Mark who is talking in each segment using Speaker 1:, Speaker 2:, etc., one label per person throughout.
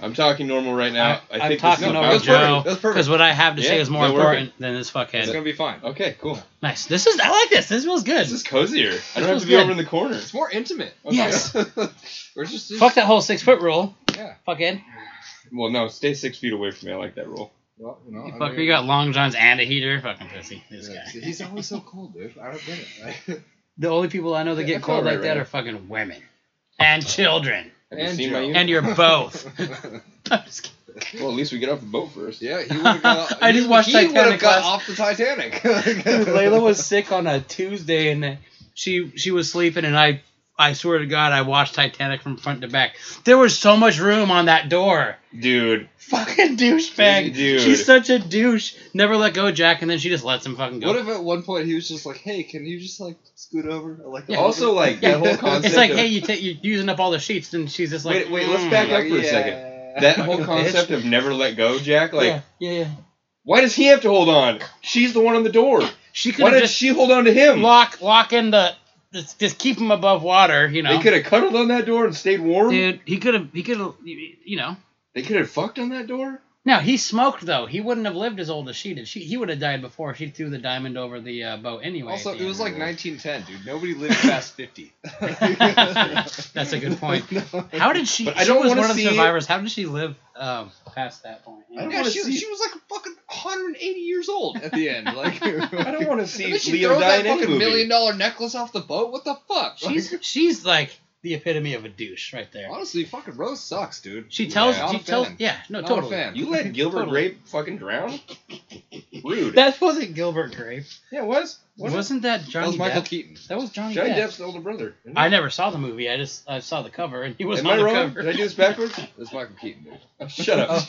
Speaker 1: I'm talking normal right now. I,
Speaker 2: I'm
Speaker 1: think
Speaker 2: talking
Speaker 1: this,
Speaker 2: over
Speaker 1: no, that's
Speaker 2: Joe
Speaker 1: perfect. That's
Speaker 2: because
Speaker 1: perfect.
Speaker 2: what I have to say
Speaker 1: Yeah,
Speaker 2: is more
Speaker 1: that worked.
Speaker 2: important than this
Speaker 3: It's
Speaker 2: fuckhead.
Speaker 3: gonna be fine.
Speaker 1: Okay, cool.
Speaker 2: Nice. This is I like this. This feels good.
Speaker 1: This is cozier. I don't have
Speaker 2: feels
Speaker 1: to be
Speaker 2: good.
Speaker 1: over in the corner.
Speaker 3: It's more intimate.
Speaker 1: Okay.
Speaker 2: Yes.
Speaker 3: We're just, just
Speaker 2: Fuck that whole six foot rule.
Speaker 3: Yeah.
Speaker 2: Fuckhead.
Speaker 1: well, no, stay six feet away from me. I like that rule.
Speaker 3: Well, you know,
Speaker 2: You
Speaker 3: I
Speaker 2: fucker.
Speaker 3: mean,
Speaker 2: You got long johns and a heater. Fucking pussy. This
Speaker 3: yeah,
Speaker 2: guy.
Speaker 3: He's always so cool, dude. I don't get it. Like,
Speaker 2: The only people I know that
Speaker 1: Yeah,
Speaker 2: get
Speaker 1: that's all
Speaker 2: cold
Speaker 1: right
Speaker 2: like that
Speaker 1: right
Speaker 2: are fucking women and children.
Speaker 1: Have you
Speaker 3: And
Speaker 1: seen my
Speaker 3: Joe.
Speaker 1: uni-
Speaker 2: And you're both. I'm just kidding.
Speaker 1: Well, at least we get off the boat first.
Speaker 3: yeah, he would have got.
Speaker 2: I just watched
Speaker 3: he would've
Speaker 2: Titanic
Speaker 3: got
Speaker 2: last-
Speaker 3: off the Titanic.
Speaker 2: Layla was sick on a Tuesday, and she she was sleeping, and I I swear to God, I watched Titanic from front to back. There was so much room on that door.
Speaker 1: Dude,
Speaker 2: Fucking douchebag.
Speaker 1: Dude.
Speaker 2: She's such a douche. Never let go, Jack, and then she just lets him fucking go.
Speaker 3: What if at one point he was just like, "Hey, can you just like scoot over?" I Like
Speaker 2: Yeah.
Speaker 1: also like that whole concept.
Speaker 2: it's like,
Speaker 1: of,
Speaker 2: hey, you ta- you're using up all the sheets, and she's just like,
Speaker 1: Wait, wait, let's
Speaker 2: "Mm."
Speaker 1: back up for a
Speaker 3: Yeah.
Speaker 1: second. that whole
Speaker 2: Fucking bitch.
Speaker 1: concept of never let go, Jack. Like,
Speaker 2: yeah, yeah, yeah.
Speaker 1: why does he have to hold on? She's the one on the door.
Speaker 2: She
Speaker 1: Why
Speaker 2: could have
Speaker 1: did
Speaker 2: just
Speaker 1: she hold on to him?
Speaker 2: lock lock in the just, just keep him above water, you know.
Speaker 1: They could have cuddled on that door and stayed warm.
Speaker 2: Dude, he could have he could have you know.
Speaker 1: They could have fucked on that door.
Speaker 2: Now he smoked though. He wouldn't have lived as old as she did. She he would have died before she threw the diamond over the uh, boat anyway.
Speaker 3: Also,
Speaker 2: at the
Speaker 3: it was
Speaker 2: end.
Speaker 3: like 1910, dude. Nobody lived past 50.
Speaker 2: that's a good point. How did she?
Speaker 1: But I
Speaker 2: But I
Speaker 1: don't
Speaker 2: she was
Speaker 1: wanna
Speaker 2: one of the
Speaker 1: see-
Speaker 2: survivors. How did she live um, past that point?
Speaker 1: I don't
Speaker 3: Yeah,
Speaker 1: wanna
Speaker 3: she,
Speaker 1: see-
Speaker 3: she was like fucking 180 years old at the end. Like,
Speaker 1: I don't want to see
Speaker 3: And then she
Speaker 1: Leo
Speaker 3: throws
Speaker 1: die
Speaker 3: that
Speaker 1: in any
Speaker 3: fucking
Speaker 1: movie.
Speaker 3: million dollar necklace off the boat. What the fuck?
Speaker 2: She's
Speaker 3: Like,
Speaker 2: she's like the epitome of a douche right there.
Speaker 3: honestly, fucking Rose sucks, dude.
Speaker 2: She tells
Speaker 1: Yeah.
Speaker 2: she
Speaker 3: Not a
Speaker 2: tells
Speaker 3: fan.
Speaker 2: yeah no
Speaker 3: Not a
Speaker 2: totally.
Speaker 3: fan.
Speaker 1: You let Gilbert
Speaker 2: Totally.
Speaker 1: Grape fucking drown? Rude.
Speaker 2: That wasn't Gilbert Grape.
Speaker 1: yeah, it was. Wasn't
Speaker 2: Wasn't that
Speaker 3: That
Speaker 2: Johnny
Speaker 3: was Michael
Speaker 2: Depp?
Speaker 3: Keaton.
Speaker 2: That was Johnny,
Speaker 1: it? Johnny
Speaker 2: Depp.
Speaker 1: Depp's older brother. isn't
Speaker 2: I
Speaker 1: it?
Speaker 2: never saw the movie. I just I saw the cover and he was
Speaker 1: Am
Speaker 2: on
Speaker 1: I
Speaker 2: the
Speaker 1: wrong?
Speaker 2: cover. Oh,
Speaker 1: Did I do this backwards?
Speaker 3: That's Michael Keaton, dude.
Speaker 1: Shut up.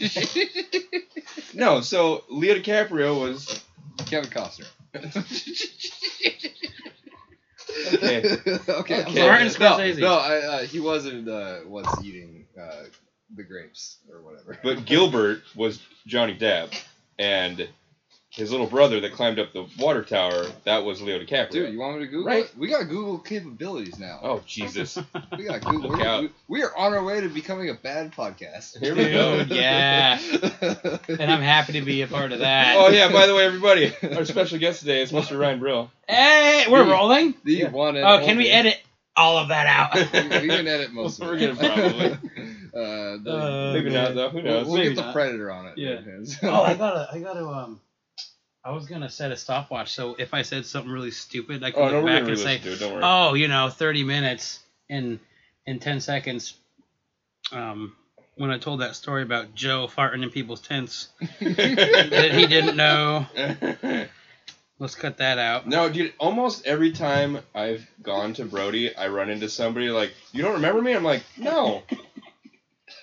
Speaker 1: No, so Leo DiCaprio was
Speaker 3: Kevin Costner.
Speaker 1: okay.
Speaker 3: okay. I'm
Speaker 1: Okay.
Speaker 3: sorry.
Speaker 2: Martin Scorsese.
Speaker 3: No, no I, uh, he wasn't uh, what's eating uh, the grapes or whatever.
Speaker 1: But Gilbert was Johnny Depp, and his little brother that climbed up the water tower, that was Leo DiCaprio.
Speaker 3: Dude, you want me to Google
Speaker 1: Right.
Speaker 3: it? We got Google capabilities now.
Speaker 1: oh Jesus!
Speaker 3: We got Google.
Speaker 1: Look out.
Speaker 3: We, we are on our way to becoming a bad podcast.
Speaker 1: Here we go.
Speaker 2: Dude, yeah. and I'm happy to be a part of that.
Speaker 1: Oh yeah! By the way, everybody, our special guest today is Mr. Ryan Brill.
Speaker 2: Hey, we're rolling.
Speaker 3: The
Speaker 1: Yeah.
Speaker 3: one and
Speaker 2: Oh, can we
Speaker 3: only.
Speaker 2: edit all of that out?
Speaker 3: We, we can edit most of
Speaker 1: We're
Speaker 3: it.
Speaker 1: gonna probably.
Speaker 3: Uh, the,
Speaker 2: Uh,
Speaker 1: Maybe
Speaker 2: man.
Speaker 1: not though. Who
Speaker 3: we'll
Speaker 1: knows?
Speaker 3: we'll
Speaker 2: maybe
Speaker 3: get the
Speaker 2: not.
Speaker 3: predator on it.
Speaker 2: Yeah.
Speaker 3: dude.
Speaker 2: oh, I gotta, I gotta, um, I was gonna set a stopwatch, so if I said something really stupid, I could
Speaker 1: Oh no,
Speaker 2: look
Speaker 1: we're
Speaker 2: back
Speaker 1: gonna
Speaker 2: and
Speaker 1: re-listen
Speaker 2: say,
Speaker 1: to it. Don't worry.
Speaker 2: oh, you know, 30 minutes in in 10 seconds. Um, when I told that story about Joe farting in people's tents that he didn't know, let's cut that out.
Speaker 1: no, dude. Almost every time I've gone to Brody, I run into somebody like, "You don't remember me?" I'm like, "No."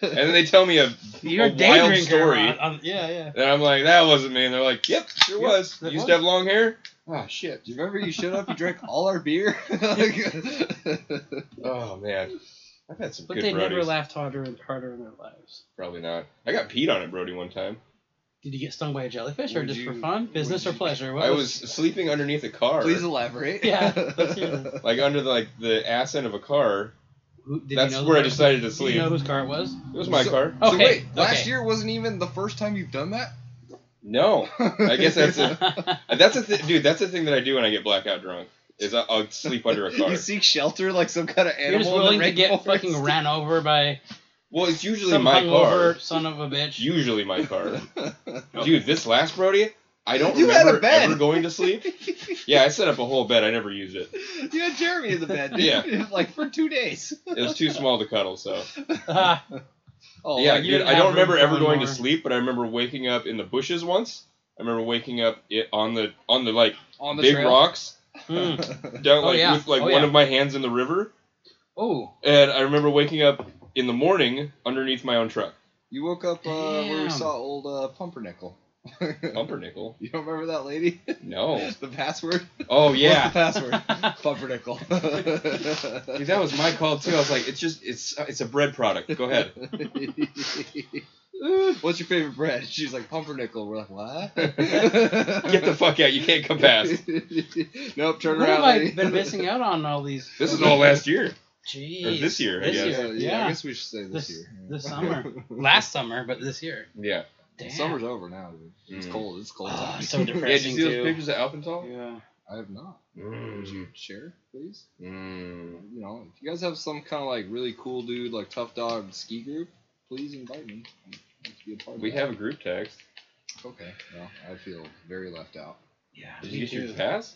Speaker 1: and then they tell me a,
Speaker 2: You're
Speaker 1: a
Speaker 2: a day
Speaker 1: wild
Speaker 2: drinker.
Speaker 1: story.
Speaker 2: on- on- yeah, yeah.
Speaker 1: And I'm like, that wasn't me. And they're like, yep, sure
Speaker 3: Yep,
Speaker 1: was. You
Speaker 3: that
Speaker 1: used
Speaker 3: was.
Speaker 1: to have long hair.
Speaker 3: oh shit! Do you remember you showed up? You drank all our beer.
Speaker 1: Oh man, I've had some
Speaker 2: But
Speaker 1: good
Speaker 2: they never
Speaker 1: Brodies.
Speaker 2: laughed harder harder in their lives.
Speaker 1: Probably not. I got peed on at Brody one time.
Speaker 2: Did you get stung by a jellyfish, or
Speaker 3: Would
Speaker 2: just for
Speaker 3: you-
Speaker 2: fun,
Speaker 3: would
Speaker 2: business or
Speaker 3: you-
Speaker 2: pleasure? What
Speaker 1: I was sleeping underneath a car,
Speaker 3: Please elaborate.
Speaker 2: Yeah, let's hear this.
Speaker 1: like under the, like the ass end of a car.
Speaker 2: Who, did
Speaker 1: That's
Speaker 2: you know
Speaker 1: where I
Speaker 2: who-
Speaker 1: decided to
Speaker 2: did
Speaker 1: sleep.
Speaker 2: You know whose car it was?
Speaker 1: it was my
Speaker 3: So-
Speaker 1: car.
Speaker 3: So
Speaker 2: Okay,
Speaker 3: wait, last
Speaker 2: okay.
Speaker 3: year wasn't even the first time you've done that.
Speaker 1: No, I guess that's it. That's a th- dude. That's the thing that I do when I get blackout drunk. Is I- I'll sleep under a car.
Speaker 3: You seek shelter like some kind of
Speaker 2: You're
Speaker 3: animal.
Speaker 2: just
Speaker 3: in
Speaker 2: willing
Speaker 3: the
Speaker 2: to get
Speaker 3: rainforest.
Speaker 2: fucking ran over by
Speaker 1: Well, it's usually
Speaker 2: some
Speaker 1: my car.
Speaker 2: hungover son of a bitch.
Speaker 1: Usually my car. Dude, this last Brody, I don't
Speaker 3: You had a
Speaker 1: remember
Speaker 3: bed.
Speaker 1: ever going to sleep. Yeah, I set up a whole bed. I never used it.
Speaker 3: You had Jeremy in the bed, dude.
Speaker 1: Yeah.
Speaker 3: like for two days.
Speaker 1: It was too small to cuddle, so.
Speaker 2: Ah,
Speaker 3: Oh,
Speaker 1: yeah,
Speaker 2: you
Speaker 1: dude,
Speaker 2: didn't
Speaker 1: I
Speaker 2: have
Speaker 1: don't remember
Speaker 2: room for
Speaker 1: ever
Speaker 2: one
Speaker 1: going to
Speaker 2: more.
Speaker 1: sleep, but I remember waking up in the bushes once. I remember waking up it, on the on the like
Speaker 3: on the
Speaker 1: big
Speaker 3: trail.
Speaker 1: rocks
Speaker 2: mm.
Speaker 1: down
Speaker 2: Oh,
Speaker 1: like
Speaker 2: yeah.
Speaker 1: with like
Speaker 2: Oh,
Speaker 1: one
Speaker 2: yeah.
Speaker 1: of my hands in the river,
Speaker 2: Oh,
Speaker 1: and I remember waking up in the morning underneath my own truck.
Speaker 3: You woke up uh, where we
Speaker 2: Damn.
Speaker 3: saw old uh, Pumpernickel.
Speaker 1: Pumpernickel?
Speaker 3: you don't remember that lady?
Speaker 1: No.
Speaker 3: the password?
Speaker 1: Oh yeah.
Speaker 3: What's the password? Pumpernickel.
Speaker 1: Dude, that was my call too. I was like, it's just it's it's a bread product. Go ahead.
Speaker 3: What's your favorite bread? She's like Pumpernickel. We're like, what?
Speaker 1: Get the fuck out. You can't come past.
Speaker 3: nope, turn
Speaker 2: what
Speaker 3: around.
Speaker 2: have I
Speaker 3: lady.
Speaker 2: been missing out on all these?
Speaker 1: This is all last year. Or
Speaker 2: Jeez.
Speaker 1: this year, I
Speaker 2: This
Speaker 1: guess.
Speaker 2: year.
Speaker 3: yeah, yeah,
Speaker 2: yeah.
Speaker 3: I guess we should say this,
Speaker 2: This-
Speaker 3: year. yeah.
Speaker 2: this summer. Last summer, but this year.
Speaker 1: Yeah.
Speaker 2: Damn.
Speaker 3: Summer's over now. Dude. It's
Speaker 1: Mm.
Speaker 3: cold. It's cold
Speaker 2: Oh,
Speaker 3: time.
Speaker 2: it's so
Speaker 1: Yeah,
Speaker 2: depressing.
Speaker 1: did you see
Speaker 2: too.
Speaker 1: those pictures of Alpental?
Speaker 2: Yeah.
Speaker 3: I have not. Would you
Speaker 1: Mm.
Speaker 3: share, please?
Speaker 1: Mm.
Speaker 3: You know, if you guys have some kind of like really cool dude, like tough dog ski group, please invite me. I'd like to be a part of
Speaker 1: We
Speaker 3: that.
Speaker 1: have a group text.
Speaker 3: Okay. Well, I feel very left out.
Speaker 2: Yeah.
Speaker 1: Did
Speaker 2: me
Speaker 1: you get
Speaker 2: too.
Speaker 1: your pass?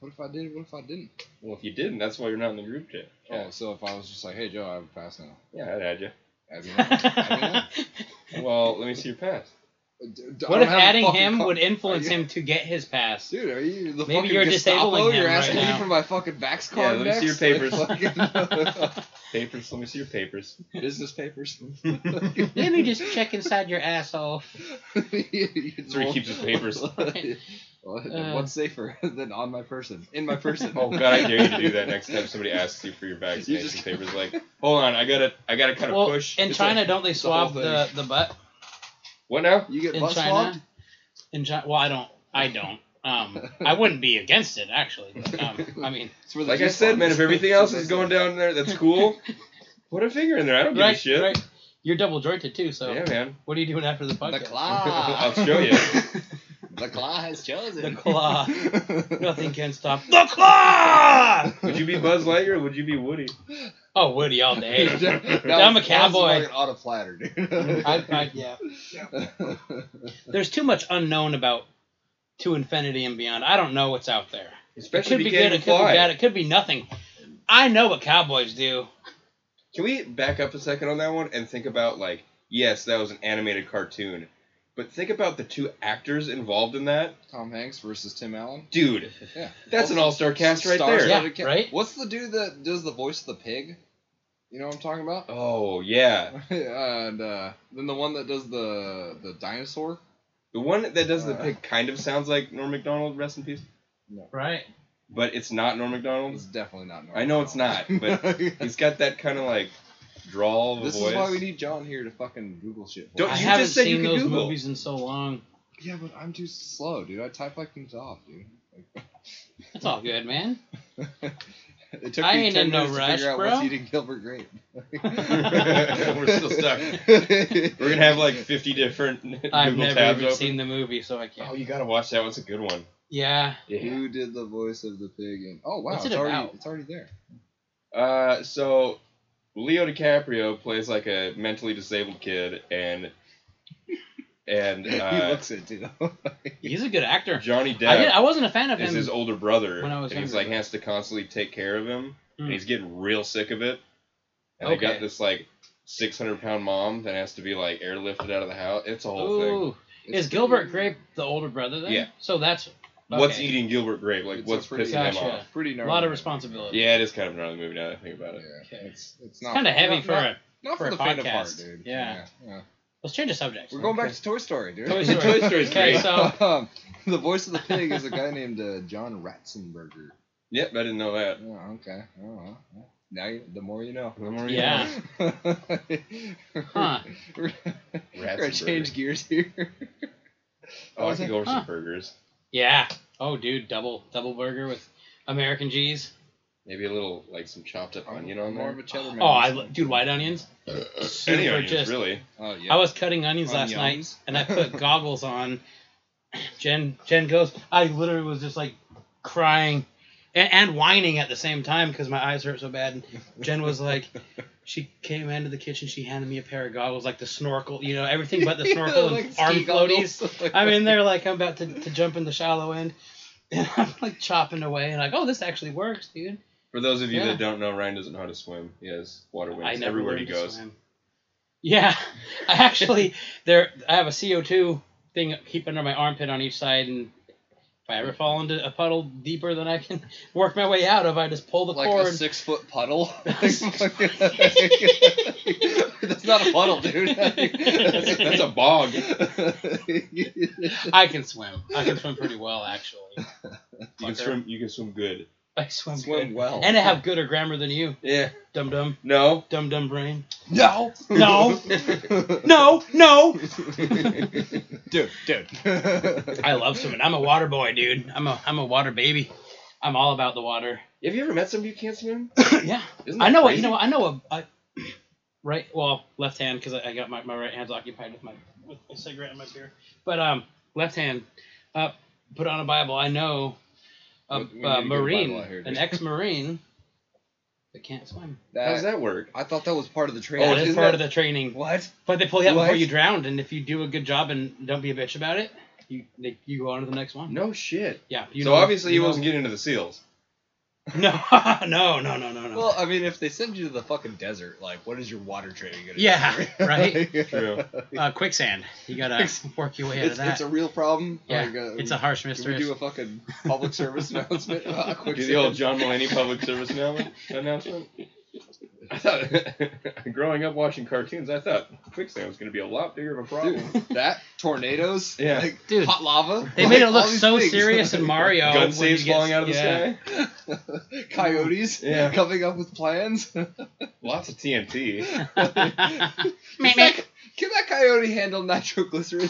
Speaker 3: What if I did? What if I didn't?
Speaker 1: Well, if you didn't, that's why you're not in the group chat.
Speaker 3: Oh, so if I was just like, hey Joe, I have a pass now.
Speaker 1: Yeah, I'd add you.
Speaker 3: I'd be like, I
Speaker 1: Well, let me see your pass.
Speaker 3: mean, d- d- I
Speaker 2: what
Speaker 3: don't
Speaker 2: if
Speaker 3: have a
Speaker 2: adding
Speaker 3: fucking
Speaker 2: him
Speaker 3: car-
Speaker 2: would influence
Speaker 3: Are you-
Speaker 2: him to get his pass?
Speaker 3: Dude, are you the
Speaker 2: Maybe
Speaker 3: fucking
Speaker 2: you're
Speaker 3: Gestapo?
Speaker 2: disabling
Speaker 3: You're
Speaker 2: him right
Speaker 3: asking
Speaker 2: now.
Speaker 3: me for my fucking Vax
Speaker 1: Yeah,
Speaker 3: card
Speaker 1: let me see
Speaker 3: next?
Speaker 1: your
Speaker 3: Like, fucking-
Speaker 1: Papers. Let me see your papers.
Speaker 3: business papers.
Speaker 2: Let me just check inside your asshole.
Speaker 3: That's
Speaker 1: That's where he keeps his papers.
Speaker 2: Uh.
Speaker 3: What's safer than on my person? In my person.
Speaker 1: Oh God, I dare you to do that next time somebody asks you for your vaccination
Speaker 3: just-
Speaker 1: papers. Like, hold on, I gotta, I gotta kind of
Speaker 2: well,
Speaker 1: push.
Speaker 2: in
Speaker 1: It's
Speaker 2: China,
Speaker 1: like-
Speaker 2: don't they
Speaker 3: it's the whole
Speaker 2: swab the, the butt?
Speaker 1: what now?
Speaker 3: You get
Speaker 2: In
Speaker 3: butt
Speaker 2: China?
Speaker 3: swabbed?
Speaker 2: In China, well, I don't. I don't. Um, I wouldn't be against it actually. But, um, I mean,
Speaker 3: It's where the
Speaker 1: Like I
Speaker 3: juice
Speaker 1: said,
Speaker 3: is.
Speaker 1: man, if everything else
Speaker 3: It's
Speaker 1: is going down there, that's cool. Put a finger in there. I don't give
Speaker 2: right,
Speaker 1: a shit.
Speaker 2: right. You're double jointed too, so
Speaker 1: Yeah, man.
Speaker 2: what are you doing after the
Speaker 3: The
Speaker 2: podcast?
Speaker 3: claw.
Speaker 1: I'll show you.
Speaker 3: The claw has chosen.
Speaker 2: The claw. Nothing can stop the claw.
Speaker 1: Would you be Buzz Lightyear? or Would you be Woody?
Speaker 2: Oh, Woody all day.
Speaker 3: That
Speaker 2: I'm a
Speaker 3: was- that was
Speaker 2: cowboy.
Speaker 3: fucking on a platter, dude.
Speaker 2: I, I, yeah. There's too much unknown about to infinity and beyond. I don't know what's out there. It
Speaker 1: Especially
Speaker 2: could
Speaker 1: if
Speaker 2: be
Speaker 1: you
Speaker 2: good.
Speaker 1: can't
Speaker 2: It
Speaker 1: even
Speaker 2: could be bad.
Speaker 1: fly.
Speaker 2: It could be nothing. I know what cowboys do.
Speaker 1: Can we back up a second on that one and think about like, yes, that was an animated cartoon, but think about the two actors involved in that,
Speaker 3: Tom Hanks versus Tim Allen.
Speaker 1: dude.
Speaker 3: Yeah.
Speaker 1: That's an all-star cast right
Speaker 3: Stars
Speaker 1: there.
Speaker 3: that
Speaker 2: Yeah,
Speaker 3: it can-
Speaker 2: right?
Speaker 3: What's the dude that does the voice of the pig? You know what I'm talking about?
Speaker 1: Oh yeah,
Speaker 3: and uh, then the one that does the the dinosaur.
Speaker 1: the one that does the
Speaker 3: Uh.
Speaker 1: pig kind of sounds like Norm Macdonald, rest in peace,
Speaker 2: Right.
Speaker 1: but it's not Norm Macdonald.
Speaker 3: It's definitely not.
Speaker 1: I know it's not, but
Speaker 3: this
Speaker 1: He's got that kind of like drawl of a voice.
Speaker 3: is why we need John here to fucking Google shit. For
Speaker 1: Don't
Speaker 2: I
Speaker 3: us.
Speaker 1: you
Speaker 2: haven't
Speaker 1: just said you
Speaker 2: seen
Speaker 1: could
Speaker 2: those
Speaker 1: Google.
Speaker 2: movies in so long.
Speaker 3: Yeah, but I'm too slow, dude. I type like things off, dude. Like,
Speaker 2: It's all good, man.
Speaker 3: it took
Speaker 2: I
Speaker 3: me
Speaker 2: ain't
Speaker 3: ten
Speaker 2: in no
Speaker 3: minutes to
Speaker 2: rush,
Speaker 3: figure out
Speaker 2: bro.
Speaker 3: what's eating Gilbert Grape.
Speaker 1: We're still stuck. We're gonna have like 50 different
Speaker 2: I've
Speaker 1: Google
Speaker 2: never
Speaker 1: tabs
Speaker 2: even
Speaker 1: open.
Speaker 2: seen the movie, so I
Speaker 1: oh,
Speaker 2: can't.
Speaker 1: you gotta watch that. One's a good one.
Speaker 2: Yeah.
Speaker 1: Yeah.
Speaker 3: Who did the voice of the pig? And oh wow,
Speaker 2: What's it
Speaker 3: it's already
Speaker 2: about?
Speaker 3: it's already there.
Speaker 1: Uh, so Leo DiCaprio plays like a mentally disabled kid, and and
Speaker 3: he
Speaker 1: uh,
Speaker 3: looks it too.
Speaker 2: He's a good actor.
Speaker 1: Johnny
Speaker 2: I, did,
Speaker 1: Depp
Speaker 2: I wasn't a fan of
Speaker 1: is
Speaker 2: him.
Speaker 1: his older brother,
Speaker 2: when I was
Speaker 1: and he's
Speaker 2: younger.
Speaker 1: like has to constantly take care of him,
Speaker 2: Hmm.
Speaker 1: and he's getting real sick of it. And they got
Speaker 2: Okay.
Speaker 1: this like 600 pound mom that has to be like airlifted out of the house. It's a whole thing.
Speaker 2: Ooh. Is
Speaker 3: It's
Speaker 2: Gilbert
Speaker 3: pretty-
Speaker 2: Grape the older brother then?
Speaker 1: Yeah.
Speaker 2: So that's okay.
Speaker 1: What's eating Gilbert Grape? Like,
Speaker 3: It's a
Speaker 1: what's
Speaker 3: pretty-
Speaker 1: pissing him
Speaker 2: Gotcha.
Speaker 1: off?
Speaker 3: Pretty
Speaker 2: a
Speaker 3: gnarly.
Speaker 2: lot of responsibility.
Speaker 1: Yeah, it is kind of another movie now that I think about
Speaker 3: Yeah.
Speaker 1: it.
Speaker 2: Okay.
Speaker 3: It's it's
Speaker 2: It's
Speaker 3: not
Speaker 2: kind of heavy
Speaker 3: not-
Speaker 2: for
Speaker 3: not-
Speaker 2: a. for
Speaker 3: Not for,
Speaker 2: a
Speaker 3: the faint of heart,
Speaker 2: podcast.
Speaker 3: dude.
Speaker 2: Yeah.
Speaker 3: yeah, yeah.
Speaker 2: Let's change the subject.
Speaker 3: We're going back to Toy Story, dude.
Speaker 2: Toy
Speaker 1: Story. Toy Story's
Speaker 2: Okay,
Speaker 1: great.
Speaker 2: so
Speaker 3: Um, the voice of the pig is a guy named uh, John Ratzenberger.
Speaker 1: Yep, I didn't know that.
Speaker 3: Oh, okay. Oh, well, yeah. Now, you, the more you know.
Speaker 1: I'm already-
Speaker 2: Yeah. Huh.
Speaker 3: We're gonna change
Speaker 1: Ratzenberger.
Speaker 3: gears here.
Speaker 1: Oh, I can go over
Speaker 2: Huh.
Speaker 1: some burgers.
Speaker 2: yeah. Oh, dude, double double burger with American cheese.
Speaker 1: Maybe a little, like, some chopped up onion on
Speaker 3: more
Speaker 1: there.
Speaker 3: of a cheddar man.
Speaker 2: Oh, I lo- dude, white onions.
Speaker 1: Any
Speaker 2: Super
Speaker 1: onions,
Speaker 2: just.
Speaker 1: really.
Speaker 3: Oh, yeah.
Speaker 2: I was cutting onions last night
Speaker 3: Onions.
Speaker 2: and I put goggles on. Jen Jen goes. I literally was just like crying and, and whining at the same time because my eyes hurt so bad. And Jen was like, she came into the kitchen. She handed me a pair of goggles, like the snorkel, you know, everything but the snorkel
Speaker 3: Like
Speaker 2: and
Speaker 3: ski
Speaker 2: arm
Speaker 3: goggles.
Speaker 2: floaties. I'm in there like I'm about to, to jump in the shallow end. And I'm like chopping away and like, oh, this actually works, dude.
Speaker 1: For those of you
Speaker 2: Yeah.
Speaker 1: that don't know, Ryan doesn't know how to swim. He has water
Speaker 2: I
Speaker 1: wings
Speaker 2: never
Speaker 1: everywhere he
Speaker 2: learned to
Speaker 1: goes.
Speaker 2: swim. Yeah, I actually there. I have a CO2 thing keep under my armpit on each side, and if I ever fall into a puddle deeper than I can work my way out of, I just pull the
Speaker 3: like
Speaker 2: cord.
Speaker 3: a six foot puddle. that's not a puddle, dude.
Speaker 1: That's, that's a bog. You
Speaker 2: I can swim. I can swim pretty well, actually.
Speaker 1: can
Speaker 2: Fucker.
Speaker 1: swim. You can swim good.
Speaker 2: I swim,
Speaker 3: Swim
Speaker 2: good.
Speaker 3: well.
Speaker 2: and I have gooder grammar than you,
Speaker 1: Yeah.
Speaker 2: dum dum
Speaker 1: No.
Speaker 2: dum dum brain.
Speaker 3: no,
Speaker 2: No. No, no.
Speaker 3: dude, dude.
Speaker 2: I love swimming. I'm a water boy, dude. I'm a I'm a water baby. I'm all about the water.
Speaker 1: Have you ever met somebody who can't swim?
Speaker 2: yeah.
Speaker 1: Isn't
Speaker 2: I know.
Speaker 1: crazy?
Speaker 2: A, you know. I know a, a right. Well, left hand because I, I got my, my right hand's occupied with my with a cigarette and my beer. But um, left hand, uh, put on a Bible. I know a,
Speaker 3: We- we need
Speaker 2: a
Speaker 3: to get a
Speaker 2: marine,
Speaker 3: Bible out here, dude.
Speaker 2: an ex-marine that can't swim.
Speaker 1: How does
Speaker 3: That,
Speaker 1: that work?
Speaker 3: I thought that was part of the
Speaker 2: Oh,
Speaker 3: training.
Speaker 2: that is
Speaker 3: Isn't
Speaker 2: part
Speaker 3: that-
Speaker 2: of the training.
Speaker 3: What?
Speaker 2: But they pull you out before
Speaker 3: What?
Speaker 2: you drowned, and if you do a good job and don't be a bitch about it, you they, you go on to the next one.
Speaker 3: No shit.
Speaker 2: Yeah. You
Speaker 1: so
Speaker 2: know-
Speaker 1: obviously
Speaker 2: you
Speaker 1: he
Speaker 2: know-
Speaker 1: wasn't getting into the seals.
Speaker 2: No, no, no, no, no, no.
Speaker 3: Well, I mean, if they send you to the fucking desert, like, what is your water training gonna do?
Speaker 2: Yeah, right?
Speaker 1: True.
Speaker 2: uh, quicksand. You gotta work your way out
Speaker 3: it's,
Speaker 2: of that.
Speaker 3: it's a real problem.
Speaker 2: yeah,
Speaker 3: Like, uh,
Speaker 2: it's a harsh
Speaker 3: Can we
Speaker 2: mystery.
Speaker 3: do a fucking public service announcement?
Speaker 1: Do
Speaker 3: Uh, quick
Speaker 1: the old John Mulaney public service annou- announcement. I thought, growing up watching cartoons, I thought quicksand was going to be a lot bigger of a problem.
Speaker 3: Dude, that tornadoes,
Speaker 1: Yeah.
Speaker 3: like,
Speaker 2: Dude,
Speaker 3: hot lava.
Speaker 2: They made it
Speaker 3: like,
Speaker 2: look
Speaker 3: all these
Speaker 2: so
Speaker 3: things.
Speaker 2: serious in Mario.
Speaker 1: Gun
Speaker 2: when
Speaker 1: saves
Speaker 2: he gets-
Speaker 1: falling out of the
Speaker 2: yeah.
Speaker 1: sky.
Speaker 3: Coyotes
Speaker 1: Yeah.
Speaker 3: coming up with plans. Can
Speaker 1: Lots of TNT.
Speaker 2: Meep, meep.
Speaker 3: that- can that coyote handle nitroglycerin?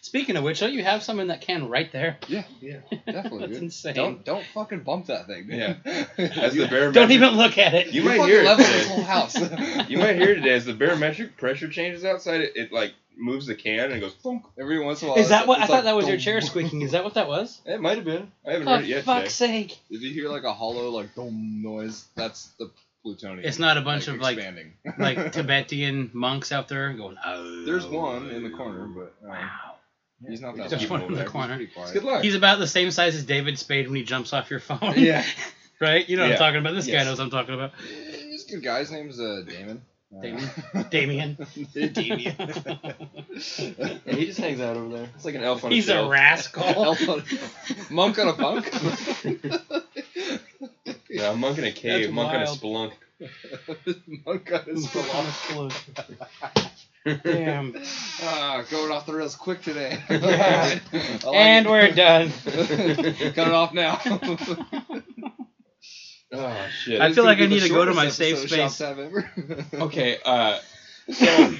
Speaker 2: Speaking of which, don't you have someone that can right there?
Speaker 3: yeah, yeah,
Speaker 1: Oh,
Speaker 3: definitely.
Speaker 2: That's
Speaker 3: dude.
Speaker 2: insane.
Speaker 3: Don't don't fucking bump that thing. man.
Speaker 1: As the barometric,
Speaker 2: Don't even look at it.
Speaker 1: You
Speaker 3: You're
Speaker 1: might
Speaker 3: fucking
Speaker 1: hear it
Speaker 3: leveling
Speaker 1: today.
Speaker 3: this whole house.
Speaker 1: you might hear today as the barometric pressure changes outside, it, it like moves the can and goes thunk.
Speaker 3: Every once in a while.
Speaker 2: Is that
Speaker 3: it's-
Speaker 2: what? I
Speaker 3: it's
Speaker 2: thought
Speaker 3: like,
Speaker 2: that was your
Speaker 3: dum.
Speaker 2: chair squeaking. Is that what that was?
Speaker 1: It might have been. I haven't
Speaker 2: For
Speaker 1: heard it yet today.
Speaker 2: fuck's sake!
Speaker 3: If you hear like a hollow like boom noise, that's the plutonium.
Speaker 2: It's not a bunch of, like,
Speaker 3: expanding.
Speaker 2: Like Tibetan monks out there going. Oh.
Speaker 3: There's one in the corner, but um,
Speaker 2: Wow.
Speaker 3: he's not that
Speaker 1: There's
Speaker 3: people
Speaker 2: one in the
Speaker 3: there. He's
Speaker 2: corner.
Speaker 3: pretty quiet.
Speaker 1: It's good luck.
Speaker 2: He's about the same size as David Spade when he jumps off your phone.
Speaker 3: Yeah.
Speaker 2: right? You know what
Speaker 1: Yeah.
Speaker 2: I'm talking about. This guy
Speaker 3: Yes.
Speaker 2: knows what I'm talking about.
Speaker 3: This good guy's name's uh, Damon. Uh,
Speaker 2: Damon. Damien. Damien.
Speaker 1: Yeah, he just hangs out over there. It's like an elf on
Speaker 2: He's
Speaker 1: a
Speaker 2: a
Speaker 1: shelf.
Speaker 2: rascal.
Speaker 3: Elf on- monk on a bunk.
Speaker 1: Yeah, a monk in a cave,
Speaker 2: That's
Speaker 1: monk
Speaker 2: wild.
Speaker 1: in a spelunk.
Speaker 3: monk on his pillow.
Speaker 2: Damn.
Speaker 3: Ah, going off the rails quick today.
Speaker 1: Yeah.
Speaker 3: I like
Speaker 2: And
Speaker 3: it.
Speaker 2: we're done.
Speaker 3: cut it off now.
Speaker 1: Oh shit.
Speaker 2: I feel like I
Speaker 3: This
Speaker 2: need
Speaker 3: is
Speaker 2: to
Speaker 3: gonna
Speaker 2: go
Speaker 3: be
Speaker 2: to
Speaker 3: the
Speaker 2: my
Speaker 3: shortest
Speaker 2: safe
Speaker 3: episode of
Speaker 2: space.
Speaker 3: Shots I've ever-
Speaker 1: okay, uh so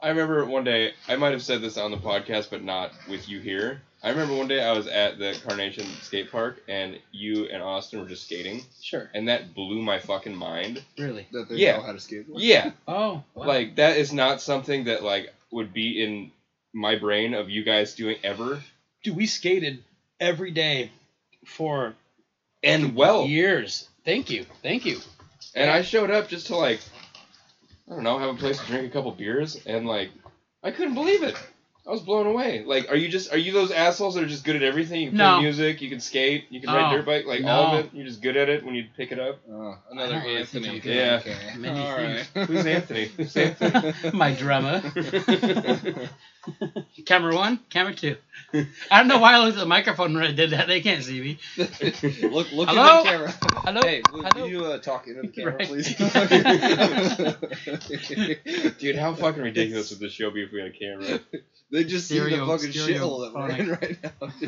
Speaker 1: I remember one day I might have said this on the podcast but not with you here. I remember one day I was at the Carnation skate park and you and Austin were just skating
Speaker 2: Sure.
Speaker 1: and that blew my fucking mind.
Speaker 2: Really.
Speaker 3: That they
Speaker 1: Yeah.
Speaker 3: know how to skateboard.
Speaker 1: Yeah.
Speaker 2: Oh. wow.
Speaker 1: Like that is not something that like would be in my brain of you guys doing ever.
Speaker 2: dude, we skated every day for
Speaker 1: And well,
Speaker 2: years. Thank you. Thank you.
Speaker 1: And I showed up just to like, I don't know, have a place to drink a couple beers, and like, I couldn't believe it. I was blown away. Like, are you just are you those assholes that are just good at everything? You can
Speaker 2: No.
Speaker 1: play music, you can skate, you can ride
Speaker 2: Oh,
Speaker 1: dirt bike, like all of
Speaker 2: no.
Speaker 1: it. You're just good at it when you pick it up.
Speaker 3: Oh, another
Speaker 2: I don't really think
Speaker 3: Anthony.
Speaker 2: I'm good
Speaker 1: at
Speaker 3: Okay.
Speaker 2: many
Speaker 3: All right.
Speaker 1: Who's Anthony? Who's Anthony?
Speaker 2: my drummer. camera one, camera two. I don't know why I looked at the microphone when I did that. They can't see me.
Speaker 3: look, look
Speaker 2: Hello?
Speaker 3: at the camera.
Speaker 2: Hello.
Speaker 3: Hey, will
Speaker 2: Hello?
Speaker 3: you uh, talk into the camera,
Speaker 2: Right.
Speaker 3: please?
Speaker 1: Dude, how fucking ridiculous would this show be if we had a camera?
Speaker 3: they just see the
Speaker 2: Stereo-
Speaker 3: fucking shithole that we're in
Speaker 2: stereophonic.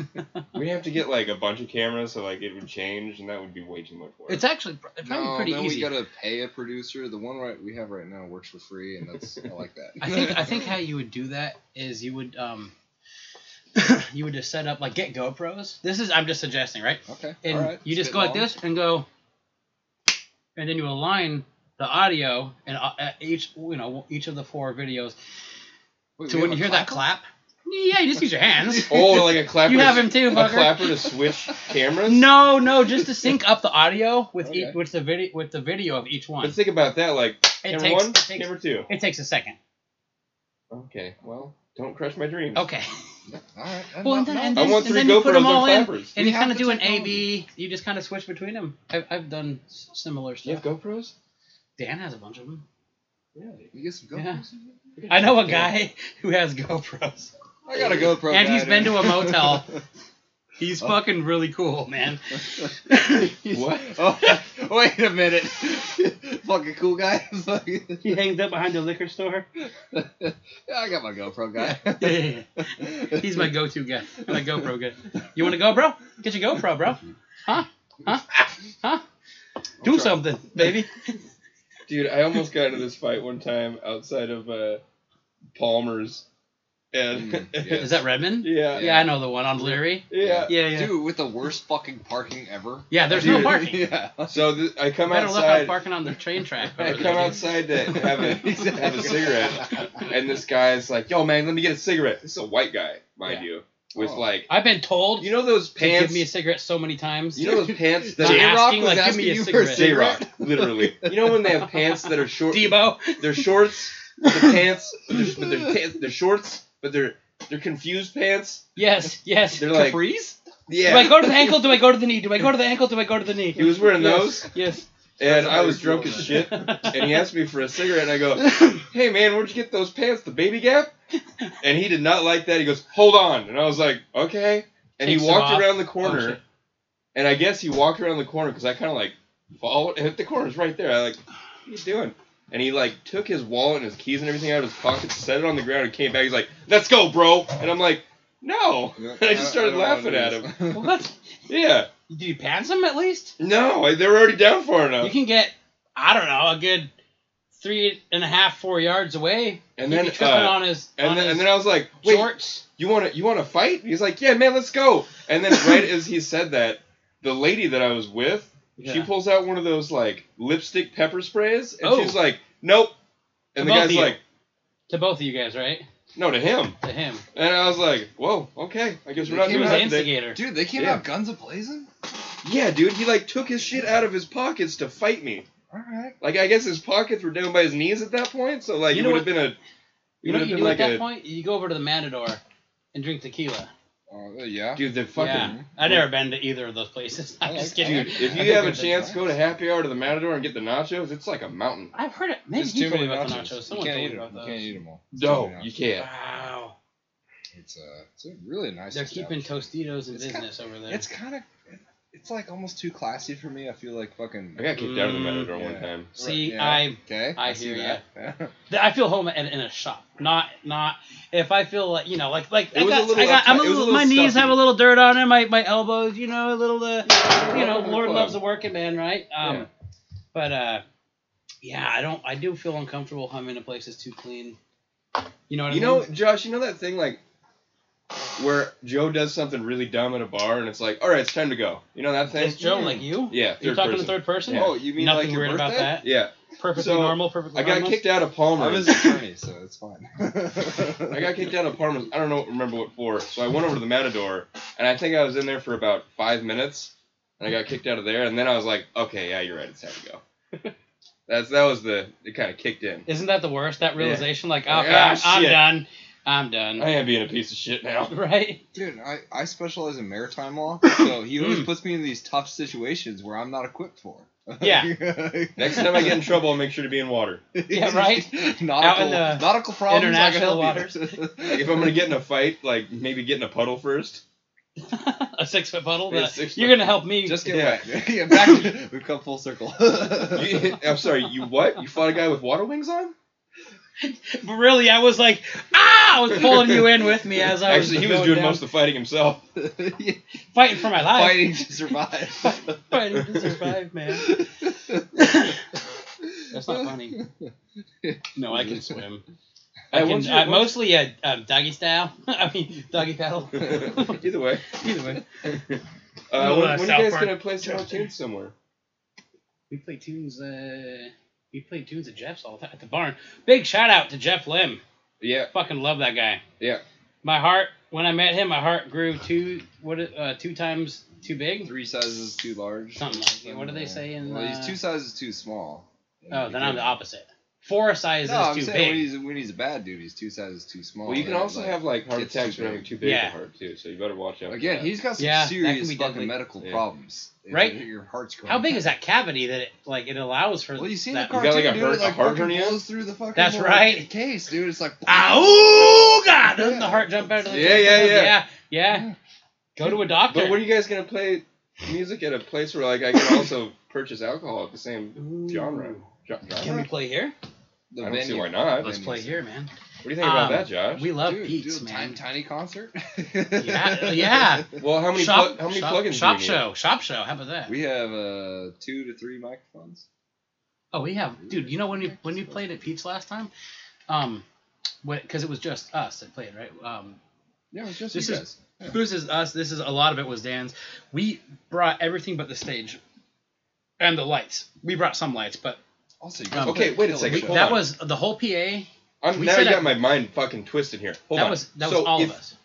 Speaker 3: right now.
Speaker 1: We'd have to get like a bunch of cameras, so like it would change, and that would be way too much work.
Speaker 2: It's actually pr- probably
Speaker 3: no,
Speaker 2: pretty
Speaker 3: then
Speaker 2: easy.
Speaker 3: we gotta pay a producer. The one right we have right now works for free, and that's I like that.
Speaker 2: I think I think how you would do that is you would um you would just set up like get GoPros. This is I'm just suggesting, right?
Speaker 3: okay,
Speaker 2: And
Speaker 3: all right.
Speaker 2: you just
Speaker 3: Spit
Speaker 2: go like
Speaker 3: long.
Speaker 2: this and go, and then you align the audio and uh, uh, each you know each of the four videos.
Speaker 3: Wait,
Speaker 2: So
Speaker 3: we
Speaker 2: when you
Speaker 3: have
Speaker 2: hear
Speaker 3: a
Speaker 2: that clap, yeah, you just use your hands.
Speaker 1: oh, like a clapper.
Speaker 2: You
Speaker 1: to-
Speaker 2: have him too,
Speaker 1: a
Speaker 2: fucker.
Speaker 1: clapper to switch cameras.
Speaker 2: No, no, just to sync up the audio with
Speaker 3: Okay.
Speaker 2: each, with the video with the video of each one.
Speaker 1: But think about that, like
Speaker 2: It
Speaker 1: camera
Speaker 2: takes,
Speaker 1: one,
Speaker 2: it takes
Speaker 1: camera two.
Speaker 2: it takes a second.
Speaker 1: Okay, well, don't crush my dreams.
Speaker 2: Okay.
Speaker 3: All right.
Speaker 2: Well, and then, and
Speaker 1: I
Speaker 2: then,
Speaker 1: want
Speaker 2: and
Speaker 1: three
Speaker 2: then you put
Speaker 1: GoPros
Speaker 2: them
Speaker 1: on
Speaker 2: all in,
Speaker 1: clappers.
Speaker 2: and
Speaker 3: We
Speaker 2: you
Speaker 3: have
Speaker 2: kind of
Speaker 3: the
Speaker 2: do an A/B. You just kind of switch between them. I've, I've done s- similar
Speaker 1: Do you
Speaker 2: stuff.
Speaker 1: have GoPros?
Speaker 2: Dan has a bunch of them.
Speaker 1: Really?
Speaker 3: You get some
Speaker 2: Yeah.
Speaker 3: GoPros?
Speaker 2: I know a guy who has GoPros,
Speaker 3: I got a GoPro.
Speaker 2: and
Speaker 3: guy,
Speaker 2: he's been
Speaker 3: dude.
Speaker 2: to a motel. He's
Speaker 3: Oh.
Speaker 2: fucking really cool, man.
Speaker 1: What?
Speaker 3: Oh, wait a minute. Fucking cool guy. Fucking-
Speaker 2: he hangs up behind the liquor store.
Speaker 3: yeah, I got my GoPro guy.
Speaker 2: Yeah, yeah, yeah. He's my go-to guy. My GoPro guy. You want a GoPro? Get your GoPro, bro. Huh? Huh? Huh? Do
Speaker 3: trying.
Speaker 2: something, baby.
Speaker 1: Dude, I almost got into this fight one time outside of uh, Palmer's, And
Speaker 3: Mm, yeah.
Speaker 2: Is that Redmond?
Speaker 1: yeah,
Speaker 2: Yeah, I know the one on Leary.
Speaker 1: yeah.
Speaker 2: Yeah, yeah.
Speaker 3: Dude, with the worst fucking parking ever.
Speaker 2: Yeah, there's no
Speaker 1: Dude.
Speaker 2: parking.
Speaker 3: yeah.
Speaker 1: So th- I come
Speaker 2: Better look out
Speaker 1: outside.
Speaker 2: parking on the train track.
Speaker 1: I
Speaker 2: over
Speaker 1: come
Speaker 2: there.
Speaker 1: outside to have a have a cigarette, and this guy's like, "Yo, man, let me get a cigarette." This is a white guy, mind
Speaker 2: Yeah.
Speaker 1: you, with
Speaker 3: Oh.
Speaker 1: like,
Speaker 2: I've been told
Speaker 1: you know those
Speaker 2: to give
Speaker 1: pants.
Speaker 2: me a cigarette so many times.
Speaker 1: you know those pants that
Speaker 2: Not
Speaker 1: are
Speaker 2: asking,
Speaker 3: J-Rock was
Speaker 2: like, give
Speaker 3: asking
Speaker 2: me a
Speaker 3: you for
Speaker 2: cigarette.
Speaker 1: J
Speaker 3: cigarette?
Speaker 1: Rock, literally. You know when they have pants that are short,
Speaker 2: Debo.
Speaker 1: they're shorts, but they're pants, but they're, but they're, pants, they're shorts, but they're they're confused pants.
Speaker 2: Yes, yes.
Speaker 1: They're like,
Speaker 3: Capris?
Speaker 1: yeah.
Speaker 2: Do I go to the ankle? Do I go to the knee? Do I go to the ankle? Do I go to the knee?
Speaker 1: he was wearing
Speaker 2: Yes,
Speaker 1: those,
Speaker 2: Yes.
Speaker 1: and
Speaker 3: That's
Speaker 1: I was
Speaker 3: very cool,
Speaker 1: drunk as
Speaker 3: man.
Speaker 1: shit. And he asked me for a cigarette, and I go, "Hey man, where'd you get those pants? The Baby Gap?" And he did not like that. He goes, "Hold on," and I was like, "Okay." And
Speaker 2: Takes
Speaker 1: he
Speaker 2: them
Speaker 1: walked
Speaker 2: off.
Speaker 1: around the
Speaker 2: Oh,
Speaker 1: corner,
Speaker 2: shit.
Speaker 1: and I guess he walked around the corner because I kind of like followed. And the corner's right there. I like, "What are you doing?" And he like took his wallet and his keys and everything out of his pocket, set it on the ground, and came back. He's like, "Let's go, bro!" And I'm like, "No." And I just started
Speaker 3: don't
Speaker 1: laughing
Speaker 3: wanna
Speaker 1: at
Speaker 3: do
Speaker 1: him.
Speaker 3: this.
Speaker 2: Well, that's,
Speaker 1: Yeah.
Speaker 2: did you pass them at least?
Speaker 1: No, I- they were already down for it.
Speaker 2: You
Speaker 1: Now.
Speaker 2: can get, I don't know, a good three and a half, four yards away.
Speaker 1: And
Speaker 2: He'd
Speaker 1: then,
Speaker 2: be tripping
Speaker 1: uh,
Speaker 2: on his, on
Speaker 1: and then,
Speaker 2: his
Speaker 1: and then I was like, "Wait,
Speaker 2: shorts.
Speaker 1: you want to you want to fight? He's like, yeah, man, let's go. And then right as he said that, the lady that I was with, she
Speaker 2: Yeah.
Speaker 1: pulls out one of those like lipstick pepper sprays, and
Speaker 2: Oh.
Speaker 1: she's like, nope. And the
Speaker 2: About
Speaker 1: guy's
Speaker 2: you.
Speaker 1: like,
Speaker 2: To both of you guys, right?
Speaker 1: no to him.
Speaker 2: To him.
Speaker 1: And I was like, whoa, okay, I guess we're not
Speaker 2: He
Speaker 1: doing
Speaker 2: was the
Speaker 1: that today.
Speaker 2: instigator.
Speaker 3: Dude, they came
Speaker 1: Yeah.
Speaker 3: out guns a blazing?
Speaker 1: Yeah, dude, he like took his shit out of his pockets to fight me.
Speaker 3: Alright.
Speaker 1: Like I guess his pockets were down by his knees at that point, so like
Speaker 2: You
Speaker 1: it
Speaker 2: know
Speaker 1: would have been a.
Speaker 2: You
Speaker 1: It
Speaker 2: know
Speaker 1: would
Speaker 2: what
Speaker 1: have
Speaker 2: you
Speaker 1: been
Speaker 2: do
Speaker 1: like
Speaker 2: at that
Speaker 1: a
Speaker 2: point? You go over to the Matador and drink tequila.
Speaker 3: Uh, yeah.
Speaker 1: dude. The fucking
Speaker 2: yeah. I've never been to either of those places. I'm
Speaker 3: I
Speaker 2: just
Speaker 3: like
Speaker 2: kidding.
Speaker 3: that.
Speaker 1: dude. If
Speaker 3: I
Speaker 1: you
Speaker 3: think
Speaker 1: have a
Speaker 3: I've been
Speaker 1: chance,
Speaker 3: twice.
Speaker 1: go to Happy Hour to the Matador and get the nachos. It's like a mountain.
Speaker 2: I've heard it. Maybe
Speaker 3: There's
Speaker 2: you
Speaker 3: too
Speaker 2: told me
Speaker 3: many
Speaker 2: about
Speaker 3: nachos.
Speaker 2: the nachos.
Speaker 3: you
Speaker 2: Someone
Speaker 3: can't
Speaker 2: told
Speaker 3: eat
Speaker 2: me
Speaker 3: them.
Speaker 2: about
Speaker 3: You
Speaker 2: those.
Speaker 3: can't eat them all. It's too
Speaker 1: No,
Speaker 3: many
Speaker 1: you
Speaker 3: nachos.
Speaker 1: can't.
Speaker 2: Wow.
Speaker 3: It's, uh, it's a really nice
Speaker 2: They're keeping
Speaker 3: establishment.
Speaker 2: Tostitos in
Speaker 3: It's kinda-
Speaker 2: business over there.
Speaker 3: It's kind of... It's like almost too classy for me. I feel like fucking...
Speaker 1: I got kicked out of the
Speaker 2: Mm.
Speaker 1: Matador one
Speaker 3: Yeah.
Speaker 1: time.
Speaker 2: See,
Speaker 3: Yeah.
Speaker 2: I
Speaker 3: Okay.
Speaker 2: I
Speaker 3: see
Speaker 2: hear
Speaker 3: that. Yeah.
Speaker 2: Th- I feel home in, in a shop. Not not if I feel like you know like like
Speaker 1: It
Speaker 2: I
Speaker 1: was a
Speaker 2: got,
Speaker 1: little
Speaker 2: I got I'm
Speaker 1: uptight-
Speaker 2: a
Speaker 1: it was a little
Speaker 2: little, my knees
Speaker 1: stuffy.
Speaker 2: have a little dirt on it. My my elbows, you know, a little uh, you know, Lord loves a working man, right? Um,
Speaker 1: Yeah.
Speaker 2: but uh, yeah, I don't I do feel uncomfortable humming in places too clean. You know what
Speaker 1: You
Speaker 2: I
Speaker 1: know,
Speaker 2: mean?
Speaker 1: Josh, you know that thing like where Joe does something really dumb at a bar and it's like, all right, it's time to go. You know that thing?
Speaker 2: Is Joe
Speaker 3: Mm.
Speaker 2: like you?
Speaker 1: Yeah, third
Speaker 2: You're talking
Speaker 1: person.
Speaker 2: to third person.
Speaker 1: Yeah.
Speaker 3: Oh, you mean
Speaker 2: Nothing
Speaker 3: like your
Speaker 2: weird
Speaker 3: birthday?
Speaker 2: about that.
Speaker 1: Yeah,
Speaker 2: Perfectly
Speaker 1: So,
Speaker 2: normal. Perfectly
Speaker 1: I got
Speaker 2: harmless?
Speaker 1: kicked out of Palmer.
Speaker 3: I was an attorney, so it's fine.
Speaker 1: I got kicked out of Palmer's. I don't know, remember what for. So I went over to the Matador, and I think I was in there for about five minutes, and I got kicked out of there. And then I was like, okay, yeah, you're right, it's time to go. That's that was the it kind of kicked in.
Speaker 2: Isn't that the worst? That realization, like, oh,
Speaker 1: Like,
Speaker 2: God,
Speaker 1: ah,
Speaker 2: I'm
Speaker 1: shit.
Speaker 2: done. I'm done.
Speaker 1: I am being a piece of shit now.
Speaker 2: right?
Speaker 3: Dude, I, I specialize in maritime law, so he always
Speaker 2: Mm.
Speaker 3: puts me in these tough situations where I'm not equipped for.
Speaker 2: Yeah.
Speaker 1: Next time I get in trouble, I'll make sure to be in water.
Speaker 2: Yeah, right?
Speaker 3: Nautical,
Speaker 2: Out in the
Speaker 3: nautical problems.
Speaker 2: international
Speaker 3: I can help
Speaker 1: Like if I'm gonna get in a fight, like maybe get in a puddle first.
Speaker 2: a six foot puddle.
Speaker 1: Yeah,
Speaker 2: that-
Speaker 1: six
Speaker 2: you're
Speaker 1: foot-
Speaker 2: gonna help me.
Speaker 3: you. Just get
Speaker 1: Yeah.
Speaker 3: wet. yeah, back to, we've come full circle.
Speaker 1: You, I'm sorry, you what? You fought a guy with water wings on?
Speaker 2: But really, I was like, ah! I was pulling you in with me as I was.
Speaker 1: Actually, he was
Speaker 2: going
Speaker 1: doing
Speaker 2: down,
Speaker 1: most of the fighting himself.
Speaker 3: Yeah,
Speaker 2: fighting for my life.
Speaker 3: Fighting to survive.
Speaker 2: Fighting to survive, man. That's not funny. No, I can swim.
Speaker 1: Hey,
Speaker 2: I can,
Speaker 1: what's your-
Speaker 2: I,
Speaker 1: what's-
Speaker 2: mostly uh, um, doggy style. I mean, doggy paddle.
Speaker 1: Either way.
Speaker 2: Either way,
Speaker 1: Uh,
Speaker 2: Little,
Speaker 1: when,
Speaker 2: uh,
Speaker 1: when
Speaker 2: South
Speaker 1: you guys
Speaker 2: Park
Speaker 1: gonna play some
Speaker 2: chapter.
Speaker 1: tunes somewhere?
Speaker 2: we play tunes. Uh, we play tunes at Jeff's all the time at the barn. Big shout out to Jeff Lim.
Speaker 1: Yeah,
Speaker 2: Fucking love that guy.
Speaker 1: yeah.
Speaker 2: My heart when I met him, my heart grew two what uh, two times too big.
Speaker 3: Three sizes too large.
Speaker 2: Something like that. What do they say in,
Speaker 3: Well, he's
Speaker 2: uh,
Speaker 3: two sizes too small.
Speaker 2: Oh, then I'm the opposite. Four sizes
Speaker 3: No, I'm
Speaker 2: too
Speaker 3: saying when
Speaker 2: big.
Speaker 3: he's, when he's a bad dude, he's two sizes too small.
Speaker 1: Well, you can
Speaker 3: Like-
Speaker 1: also have Oh, like heart
Speaker 3: it's
Speaker 1: attacks
Speaker 3: too
Speaker 1: from
Speaker 3: big.
Speaker 1: having too big of a
Speaker 2: Yeah.
Speaker 1: heart too, so you better watch out. for
Speaker 3: Again,
Speaker 1: that.
Speaker 3: he's got some
Speaker 2: Yeah, that can
Speaker 3: serious
Speaker 2: be
Speaker 3: fucking
Speaker 2: deadly.
Speaker 3: medical
Speaker 1: Yeah.
Speaker 3: problems. If
Speaker 2: Right?
Speaker 3: Your heart's growing.
Speaker 2: How big is that cavity that it like it allows for?
Speaker 3: Well, you seen
Speaker 2: that
Speaker 3: the
Speaker 1: got,
Speaker 3: cartoon,
Speaker 1: like, a
Speaker 3: dude,
Speaker 1: hurt-
Speaker 3: it, like
Speaker 1: a heart
Speaker 3: fucking
Speaker 1: hernia?
Speaker 3: blows through the fucking
Speaker 2: That's
Speaker 3: whole
Speaker 2: right.
Speaker 3: case, dude. It's like
Speaker 2: Ow, God! Doesn't the heart jump out of the
Speaker 1: Yeah, yeah, yeah.
Speaker 2: yeah, yeah. Go to a doctor.
Speaker 1: But when are you guys gonna play music at a place where like I can also purchase alcohol at the same
Speaker 2: Ooh.
Speaker 1: genre? Jo-
Speaker 2: Can
Speaker 1: genre?
Speaker 2: we play here?
Speaker 3: The
Speaker 1: I don't see
Speaker 3: venue.
Speaker 1: why not.
Speaker 2: Let's
Speaker 3: Venues.
Speaker 2: play here, man.
Speaker 1: What do you think about
Speaker 2: Um,
Speaker 1: that, Josh?
Speaker 2: We love
Speaker 3: dude,
Speaker 2: Pete's,
Speaker 3: do a
Speaker 2: man.
Speaker 3: Tiny, tiny concert.
Speaker 2: Yeah, yeah.
Speaker 1: Well, how many
Speaker 2: shop,
Speaker 1: plu- how many
Speaker 2: shop,
Speaker 1: plugins
Speaker 2: shop
Speaker 1: do you need?
Speaker 2: show, shop show. How about that?
Speaker 3: We have uh, two to three microphones.
Speaker 2: Oh, we have, dude. You know when we when we played at Pete's last time, um, because it was just us that played, right? Um,
Speaker 3: Yeah, it's just
Speaker 2: This
Speaker 3: you
Speaker 2: is-
Speaker 3: guys.
Speaker 2: Whose is us? This is a lot of it was Dan's. We brought everything but the stage and the lights. We brought some lights, but
Speaker 3: Also, you guys
Speaker 2: Um,
Speaker 1: Okay, wait a second. Hold
Speaker 2: that
Speaker 1: on.
Speaker 2: was the whole PA. That
Speaker 1: I'm,
Speaker 2: We
Speaker 1: now
Speaker 2: said
Speaker 1: you got
Speaker 2: that-
Speaker 1: my mind fucking twisted here. Hold on.
Speaker 2: was that
Speaker 1: So
Speaker 2: was all
Speaker 1: if-
Speaker 2: of us.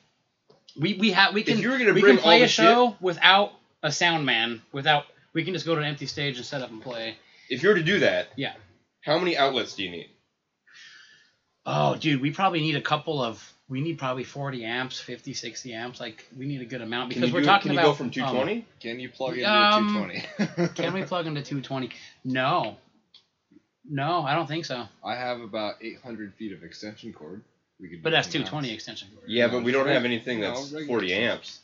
Speaker 2: We we have we can
Speaker 1: you were gonna
Speaker 2: we
Speaker 1: bring
Speaker 2: can play
Speaker 1: all the
Speaker 2: a show without a sound man without we can just go to an empty stage and set up and play.
Speaker 1: If you were to do that,
Speaker 2: Yeah.
Speaker 1: how many outlets do you need?
Speaker 2: Oh, dude, we probably need a couple of. We need probably 40 amps, 50, 60 amps. Like we need a good amount
Speaker 1: Can
Speaker 2: because
Speaker 1: you
Speaker 2: we're
Speaker 1: do,
Speaker 2: talking
Speaker 1: Can
Speaker 2: about.
Speaker 1: you go from
Speaker 2: um,
Speaker 1: 220?
Speaker 3: Can you plug into
Speaker 2: Um,
Speaker 3: 220?
Speaker 2: can we plug into 220? No. No, I don't think so.
Speaker 3: I have about 800 feet of extension cord. We could.
Speaker 2: But
Speaker 3: do
Speaker 2: that's
Speaker 3: some
Speaker 2: 220
Speaker 3: rounds.
Speaker 2: extension cord.
Speaker 1: yeah,
Speaker 3: no,
Speaker 1: but we don't
Speaker 3: it's
Speaker 1: have
Speaker 3: reg-
Speaker 1: anything
Speaker 3: no,
Speaker 1: that's
Speaker 3: regular
Speaker 1: 40 amps.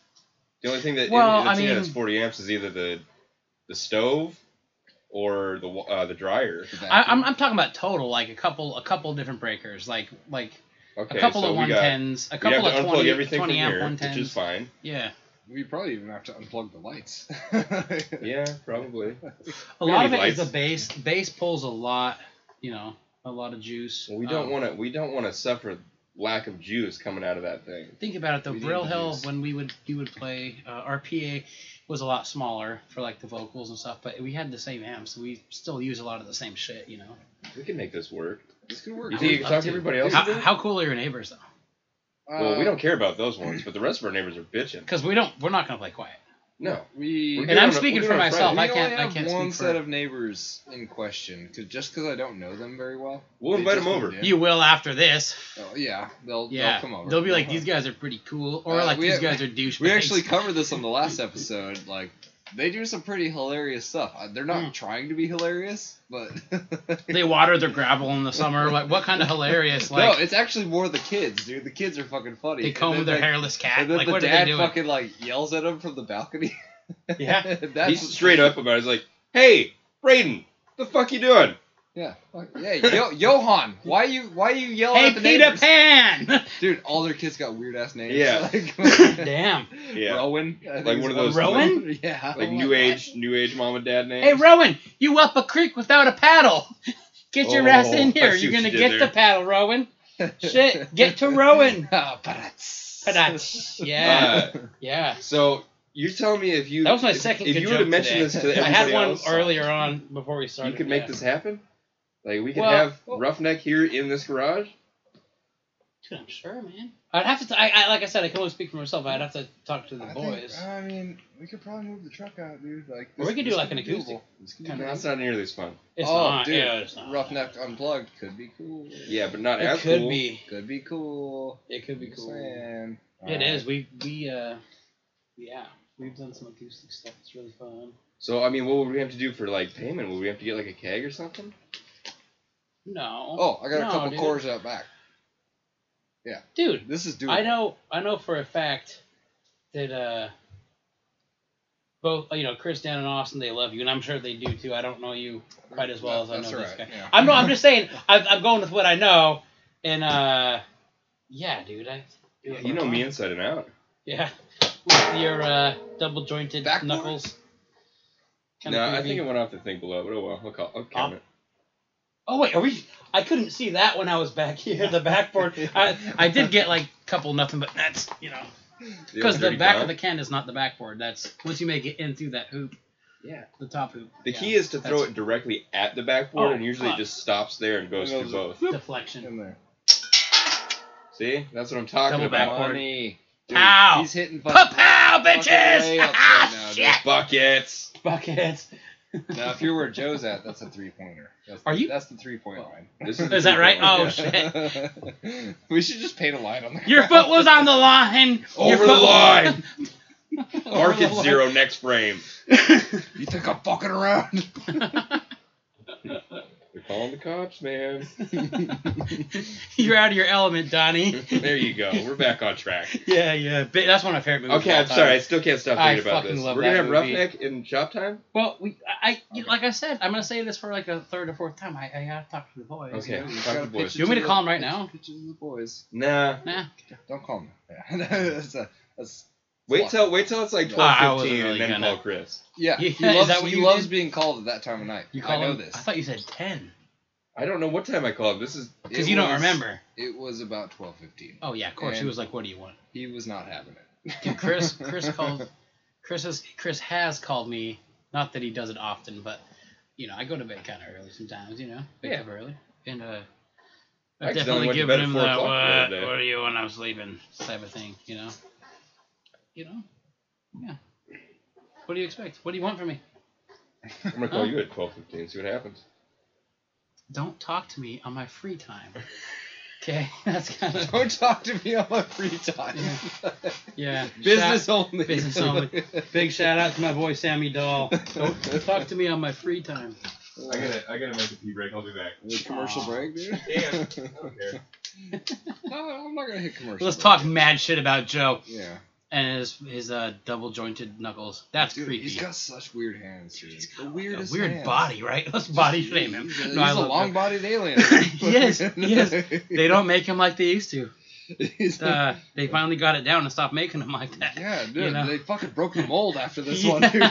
Speaker 1: The only thing that
Speaker 2: Well,
Speaker 1: that's,
Speaker 2: I
Speaker 1: yeah, that's
Speaker 2: mean-
Speaker 1: 40 amps is either the the stove or the wa- uh, the dryer.
Speaker 3: The
Speaker 2: I,
Speaker 3: vacuum.
Speaker 2: I'm, I'm talking about total, like a couple, a couple different breakers, like like
Speaker 1: Okay,
Speaker 2: a couple
Speaker 1: so
Speaker 2: of
Speaker 1: we got
Speaker 2: 110s, a
Speaker 1: we have
Speaker 2: couple
Speaker 1: to
Speaker 2: of
Speaker 1: unplug
Speaker 2: 20,
Speaker 1: everything
Speaker 2: 20
Speaker 1: from
Speaker 2: amp
Speaker 1: here,
Speaker 2: 110s.
Speaker 1: which is fine.
Speaker 2: Yeah,
Speaker 3: We probably even have to unplug the lights.
Speaker 1: Yeah, probably.
Speaker 2: a
Speaker 1: We don't
Speaker 2: lot of
Speaker 1: need
Speaker 2: it is the
Speaker 1: lights.
Speaker 2: bass. Bass pulls a lot, you know, a lot of juice.
Speaker 1: Well, we don't
Speaker 2: Um,
Speaker 1: want to. We don't want to suffer lack of juice coming out of that thing.
Speaker 2: Think about it though.
Speaker 3: We need
Speaker 2: Brill
Speaker 3: the
Speaker 2: Hill,
Speaker 3: juice.
Speaker 2: when we would we would play, uh, our PA was a lot smaller for like the vocals and stuff, but we had the same amps. So we still use a lot of the same shit, you know.
Speaker 1: We can make this work.
Speaker 3: This could work.
Speaker 1: You think you
Speaker 3: dude.
Speaker 1: can talk
Speaker 2: Up to
Speaker 1: to
Speaker 2: you.
Speaker 1: everybody else?
Speaker 2: How,
Speaker 1: into it?
Speaker 2: how cool are your neighbors though?
Speaker 1: well, we
Speaker 3: Uh,
Speaker 1: don't care about those ones, but the rest of our neighbors are bitching.
Speaker 2: Because we don't, we're not gonna play quiet.
Speaker 1: No,
Speaker 3: We.
Speaker 1: We're
Speaker 2: And
Speaker 1: good
Speaker 2: I'm
Speaker 1: on a-
Speaker 2: speaking
Speaker 1: we're
Speaker 2: for
Speaker 1: good on a
Speaker 2: myself.
Speaker 1: Friday.
Speaker 2: I
Speaker 3: we
Speaker 2: can't,
Speaker 3: only
Speaker 2: I
Speaker 3: have
Speaker 2: can't
Speaker 3: one
Speaker 2: speak for.
Speaker 3: set of neighbors in question, 'cause- just because I don't know them very well.
Speaker 1: We'll
Speaker 3: they
Speaker 1: invite
Speaker 3: just
Speaker 1: 'em
Speaker 3: moved
Speaker 1: over.
Speaker 3: in.
Speaker 2: You will after this.
Speaker 3: Oh, yeah, they'll
Speaker 2: Yeah,
Speaker 3: they'll come over.
Speaker 2: they'll be like
Speaker 3: They'll
Speaker 2: these guys are pretty cool, or
Speaker 3: Uh,
Speaker 2: like
Speaker 3: we-
Speaker 2: these guys are douchebags.
Speaker 3: We actually covered this on the last episode. Like, they do some pretty hilarious stuff. Uh, They're not
Speaker 2: Mm.
Speaker 3: trying to be hilarious, but
Speaker 2: they water their gravel in the summer. Like what kind of hilarious?
Speaker 3: no,
Speaker 2: Like
Speaker 3: it's actually more the kids, dude. The kids are fucking funny.
Speaker 2: they
Speaker 3: And
Speaker 2: comb
Speaker 3: then,
Speaker 2: their
Speaker 3: like,
Speaker 2: hairless cat.
Speaker 3: And then
Speaker 2: Like
Speaker 3: the
Speaker 2: what are they
Speaker 3: dad
Speaker 2: doing?
Speaker 3: fucking like yells at him from the balcony.
Speaker 2: Yeah.
Speaker 3: that's
Speaker 1: he's straight up about. it. He's like, "Hey, Braden, the fuck you doing?"
Speaker 3: Yeah, fuck, yeah. Yo, Johan, why you why you yelling
Speaker 2: Hey,
Speaker 3: at the
Speaker 2: Peter
Speaker 3: neighbors?
Speaker 2: Pan.
Speaker 3: Dude, all their kids got weird ass names.
Speaker 1: Yeah.
Speaker 3: like,
Speaker 2: Damn.
Speaker 1: Yeah,
Speaker 3: Rowan. I think
Speaker 1: Like
Speaker 3: is
Speaker 1: one of those-
Speaker 2: Rowan?
Speaker 3: Yeah.
Speaker 1: like
Speaker 2: Oh
Speaker 1: new
Speaker 2: my
Speaker 1: age, new age mom and dad names.
Speaker 2: Hey, Rowan, you up a creek without a paddle? Get your
Speaker 1: Oh,
Speaker 2: ass in
Speaker 1: I
Speaker 2: here.
Speaker 1: see
Speaker 2: You're
Speaker 1: what
Speaker 2: gonna
Speaker 1: you did
Speaker 2: get
Speaker 1: there.
Speaker 2: the paddle, Rowan. Shit, get to Rowan.
Speaker 3: Ah, parats.
Speaker 2: Parats. Yeah,
Speaker 1: Uh,
Speaker 2: yeah.
Speaker 1: so you're telling me if you
Speaker 2: That was my
Speaker 1: if,
Speaker 2: second
Speaker 1: if
Speaker 2: good
Speaker 1: you would have
Speaker 2: joke
Speaker 1: mentioned
Speaker 2: today.
Speaker 1: this to
Speaker 3: I
Speaker 1: everybody
Speaker 2: I had one
Speaker 1: else,
Speaker 2: earlier on before we started.
Speaker 1: you could make
Speaker 2: yeah.
Speaker 1: this happen. Like we could
Speaker 2: Well-
Speaker 1: have Roughneck here in this garage.
Speaker 2: Dude, I'm sure, man. I'd have to. T- I, I like I said, I can only speak for myself. I'd have to talk to the
Speaker 3: I
Speaker 2: boys.
Speaker 3: Think, I mean, we could probably move the truck out, dude. Like,
Speaker 2: Or we could do, like, an
Speaker 3: be
Speaker 2: acoustic
Speaker 3: doable. This could be
Speaker 2: kind
Speaker 3: doable.
Speaker 1: That's not nearly as fun.
Speaker 2: it's
Speaker 3: oh,
Speaker 2: not.
Speaker 3: dude,
Speaker 2: yeah, it's not.
Speaker 3: Roughneck Unplugged could be cool.
Speaker 1: Yeah, but not
Speaker 2: It
Speaker 1: as
Speaker 2: could
Speaker 1: cool.
Speaker 2: be.
Speaker 3: Could be cool.
Speaker 2: It could be cool. It
Speaker 3: Man.
Speaker 2: is. We we uh, yeah. We've done some acoustic stuff. It's really fun.
Speaker 1: So I mean, what would we have to do for like payment? Would we have to get like a keg or something?
Speaker 2: No.
Speaker 3: Oh, I got
Speaker 2: No,
Speaker 3: a couple
Speaker 2: dude.
Speaker 3: cores out back.
Speaker 2: Dude,
Speaker 3: This is doable.
Speaker 2: I know I know for a fact that uh both you know Chris Dan and Austin they love you and I'm sure they do too. I don't know you quite as well as I
Speaker 3: That's
Speaker 2: know this
Speaker 3: alright,
Speaker 2: guy.
Speaker 3: yeah.
Speaker 2: I'm no, I'm just saying I'm, I'm going with what I know and uh yeah, dude, I do it
Speaker 1: you
Speaker 2: all
Speaker 1: know
Speaker 2: the
Speaker 1: me
Speaker 2: time.
Speaker 1: inside and out.
Speaker 2: Yeah. With your uh double jointed
Speaker 3: Backboard?
Speaker 2: knuckles. Kinda
Speaker 1: No, I
Speaker 2: creepy.
Speaker 1: think it went off the thing below, but oh well, I'll call. I'll count it.
Speaker 2: Oh wait, are we? I couldn't see that when I was back here. The backboard. I, I did get like a couple nothing, but that's you know
Speaker 1: old
Speaker 2: because the
Speaker 1: dirty
Speaker 2: back
Speaker 1: dog.
Speaker 2: of the can is not the backboard. That's once you make it in through that hoop,
Speaker 1: yeah.
Speaker 2: the top hoop.
Speaker 1: The
Speaker 2: yeah.
Speaker 1: key is to throw
Speaker 2: That's-
Speaker 1: it directly at the backboard,
Speaker 2: Oh,
Speaker 1: and usually it
Speaker 2: fuck.
Speaker 1: just stops there and goes
Speaker 3: And
Speaker 1: through
Speaker 3: goes-
Speaker 1: both.
Speaker 2: deflection.
Speaker 3: in there.
Speaker 1: See, that's what I'm talking
Speaker 2: Double
Speaker 1: about.
Speaker 2: backboard.
Speaker 3: Money.
Speaker 2: Pow!
Speaker 3: He's hitting
Speaker 2: Pa
Speaker 3: fucking
Speaker 2: pow,
Speaker 3: way
Speaker 2: bitches!
Speaker 3: up right now,
Speaker 2: Ah,
Speaker 3: dude.
Speaker 2: shit!
Speaker 1: Buckets.
Speaker 2: Buckets.
Speaker 3: Now, if you're where Joe's at, that's a three pointer.
Speaker 2: Are you-
Speaker 3: That's the three point line.
Speaker 1: This is,
Speaker 2: Is that right? Oh
Speaker 1: Yeah.
Speaker 2: shit!
Speaker 3: shit. we should just paint a line on there.
Speaker 2: Your foot was on the line. Your
Speaker 1: Over
Speaker 2: foot
Speaker 1: the
Speaker 2: was-
Speaker 1: line.
Speaker 2: Oh,
Speaker 3: Over
Speaker 1: Mark
Speaker 3: the
Speaker 1: it
Speaker 3: line.
Speaker 1: zero next frame.
Speaker 3: You think I'm fucking around?
Speaker 1: They're calling the cops, man.
Speaker 2: You're out of your element, Donnie.
Speaker 1: there you go. We're back on track.
Speaker 2: yeah, yeah. But that's one of my favorite movies.
Speaker 1: Okay,
Speaker 2: of all
Speaker 1: I'm
Speaker 2: time.
Speaker 1: sorry. I still can't stop
Speaker 2: I
Speaker 1: thinking about
Speaker 2: fucking
Speaker 1: this.
Speaker 2: love
Speaker 1: We're gonna
Speaker 2: that
Speaker 1: have
Speaker 2: movie.
Speaker 1: Roughneck in shop time.
Speaker 2: Well, we, I, I- you- like I said, I'm gonna say this for like a third or fourth time. I, I gotta talk to the boys.
Speaker 1: Okay.
Speaker 3: You
Speaker 1: talk
Speaker 3: gotta
Speaker 1: to the boys.
Speaker 3: pitch it
Speaker 2: You want me to
Speaker 3: the-
Speaker 2: call 'em right
Speaker 3: pitch-
Speaker 2: now?
Speaker 3: pitch it to the boys.
Speaker 1: Nah.
Speaker 2: Nah.
Speaker 3: Don't call him. Yeah. that's a, that's,
Speaker 1: Wait till wait till it's like
Speaker 2: Ah, I
Speaker 1: twelve
Speaker 2: wasn't
Speaker 1: fifteen, and
Speaker 2: really
Speaker 1: then
Speaker 2: gonna.
Speaker 1: call Chris.
Speaker 3: yeah.
Speaker 2: Yeah,
Speaker 3: He
Speaker 2: is
Speaker 3: loves,
Speaker 2: that what
Speaker 3: he
Speaker 2: you
Speaker 3: loves
Speaker 2: did?
Speaker 3: being called at that time of night.
Speaker 2: You call
Speaker 3: I know
Speaker 2: him-
Speaker 3: this.
Speaker 2: I thought you said ten.
Speaker 1: I don't know what time I called. This is
Speaker 2: Because
Speaker 3: It
Speaker 2: you don't
Speaker 3: was-
Speaker 2: remember.
Speaker 3: It was about twelve fifteen.
Speaker 2: Oh yeah, of course. He
Speaker 3: And-
Speaker 2: was like, "What do you want?"
Speaker 3: He was not having it.
Speaker 2: Dude, Chris, Chris called. Chris has Chris has called me. Not that he does it often, but you know, I go to bed kind of early sometimes. You know, wake
Speaker 1: Yeah.
Speaker 2: up early, and uh,
Speaker 1: I
Speaker 2: I've
Speaker 1: accidentally
Speaker 2: definitely
Speaker 1: went to
Speaker 2: given
Speaker 1: bed at
Speaker 2: him
Speaker 1: four
Speaker 2: that
Speaker 1: o'clock the
Speaker 2: what,
Speaker 1: other day."
Speaker 2: what do you when I'm sleeping type of thing. You know, you know, yeah. What do you expect? What do you want from me?
Speaker 1: I'm gonna call you at twelve fifteen. See what happens.
Speaker 2: Don't talk to me on my free time. Okay, that's kind of
Speaker 3: Don't talk to me on my free time.
Speaker 2: yeah.
Speaker 3: business
Speaker 2: Shout-
Speaker 3: only.
Speaker 2: business only. Big shout out to my boy Sammy Doll. Don't talk to me on my free time.
Speaker 1: I gotta I gotta make a pee break. I'll be back.
Speaker 3: Hit commercial
Speaker 2: Aw.
Speaker 3: break, dude.
Speaker 1: Damn, I don't care.
Speaker 3: no, I'm not gonna hit commercial.
Speaker 2: Let's
Speaker 3: break.
Speaker 2: talk mad shit about Joe
Speaker 3: Yeah,
Speaker 2: and his his uh, double jointed knuckles. That's
Speaker 3: dude,
Speaker 2: creepy.
Speaker 3: he's got such weird hands, dude.
Speaker 2: He's
Speaker 3: the
Speaker 2: a weird
Speaker 3: weirdest hands.
Speaker 2: body, right? Let's body
Speaker 3: He's-
Speaker 2: shame him.
Speaker 3: He's a,
Speaker 2: No, I
Speaker 3: he's a
Speaker 2: love Joe.
Speaker 3: long-bodied alien.
Speaker 2: Yes, yes. They don't make him like they used to.
Speaker 3: He's-
Speaker 2: Uh, they finally got it down and stopped making him like that.
Speaker 3: yeah, dude.
Speaker 2: know.
Speaker 3: They fucking broke the mold after this
Speaker 2: Yeah.
Speaker 3: one, dude.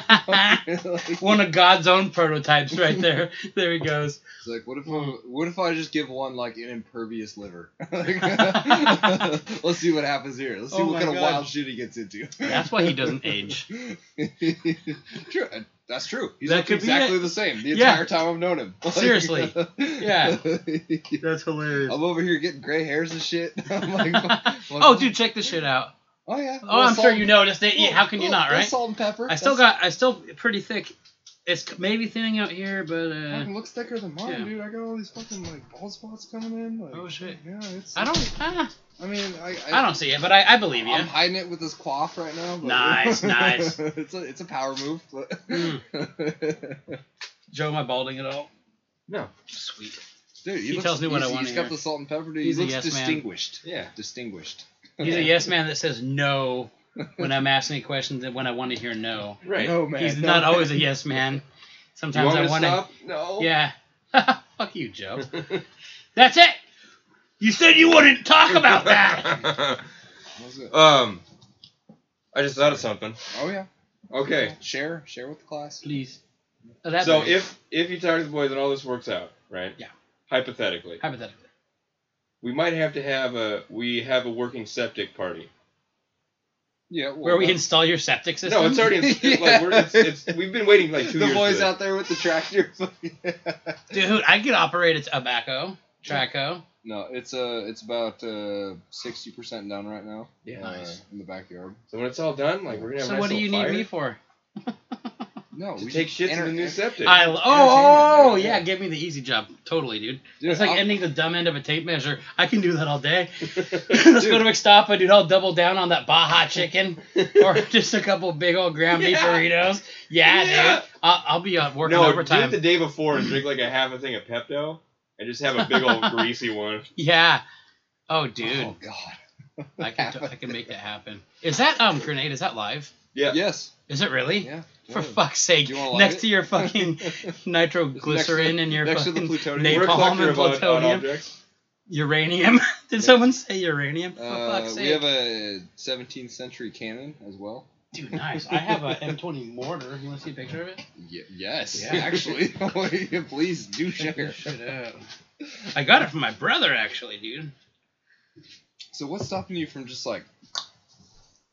Speaker 3: Like-
Speaker 2: One of God's own prototypes, right there. There he goes.
Speaker 3: It's like, what if I, what if I just give one like an impervious liver? Like, let's see what happens here. Let's see
Speaker 2: Oh
Speaker 3: what
Speaker 2: my
Speaker 3: kind of
Speaker 2: God.
Speaker 3: wild shit he gets into.
Speaker 2: That's why he doesn't age.
Speaker 3: true. uh, That's true. He's
Speaker 2: That
Speaker 3: looked
Speaker 2: could be
Speaker 3: exactly the same the
Speaker 2: Yeah.
Speaker 3: entire time I've known him. Like-
Speaker 2: Seriously. Yeah.
Speaker 3: I'm
Speaker 2: That's hilarious.
Speaker 3: over here getting gray hairs and shit. I'm like,
Speaker 2: Oh, dude, check this shit out.
Speaker 3: Oh yeah.
Speaker 2: Oh, I'm sure you noticed it. Yeah, How can you not, right?
Speaker 3: Salt and pepper.
Speaker 2: I still
Speaker 3: That's-
Speaker 2: got. I still pretty thick. It's maybe thinning out here, but uh,
Speaker 3: Fucking looks thicker than mine,
Speaker 2: yeah.
Speaker 3: dude. I got all these fucking like bald spots coming in. Like,
Speaker 2: Oh, shit.
Speaker 3: Yeah, it's.
Speaker 2: I don't. ah,
Speaker 3: I mean, I.
Speaker 2: I don't see it, but I, I believe you.
Speaker 3: I'm hiding it with this quaff right now. But
Speaker 2: Nice, nice.
Speaker 3: it's a it's a power move. But
Speaker 2: Mm. Joe, am I balding at all?
Speaker 1: No.
Speaker 2: Sweet.
Speaker 3: Dude,
Speaker 2: He tells me what I
Speaker 3: he's-
Speaker 2: wanna
Speaker 3: He's
Speaker 2: hear.
Speaker 3: got the salt and pepper. Dude.
Speaker 2: He's a
Speaker 3: he looks
Speaker 2: yes man.
Speaker 3: distinguished.
Speaker 1: Yeah.
Speaker 3: Distinguished.
Speaker 2: He's a yes man that says no when I'm asking questions and when I want to hear no.
Speaker 1: Right.
Speaker 3: No Oh, man.
Speaker 2: He's
Speaker 3: no,
Speaker 2: not
Speaker 3: man.
Speaker 2: always a yes man.
Speaker 1: You
Speaker 2: Sometimes
Speaker 1: want me
Speaker 2: I
Speaker 1: to
Speaker 2: want to.
Speaker 1: stop? No.
Speaker 2: Yeah. Fuck you, Joe. That's it. You said you wouldn't talk about that.
Speaker 3: How's it?
Speaker 1: um, I just thought of something.
Speaker 3: Oh yeah.
Speaker 1: Okay.
Speaker 3: Share share with the class.
Speaker 2: Please. Oh, Elaborate.
Speaker 1: So if if you talk to the boys and all this works out, right?
Speaker 2: Yeah.
Speaker 1: Hypothetically,
Speaker 2: hypothetically.
Speaker 1: we might have to have a we have a working septic party.
Speaker 3: Yeah. Well,
Speaker 2: Where we
Speaker 3: that's-
Speaker 2: install your septic system?
Speaker 1: No, it's already it's, it's like we're, it's, it's, we've been waiting like two
Speaker 3: the
Speaker 1: years.
Speaker 3: boys
Speaker 1: for
Speaker 3: out there with the tractor.
Speaker 2: Dude, I could operate a tobacco, traco.
Speaker 3: No, it's uh, it's about uh, sixty percent done right now.
Speaker 1: Yeah.
Speaker 3: uh,
Speaker 2: Nice.
Speaker 3: In the backyard.
Speaker 1: this. So when it's all done, like we're gonna have. a
Speaker 2: So
Speaker 1: nice
Speaker 2: what do
Speaker 1: little
Speaker 2: you
Speaker 1: fire
Speaker 2: need me for?
Speaker 3: No,
Speaker 1: To take shit to the new septic.
Speaker 2: I oh
Speaker 3: entertainment,
Speaker 2: oh
Speaker 3: dude.
Speaker 2: yeah, give me the easy job. Totally, dude.
Speaker 3: Dude,
Speaker 2: it's like
Speaker 3: I'll-
Speaker 2: ending the dumb end of a tape measure. I can do that all day. Let's go to McStoppa, dude. I'll double down on that Baja chicken or just a couple big old ground beef
Speaker 1: Yeah.
Speaker 2: burritos. Yeah,
Speaker 1: Yeah.
Speaker 2: dude. I'll, I'll be uh, working
Speaker 1: no,
Speaker 2: overtime.
Speaker 1: do it the day before and drink like a half a thing of Pepto, and just have a big old greasy one.
Speaker 2: yeah. Oh, dude,
Speaker 3: Oh God.
Speaker 2: I can t- I can make that happen. Is that um grenade? Is that live?
Speaker 1: Yeah.
Speaker 3: Yes.
Speaker 2: Is it really?
Speaker 3: Yeah.
Speaker 2: For
Speaker 3: yeah.
Speaker 2: fuck's sake,
Speaker 3: Do you wanna light
Speaker 2: next
Speaker 3: it?
Speaker 2: to your fucking nitroglycerin
Speaker 3: Next to-
Speaker 2: and your
Speaker 3: next to the
Speaker 2: fucking
Speaker 3: plutonium.
Speaker 1: We're a
Speaker 2: napalm
Speaker 1: collector of uh,
Speaker 2: and
Speaker 3: uh,
Speaker 1: odd- odd
Speaker 2: plutonium,
Speaker 1: objects.
Speaker 2: uranium. Did someone say uranium? For
Speaker 3: Uh,
Speaker 2: fuck's
Speaker 3: we
Speaker 2: sake,
Speaker 3: have a 17th century cannon as well.
Speaker 2: dude, nice. I have a M20 mortar. You want to see a picture of it?
Speaker 3: Y- yes,
Speaker 2: Yeah.
Speaker 3: actually. Please do
Speaker 2: Check
Speaker 3: share.
Speaker 2: this shit out. I got it from my brother, actually, dude.
Speaker 3: So what's stopping you from just like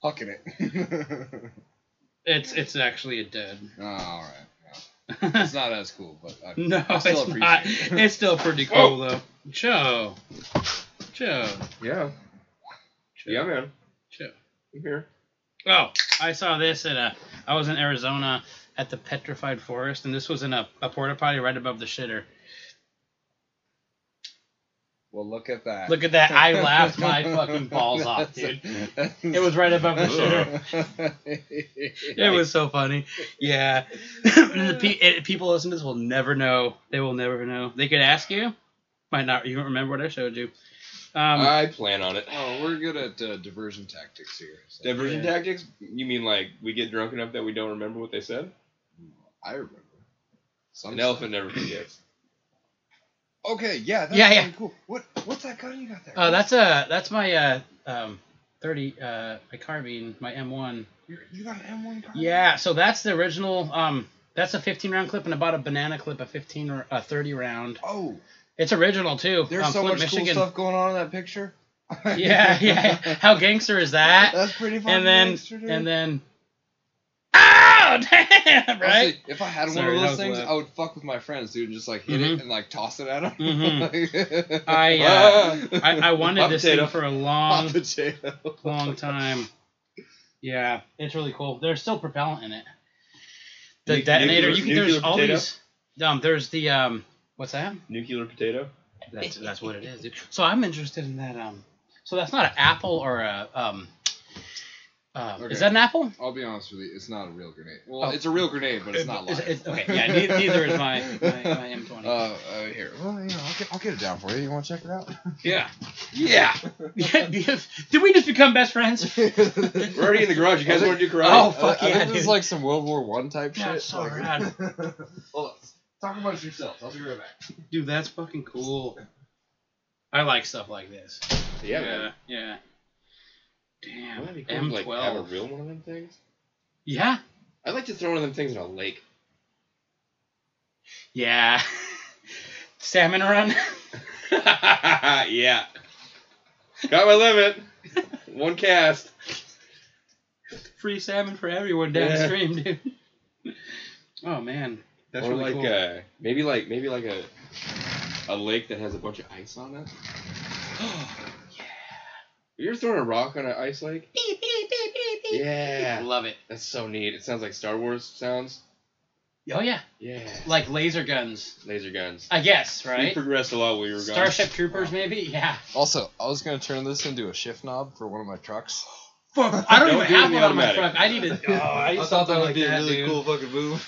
Speaker 3: hucking it?
Speaker 2: It's it's actually a dud.
Speaker 3: oh, all right. yeah.
Speaker 2: no,
Speaker 3: It's not as cool, but uh, I, I still
Speaker 2: it's
Speaker 3: appreciate
Speaker 2: not.
Speaker 3: it. Oh!
Speaker 2: It's still pretty cool though. Joe, Joe,
Speaker 1: Yeah.
Speaker 2: Joe,
Speaker 1: Yeah, man.
Speaker 2: Joe.
Speaker 1: I'm here.
Speaker 2: Oh, I saw this at a. I was in Arizona at the Petrified Forest, and this was in a, a porta potty right above the shitter.
Speaker 3: Well, look at that.
Speaker 2: Look at that! I laughed my fucking balls off, dude. It was right above the shitter. It was so funny. Yeah, The pe- it- people listening to this will never know. They will never know. They could ask you, might not. You don't remember what I showed you. Um,
Speaker 3: Uh,
Speaker 1: I plan on it.
Speaker 3: Oh, we're good at uh, diversion tactics here. so-
Speaker 1: Diversion
Speaker 2: Yeah.
Speaker 1: tactics? You mean like we get drunk enough that we don't remember what they said?
Speaker 3: I remember. Some
Speaker 1: An elephant never forgets.
Speaker 3: Okay, yeah, that's
Speaker 2: Yeah, yeah.
Speaker 3: fucking cool. What what's that gun you got there?
Speaker 2: oh, that's a that's my uh um thirty uh my carbine my M one.
Speaker 3: you, you got an M1 gun?
Speaker 2: Yeah, so that's the original. Um, that's a 15 round clip, and I bought a banana clip, a 15 or a 30 round.
Speaker 3: Oh,
Speaker 2: It's original too.
Speaker 3: There's
Speaker 2: on
Speaker 3: so
Speaker 2: Flint,
Speaker 3: much cool
Speaker 2: Michigan.
Speaker 3: stuff going on in that picture.
Speaker 2: yeah, yeah. How gangster is that?
Speaker 3: That's pretty
Speaker 2: And
Speaker 3: funny.
Speaker 2: then and then Oh damn, right?
Speaker 3: Honestly, if I had
Speaker 2: Sorry, that
Speaker 3: one of those
Speaker 2: was
Speaker 3: things,
Speaker 2: loud.
Speaker 3: I would fuck with my friends, dude, and just like hit
Speaker 2: Mhm.
Speaker 3: it and like toss it at them.
Speaker 2: I, uh, I, I wanted this thing
Speaker 1: Potato.
Speaker 2: for a
Speaker 3: Hot
Speaker 2: long
Speaker 1: Ah!
Speaker 3: potato.
Speaker 2: long time. Yeah, it's really cool. There's still propellant in it. The
Speaker 1: Nu-
Speaker 2: detonator.
Speaker 1: nuclear-
Speaker 2: you can, there's
Speaker 1: nuclear
Speaker 2: all
Speaker 1: potato?
Speaker 2: these. Um, there's the um, what's that?
Speaker 1: Nuclear potato.
Speaker 2: That's that's what it is. dude. So I'm interested in that. Um, so that's not an apple or a um. Uh,
Speaker 3: Okay.
Speaker 2: Is that an apple?
Speaker 3: I'll be honest with you, it's not a real grenade. Well,
Speaker 2: Oh.
Speaker 3: it's a real grenade, but it's not
Speaker 2: Is-
Speaker 3: live.
Speaker 2: is- okay, yeah, ne- neither is my, my, my M20.
Speaker 3: Uh, uh, here. Well, you know, I'll get, I'll get it down for you. You want to check it out?
Speaker 2: yeah. Yeah. Did we just become best friends?
Speaker 1: We're already in the garage. You guys want to do karate?
Speaker 2: Oh, fuck
Speaker 3: I, I
Speaker 2: yeah,
Speaker 3: think this is
Speaker 2: dude.
Speaker 3: like some World War One type
Speaker 2: Yeah,
Speaker 3: shit.
Speaker 2: it's all
Speaker 3: Like- Hold on. Talk amongst yourselves. I'll be right back.
Speaker 2: Dude, that's fucking cool. I like stuff like this.
Speaker 1: yeah,
Speaker 2: yeah.
Speaker 1: man.
Speaker 2: yeah. Damn.
Speaker 1: Wouldn't that be cool to,
Speaker 2: M12.
Speaker 1: like have a real one of them things?
Speaker 2: yeah.
Speaker 1: I'd like to throw one of them things in a lake.
Speaker 2: Yeah. Salmon run.
Speaker 1: yeah. Got my limit. One cast.
Speaker 2: Free salmon for everyone
Speaker 1: Yeah.
Speaker 2: downstream, dude. Oh man, that's
Speaker 1: or
Speaker 2: really
Speaker 1: like
Speaker 2: cool.
Speaker 1: uh maybe like maybe like a a lake that has a bunch of ice on it. uh, You ever thrown a rock on an ice lake? Yeah.
Speaker 2: Love it.
Speaker 1: That's so neat. It sounds like Star Wars sounds.
Speaker 2: Oh yeah,
Speaker 1: Yeah.
Speaker 2: like laser guns.
Speaker 1: Laser guns.
Speaker 2: I guess
Speaker 1: We
Speaker 2: right.
Speaker 1: progressed a lot when we were gone.
Speaker 2: Starship Troopers, maybe. Yeah.
Speaker 3: Also, I was gonna turn this into a shift knob for one of my trucks.
Speaker 2: Fuck. I don't,
Speaker 1: Don't
Speaker 2: even
Speaker 1: do
Speaker 2: have
Speaker 1: the
Speaker 2: one on my
Speaker 1: automatic.
Speaker 2: truck. I need to. Oh, I, need
Speaker 3: thought that
Speaker 2: something
Speaker 3: would
Speaker 2: like
Speaker 3: be a really
Speaker 2: dude.
Speaker 3: cool fucking move.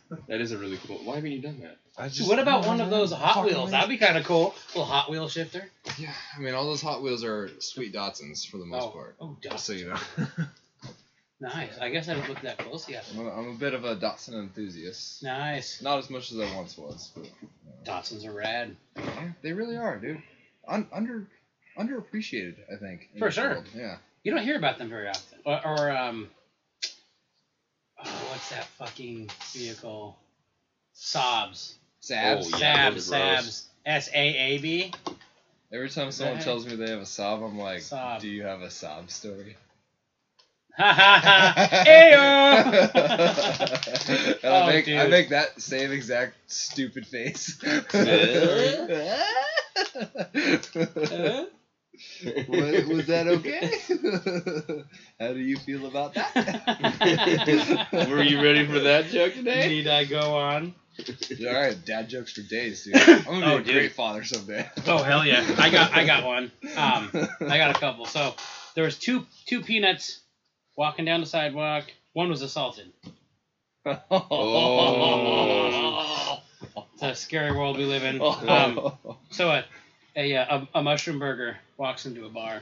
Speaker 1: That is a really cool. Why haven't you done that?
Speaker 3: I
Speaker 2: Dude, What about one of those Hot
Speaker 3: Fucking
Speaker 2: Wheels? That'd
Speaker 3: amazing.
Speaker 2: be kind of cool. Little Hot Wheel shifter.
Speaker 3: Yeah, I mean, all those Hot Wheels are sweet Dotsons for the most
Speaker 2: oh,
Speaker 3: part.
Speaker 2: oh,
Speaker 3: Just
Speaker 2: Dotson.
Speaker 3: so you know,
Speaker 2: Nice. I guess I haven't looked that closely at them.
Speaker 3: I'm a, I'm a bit of a Dotson enthusiast.
Speaker 2: Nice.
Speaker 3: Not as much as I once was, but
Speaker 2: Dotsons are rad.
Speaker 3: yeah, they really are, dude. Un- under underappreciated, I think. in
Speaker 2: For
Speaker 3: this
Speaker 2: sure.
Speaker 3: world. Yeah.
Speaker 2: You don't hear about them very often. Or, or um, oh, what's that fucking vehicle? Saabs.
Speaker 3: Sabs.
Speaker 1: Oh, yeah,
Speaker 2: Sabs.
Speaker 1: those are gross.
Speaker 2: Sabs. S A A B.
Speaker 3: Every time someone
Speaker 2: Right.
Speaker 3: tells me they have a sob, I'm like,
Speaker 2: Sob.
Speaker 3: do you have a sob story?
Speaker 2: Ha ha ha. Ayo.
Speaker 3: and
Speaker 2: Oh,
Speaker 3: I, make, I
Speaker 2: dude.
Speaker 3: make that same exact stupid face.
Speaker 2: Uh,
Speaker 3: was, was that okay? How do you feel about that?
Speaker 1: Were you ready for that joke today?
Speaker 2: Need I go on?
Speaker 3: All right, dad jokes for days, dude. I'm gonna be
Speaker 2: Oh,
Speaker 3: a
Speaker 2: dude.
Speaker 3: great father someday.
Speaker 2: Oh hell yeah! I got I got one. Um, I got a couple. So there was two two peanuts walking down the sidewalk. One was assaulted.
Speaker 1: Oh.
Speaker 2: It's a scary world we live in. Um, so a a, uh, a a mushroom burger walks into a bar,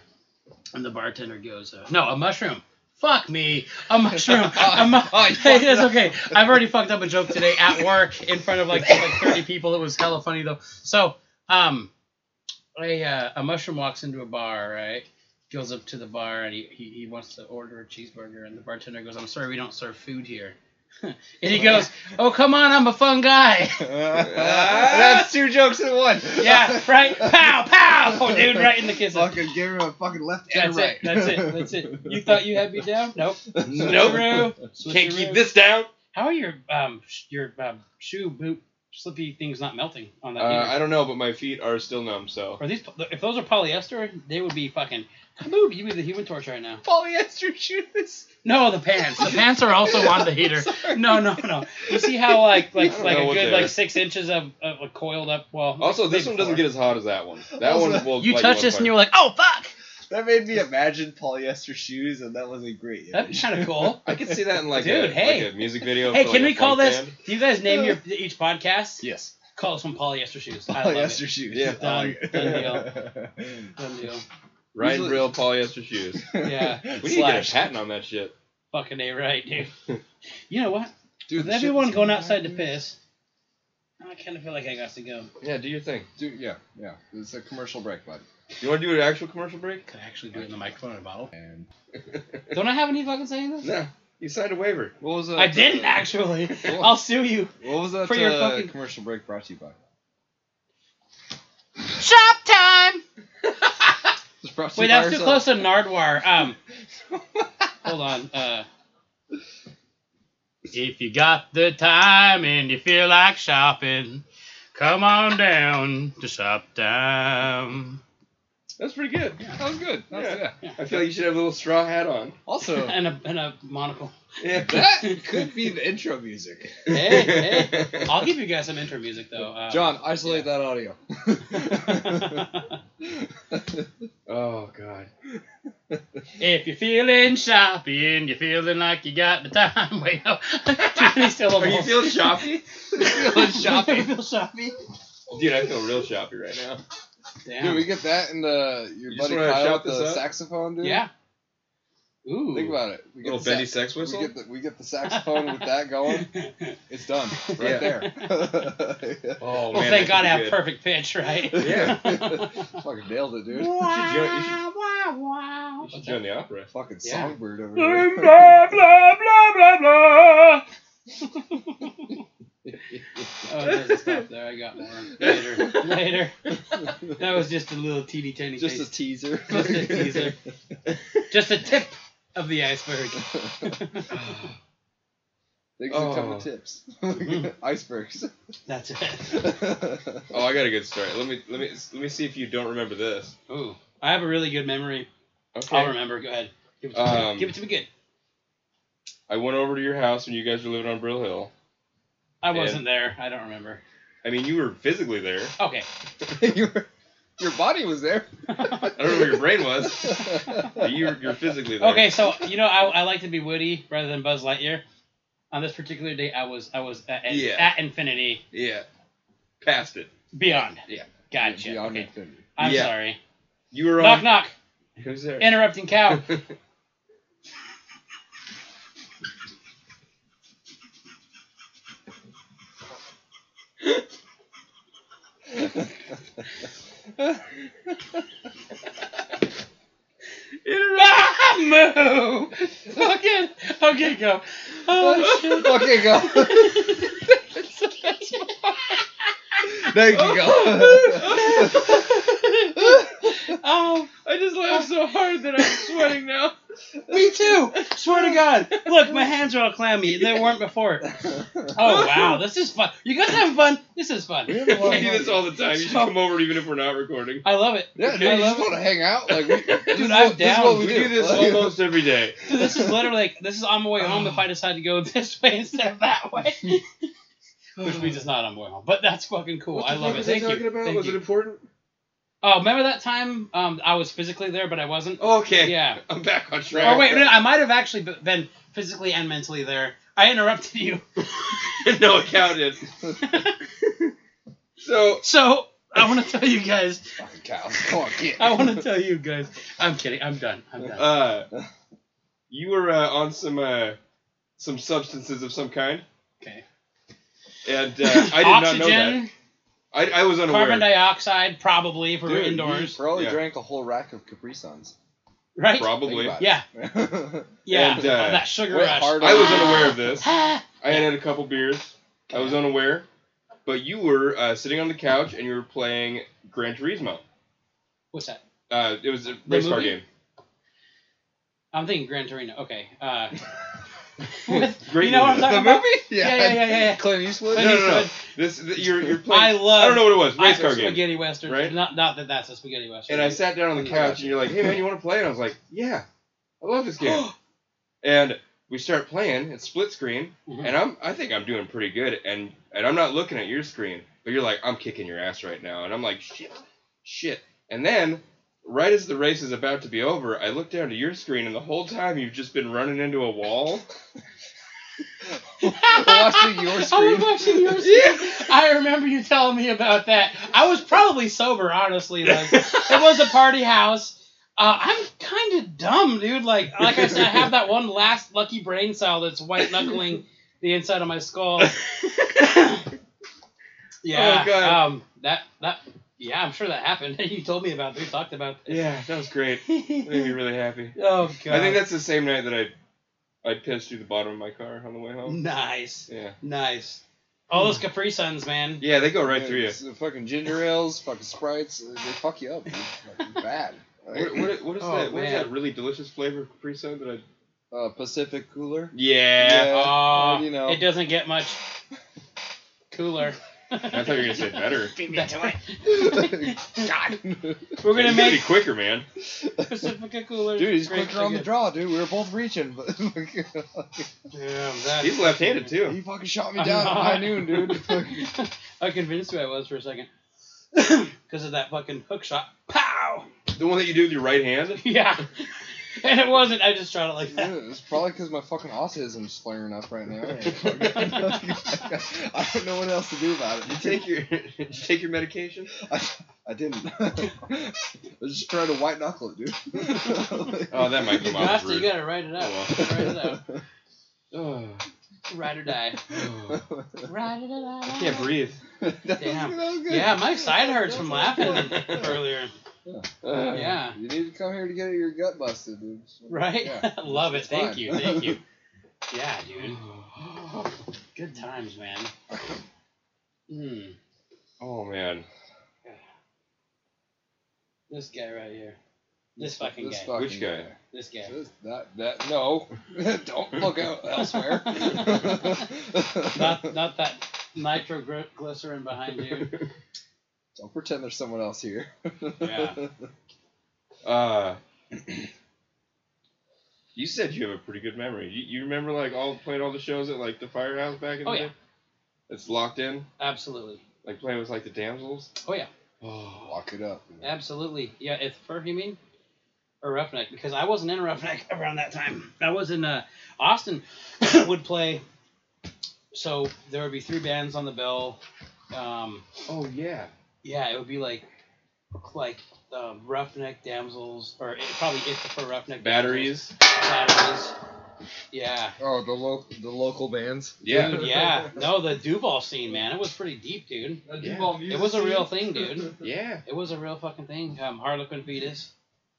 Speaker 2: and the bartender goes, uh, "No, a mushroom." Fuck me, a mushroom. A mu-
Speaker 3: Oh, you
Speaker 2: hey, it's
Speaker 3: fucked up.
Speaker 2: okay. I've already fucked up a joke today at work in front of like, like thirty people. It was hella funny though. So, um, a uh, a mushroom walks into a bar, right? Goes up to the bar and he, he, he wants to order a cheeseburger, and the bartender goes, "I'm sorry, we don't serve food here." and he goes, "Oh come on, I'm a fun guy."
Speaker 1: Ah,
Speaker 3: That's two jokes in one.
Speaker 2: Yeah, right. Pow, pow. Oh, dude, right in the kisses.
Speaker 3: Fucking give him a fucking left and
Speaker 2: That's
Speaker 3: right.
Speaker 2: it. That's it. That's it. You thought you had me down? Nope.
Speaker 1: Nope. Can't keep this down.
Speaker 2: How are your um sh- your um, shoe boot slippy things not melting on that?
Speaker 1: Uh,
Speaker 2: either?
Speaker 1: I don't know, but my feet are still numb, so.
Speaker 2: are these if those are polyester, they would be fucking. Kaboom! You would the human torch right now.
Speaker 3: Polyester shoes.
Speaker 2: No, the pants. The pants are also on the heater. No, no, no. You see how like like
Speaker 1: don't
Speaker 2: like
Speaker 1: know
Speaker 2: a
Speaker 1: what
Speaker 2: good
Speaker 1: they
Speaker 2: like
Speaker 1: are.
Speaker 2: six inches of, of a coiled up. Well,
Speaker 1: Also,
Speaker 2: maybe
Speaker 1: this one doesn't
Speaker 2: four.
Speaker 1: get as hot as that one. That
Speaker 3: Also,
Speaker 1: one will.
Speaker 2: You
Speaker 1: light
Speaker 2: touch
Speaker 1: on
Speaker 2: this and
Speaker 1: fire.
Speaker 2: you're like, oh fuck!
Speaker 3: That made me imagine polyester shoes, and that was a great
Speaker 2: That'd be
Speaker 3: image.
Speaker 2: kind of cool.
Speaker 1: I could see that in like,
Speaker 2: Dude,
Speaker 1: a,
Speaker 2: hey.
Speaker 1: like a music video.
Speaker 2: Hey,
Speaker 1: for,
Speaker 2: can
Speaker 1: like,
Speaker 2: we
Speaker 1: a
Speaker 2: call
Speaker 1: punk
Speaker 2: this?
Speaker 1: band.
Speaker 2: Do you guys name your each podcast?
Speaker 3: Yes.
Speaker 2: Call us some polyester shoes. I love
Speaker 3: Polyester
Speaker 2: it.
Speaker 3: shoes.
Speaker 1: Yeah.
Speaker 3: I like
Speaker 2: Done.
Speaker 3: it.
Speaker 2: Done deal.
Speaker 1: Ryan
Speaker 3: Usually-
Speaker 1: Brill polyester shoes.
Speaker 2: Yeah.
Speaker 1: We need to get a patent on that shit.
Speaker 2: Fucking a right, dude. You know what?
Speaker 3: Dude,
Speaker 2: With
Speaker 3: the shit
Speaker 2: everyone
Speaker 3: that's
Speaker 2: going
Speaker 3: on
Speaker 2: outside to
Speaker 3: there,
Speaker 2: piss, I kind of feel like I got to go.
Speaker 1: Yeah, do your thing.
Speaker 3: Dude, yeah, yeah. It's a commercial break, bud.
Speaker 1: You want to do an actual commercial break?
Speaker 2: Could I actually do it in the microphone in a bottle?
Speaker 3: And
Speaker 2: Don't I have any fucking saying this?
Speaker 1: No, you signed a waiver.
Speaker 3: what was that?
Speaker 2: I didn't
Speaker 3: uh,
Speaker 2: actually.
Speaker 3: Cool.
Speaker 2: I'll sue you.
Speaker 3: What was that
Speaker 2: For your
Speaker 3: uh,
Speaker 2: fucking-
Speaker 3: commercial break brought to you by?
Speaker 2: shop time.
Speaker 3: Just brought to
Speaker 2: Wait,
Speaker 3: you
Speaker 2: that
Speaker 3: by
Speaker 2: was too
Speaker 3: herself.
Speaker 2: close to Nardwar. Um, hold on. Uh, if you got the time and you feel like shopping, come on down to shop time.
Speaker 1: That's pretty good.
Speaker 3: That was good. That was-
Speaker 1: Yeah.
Speaker 3: yeah.
Speaker 1: I feel like you should have a little straw hat on.
Speaker 3: Also,
Speaker 2: And a and a monocle.
Speaker 1: Yeah.
Speaker 3: that could be the intro music.
Speaker 2: Hey, hey. I'll give you guys some intro music though. Um,
Speaker 3: John, isolate that audio.
Speaker 1: Oh god.
Speaker 2: if you're feeling shoppy and you're feeling like you got the time, wait, no. Johnny's still on
Speaker 1: Are you
Speaker 2: hold.
Speaker 1: feeling shoppy?
Speaker 3: Feeling
Speaker 2: You
Speaker 3: shoppy.
Speaker 2: feel shoppy?
Speaker 1: Dude, I feel real shoppy right now.
Speaker 2: Damn.
Speaker 3: Dude, we get that and uh, your
Speaker 1: You just
Speaker 3: buddy
Speaker 1: wanna
Speaker 3: Kyle
Speaker 1: shout
Speaker 3: with the
Speaker 1: this out?
Speaker 3: saxophone, dude.
Speaker 2: yeah. Ooh.
Speaker 3: Think about it. We get
Speaker 1: Little
Speaker 3: the
Speaker 1: bendy
Speaker 3: sax-
Speaker 1: sex whistle.
Speaker 3: We get, the, we get the saxophone with that going. It's done right there.
Speaker 1: Oh
Speaker 2: well,
Speaker 1: man.
Speaker 2: thank
Speaker 1: that could
Speaker 2: God I
Speaker 1: be
Speaker 2: have
Speaker 1: good.
Speaker 2: perfect pitch, right?
Speaker 1: Yeah.
Speaker 3: Fucking nailed it, dude.
Speaker 1: should join- you should-
Speaker 2: wow, wow.
Speaker 1: You should join the opera.
Speaker 3: Fucking
Speaker 2: Yeah.
Speaker 3: songbird over here.
Speaker 2: blah blah blah blah blah. oh, it doesn't stop there. I got more later. Later. That was just a little teeny tiny.
Speaker 3: Just a
Speaker 2: taste.
Speaker 3: teaser.
Speaker 2: Just a teaser. just a tip of the iceberg.
Speaker 3: Things that come
Speaker 1: Oh.
Speaker 3: with tips.
Speaker 2: Mhm.
Speaker 3: Icebergs.
Speaker 2: That's it.
Speaker 1: Oh, I got a good story. Let me let me let me see if you don't remember this.
Speaker 2: Ooh, I have a really good memory.
Speaker 1: Okay.
Speaker 2: I'll remember. Go ahead. Give it to
Speaker 1: Um,
Speaker 2: me. Give it to me good.
Speaker 1: I went over to your house when you guys were living on Brill Hill.
Speaker 2: I wasn't there. I don't remember.
Speaker 1: I mean, you were physically there.
Speaker 2: Okay.
Speaker 3: your, your body was there.
Speaker 1: I don't know where your brain was. But you were, you're physically there.
Speaker 2: Okay, so you know I, I like to be witty rather than Buzz Lightyear. On this particular day, I was I was at, at,
Speaker 1: Yeah.
Speaker 2: at infinity
Speaker 1: Yeah. Past it.
Speaker 2: beyond.
Speaker 1: Yeah.
Speaker 2: Gotcha.
Speaker 3: Beyond
Speaker 2: okay.
Speaker 3: infinity.
Speaker 2: I'm
Speaker 1: Yeah.
Speaker 2: sorry.
Speaker 1: You were
Speaker 2: Knock
Speaker 1: on.
Speaker 2: knock.
Speaker 1: Who's there?
Speaker 2: Interrupting cow. Ah, moo. Fucking. Okay, go. Oh shit.
Speaker 3: okay, go. there you go.
Speaker 2: oh,
Speaker 1: I just laughed so hard that I'm sweating now.
Speaker 2: me too. Swear to God. Look, my hands are all clammy. They weren't before. Oh wow, this is fun. You guys having fun? This is fun.
Speaker 3: We have a lot
Speaker 1: I
Speaker 3: of
Speaker 1: do
Speaker 3: fun.
Speaker 1: this all the time. You should come over even if we're not recording.
Speaker 2: I love it.
Speaker 3: Yeah, dude,
Speaker 2: I
Speaker 3: you
Speaker 2: love
Speaker 3: just
Speaker 2: it.
Speaker 3: want to hang out. Like, we, this is
Speaker 2: I'm
Speaker 3: what- This is
Speaker 2: down.
Speaker 3: what
Speaker 1: We
Speaker 3: we,
Speaker 1: do this
Speaker 3: Like-
Speaker 1: almost every day.
Speaker 2: Dude, this is literally like this is on my way home if I decide to go this way instead of that way. Which means it's not on my way home, but that's fucking cool. I love it. Thank you. Thank you.
Speaker 1: important?
Speaker 2: Oh, remember that time um, I was physically there, but I wasn't.
Speaker 1: Okay.
Speaker 2: Yeah.
Speaker 1: I'm back on track.
Speaker 2: Or wait, no, I might have actually be- been physically and mentally there. I interrupted you.
Speaker 1: no, it counted. So
Speaker 2: So I want to tell you guys.
Speaker 3: Fucking cow. Come on, kid.
Speaker 2: I want to tell you guys. I'm kidding. I'm done. I'm done.
Speaker 1: uh, you were uh, on some uh, some substances of some kind,
Speaker 2: Okay.
Speaker 1: and uh, I did
Speaker 2: Oxygen,
Speaker 1: not know that. I, I was unaware.
Speaker 2: carbon dioxide, probably if we were
Speaker 3: Dude,
Speaker 2: indoors,
Speaker 3: You probably
Speaker 1: Yeah.
Speaker 3: drank a whole rack of Capri Suns.
Speaker 2: right?
Speaker 1: Probably.
Speaker 3: Think
Speaker 2: Yeah.
Speaker 3: about it.
Speaker 2: Yeah.
Speaker 1: And, uh,
Speaker 2: that sugar
Speaker 3: went
Speaker 2: rush.
Speaker 3: hard
Speaker 1: I was unaware of this.
Speaker 2: Ah.
Speaker 1: I had had a couple beers. I was unaware, but you were uh, sitting on the couch and you were playing Gran Turismo.
Speaker 2: What's that?
Speaker 1: Uh, it was a race car
Speaker 2: movie?
Speaker 1: game.
Speaker 2: I'm thinking Gran Torino. Okay. Uh, with,
Speaker 1: Great
Speaker 2: you know what I'm
Speaker 1: movie.
Speaker 2: talking
Speaker 3: the
Speaker 2: about?
Speaker 3: movie?
Speaker 2: Yeah, yeah, yeah, yeah, yeah.
Speaker 3: Clint Eastwood?
Speaker 1: No,
Speaker 2: Clint
Speaker 1: no, no.
Speaker 2: Eastwood.
Speaker 1: This th- you're you're playing.
Speaker 2: I love.
Speaker 1: I don't know what it was. Race
Speaker 2: I-
Speaker 1: car game.
Speaker 2: spaghetti western.
Speaker 1: right?
Speaker 2: Not, not that that's a spaghetti western.
Speaker 1: And I sat down on the couch, and you're like, "Hey man, you want to play?" And I was like, "Yeah, I love this game." and we start playing. It's split screen,
Speaker 2: Mhm.
Speaker 1: and I'm I think I'm doing pretty good, and and I'm not looking at your screen, but you're like, "I'm kicking your ass right now," and I'm like, "Shit, shit." And then, right as the race is about to be over, I look down to your screen, and the whole time you've just been running into a wall.
Speaker 3: watching your
Speaker 2: I was
Speaker 3: screen.
Speaker 2: watching your screen. I remember you telling me about that. I was probably sober, honestly. Like it was a party house. Uh, I'm kind of dumb, dude. Like, like I said, I have that one last lucky brain cell that's white knuckling the inside of my skull. yeah.
Speaker 1: Oh, God.
Speaker 2: Um. That. That. Yeah, I'm sure that happened. you told me about. it. We talked about.
Speaker 1: yeah, that was great. It made me
Speaker 2: It.
Speaker 1: really happy.
Speaker 2: oh God.
Speaker 1: I think that's the same
Speaker 2: Mm.
Speaker 1: night that I I pissed through the bottom of my car on the way home.
Speaker 2: nice.
Speaker 1: Yeah.
Speaker 2: Nice.
Speaker 3: Hmm.
Speaker 2: All those Capri Suns, man.
Speaker 1: Yeah, they go right through you.
Speaker 3: It's the fucking ginger ales, fucking sprites, they they fuck you up. Dude. Fucking bad.
Speaker 1: What, what, what is
Speaker 2: Oh,
Speaker 1: that? What is
Speaker 2: man.
Speaker 1: that really delicious flavor of Capri Sun that I?
Speaker 3: Uh, Pacific cooler.
Speaker 1: Yeah. uh,
Speaker 3: Yeah.
Speaker 2: Aw,
Speaker 3: well, you know.
Speaker 2: It doesn't get much cooler. I
Speaker 1: I thought you were gonna say better.
Speaker 3: God.
Speaker 2: We're gonna
Speaker 1: It's pretty
Speaker 2: make
Speaker 1: quicker, man.
Speaker 2: Pacifica cooler.
Speaker 3: Dude, he's
Speaker 2: great
Speaker 3: quicker on the
Speaker 2: again.
Speaker 3: draw, dude. We were both reaching, but he
Speaker 2: Yeah, that-
Speaker 1: He's left-handed too.
Speaker 3: fucking shot me
Speaker 2: I'm
Speaker 3: down at
Speaker 2: not.
Speaker 3: high noon, dude.
Speaker 2: I convinced you I was for a second. Because of that fucking hook shot. Pow!
Speaker 1: The one that you do with your right hand.
Speaker 2: Yeah. And it wasn't. I just shot it like that.
Speaker 3: Dude, it's probably because my fucking autism's flaring up right now. I don't know what else to do about it.
Speaker 1: Did you take your did you take your medication?
Speaker 3: I didn't. I was just trying to white knuckle it, dude.
Speaker 1: Oh, that might
Speaker 2: You
Speaker 1: come out
Speaker 2: got,
Speaker 1: as
Speaker 2: to, you
Speaker 1: rude.
Speaker 2: gotta write it out.
Speaker 1: Oh,
Speaker 2: Write it out.
Speaker 1: Oh,
Speaker 2: Ride or die.
Speaker 1: oh.
Speaker 2: Ride it out.
Speaker 1: I can't breathe.
Speaker 2: Damn. Yeah, my side hurts from laughing earlier. Yeah.
Speaker 3: You need to come here to get your gut busted, dude.
Speaker 2: Right?
Speaker 3: Yeah.
Speaker 2: Love it.
Speaker 3: It's
Speaker 2: Thank
Speaker 3: fine.
Speaker 2: you. Thank you. Yeah, dude. Good times, man. Mm,
Speaker 1: Oh man.
Speaker 2: this guy right here. This fucking
Speaker 3: This
Speaker 2: guy.
Speaker 3: fucking
Speaker 1: Which guy?
Speaker 2: this guy.
Speaker 3: This- that, that, no. Don't look out elsewhere.
Speaker 2: Not not that nitroglycerin behind you.
Speaker 3: Don't pretend there's someone else here.
Speaker 2: Yeah.
Speaker 1: Uh, you said you have a pretty good memory. You, you remember like all playing all the shows at like the firehouse back in
Speaker 2: Oh,
Speaker 1: the
Speaker 2: yeah.
Speaker 1: day? It's locked in,
Speaker 2: Absolutely.
Speaker 1: like playing with like the damsels.
Speaker 2: Oh yeah.
Speaker 1: Oh,
Speaker 3: Lock it up. dude.
Speaker 2: Absolutely. Yeah, if fur you mean? Or Roughneck, because I wasn't in Roughneck around that time. I was in uh, Austin would play so there would be three bands on the bill. Um,
Speaker 1: oh yeah.
Speaker 2: yeah, it would be like like um, Roughneck Damsels or it, probably if the fur Roughneck
Speaker 1: Batteries.
Speaker 2: Damsels, batteries. Yeah.
Speaker 3: Oh, the local the local bands.
Speaker 1: Yeah.
Speaker 2: Dude, yeah. No, the Duval scene, man. It was pretty deep, dude. It was a real thing, dude.
Speaker 1: Yeah.
Speaker 2: It was a real fucking thing. Um, Harlequin Fetus.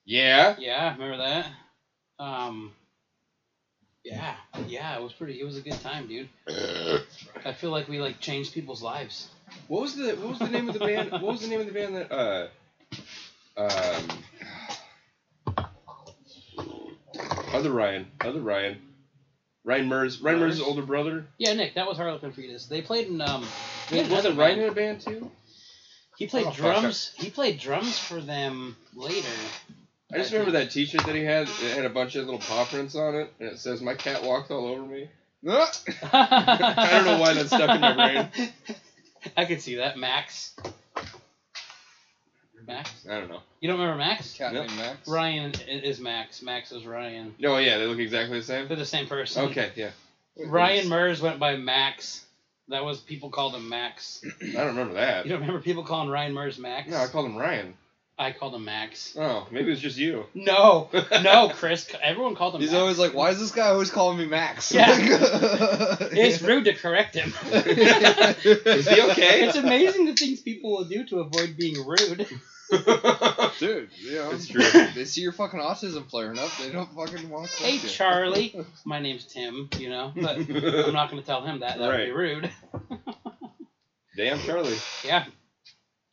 Speaker 1: Yeah.
Speaker 2: Yeah, remember that? Um, yeah, yeah, it was pretty. It was a good time, dude. I feel like we like changed people's lives.
Speaker 1: What was the What was the name of the band? What was the name of the band that? Uh, um, other Ryan, other Ryan, Ryan Mers, Ryan Mers'
Speaker 2: Murs?
Speaker 1: older brother.
Speaker 2: Yeah, Nick, that was Harlequin Fetus. They played in um. he had
Speaker 1: Wasn't
Speaker 2: another
Speaker 1: Ryan
Speaker 2: band.
Speaker 1: in a band too?
Speaker 2: He played
Speaker 1: Oh, fuck, I-
Speaker 2: drums. He played drums for them later.
Speaker 1: I just
Speaker 2: I
Speaker 1: remember that T-shirt that he had. It had a bunch of little paw prints on it, and it says "My cat walked all over me."
Speaker 3: Ah!
Speaker 2: I
Speaker 1: don't know why that stuck in my brain.
Speaker 2: I could see that, Max. Max,
Speaker 1: I don't know.
Speaker 2: you don't remember Max?
Speaker 3: Cat
Speaker 1: Yep.
Speaker 3: named Max.
Speaker 2: Ryan i- is Max. Max is Ryan.
Speaker 1: No, yeah, they look exactly the same.
Speaker 2: They're the same person.
Speaker 1: Okay, yeah.
Speaker 2: Ryan Mers went by Max. That was people called him Max.
Speaker 1: I don't remember that.
Speaker 2: You don't remember people calling Ryan Mers Max?
Speaker 1: No, I called him Ryan.
Speaker 2: I called him Max.
Speaker 1: Oh, maybe it was just you.
Speaker 2: No, no, Chris. Everyone called him.
Speaker 3: He's
Speaker 2: Max.
Speaker 3: always like, why is this guy always calling me Max?
Speaker 2: Yeah.
Speaker 3: it's
Speaker 2: It's rude to correct him.
Speaker 1: Is he okay?
Speaker 2: it's amazing the things people will do to avoid being rude.
Speaker 3: Dude, you know,
Speaker 1: It's true.
Speaker 3: they see your fucking autism flaring up, they don't fucking want to
Speaker 2: Hey,
Speaker 3: you.
Speaker 2: Charlie. My name's Tim. You know, but I'm not going to tell him that. That would be
Speaker 1: Right.
Speaker 2: rude.
Speaker 1: Damn, Charlie.
Speaker 2: Yeah,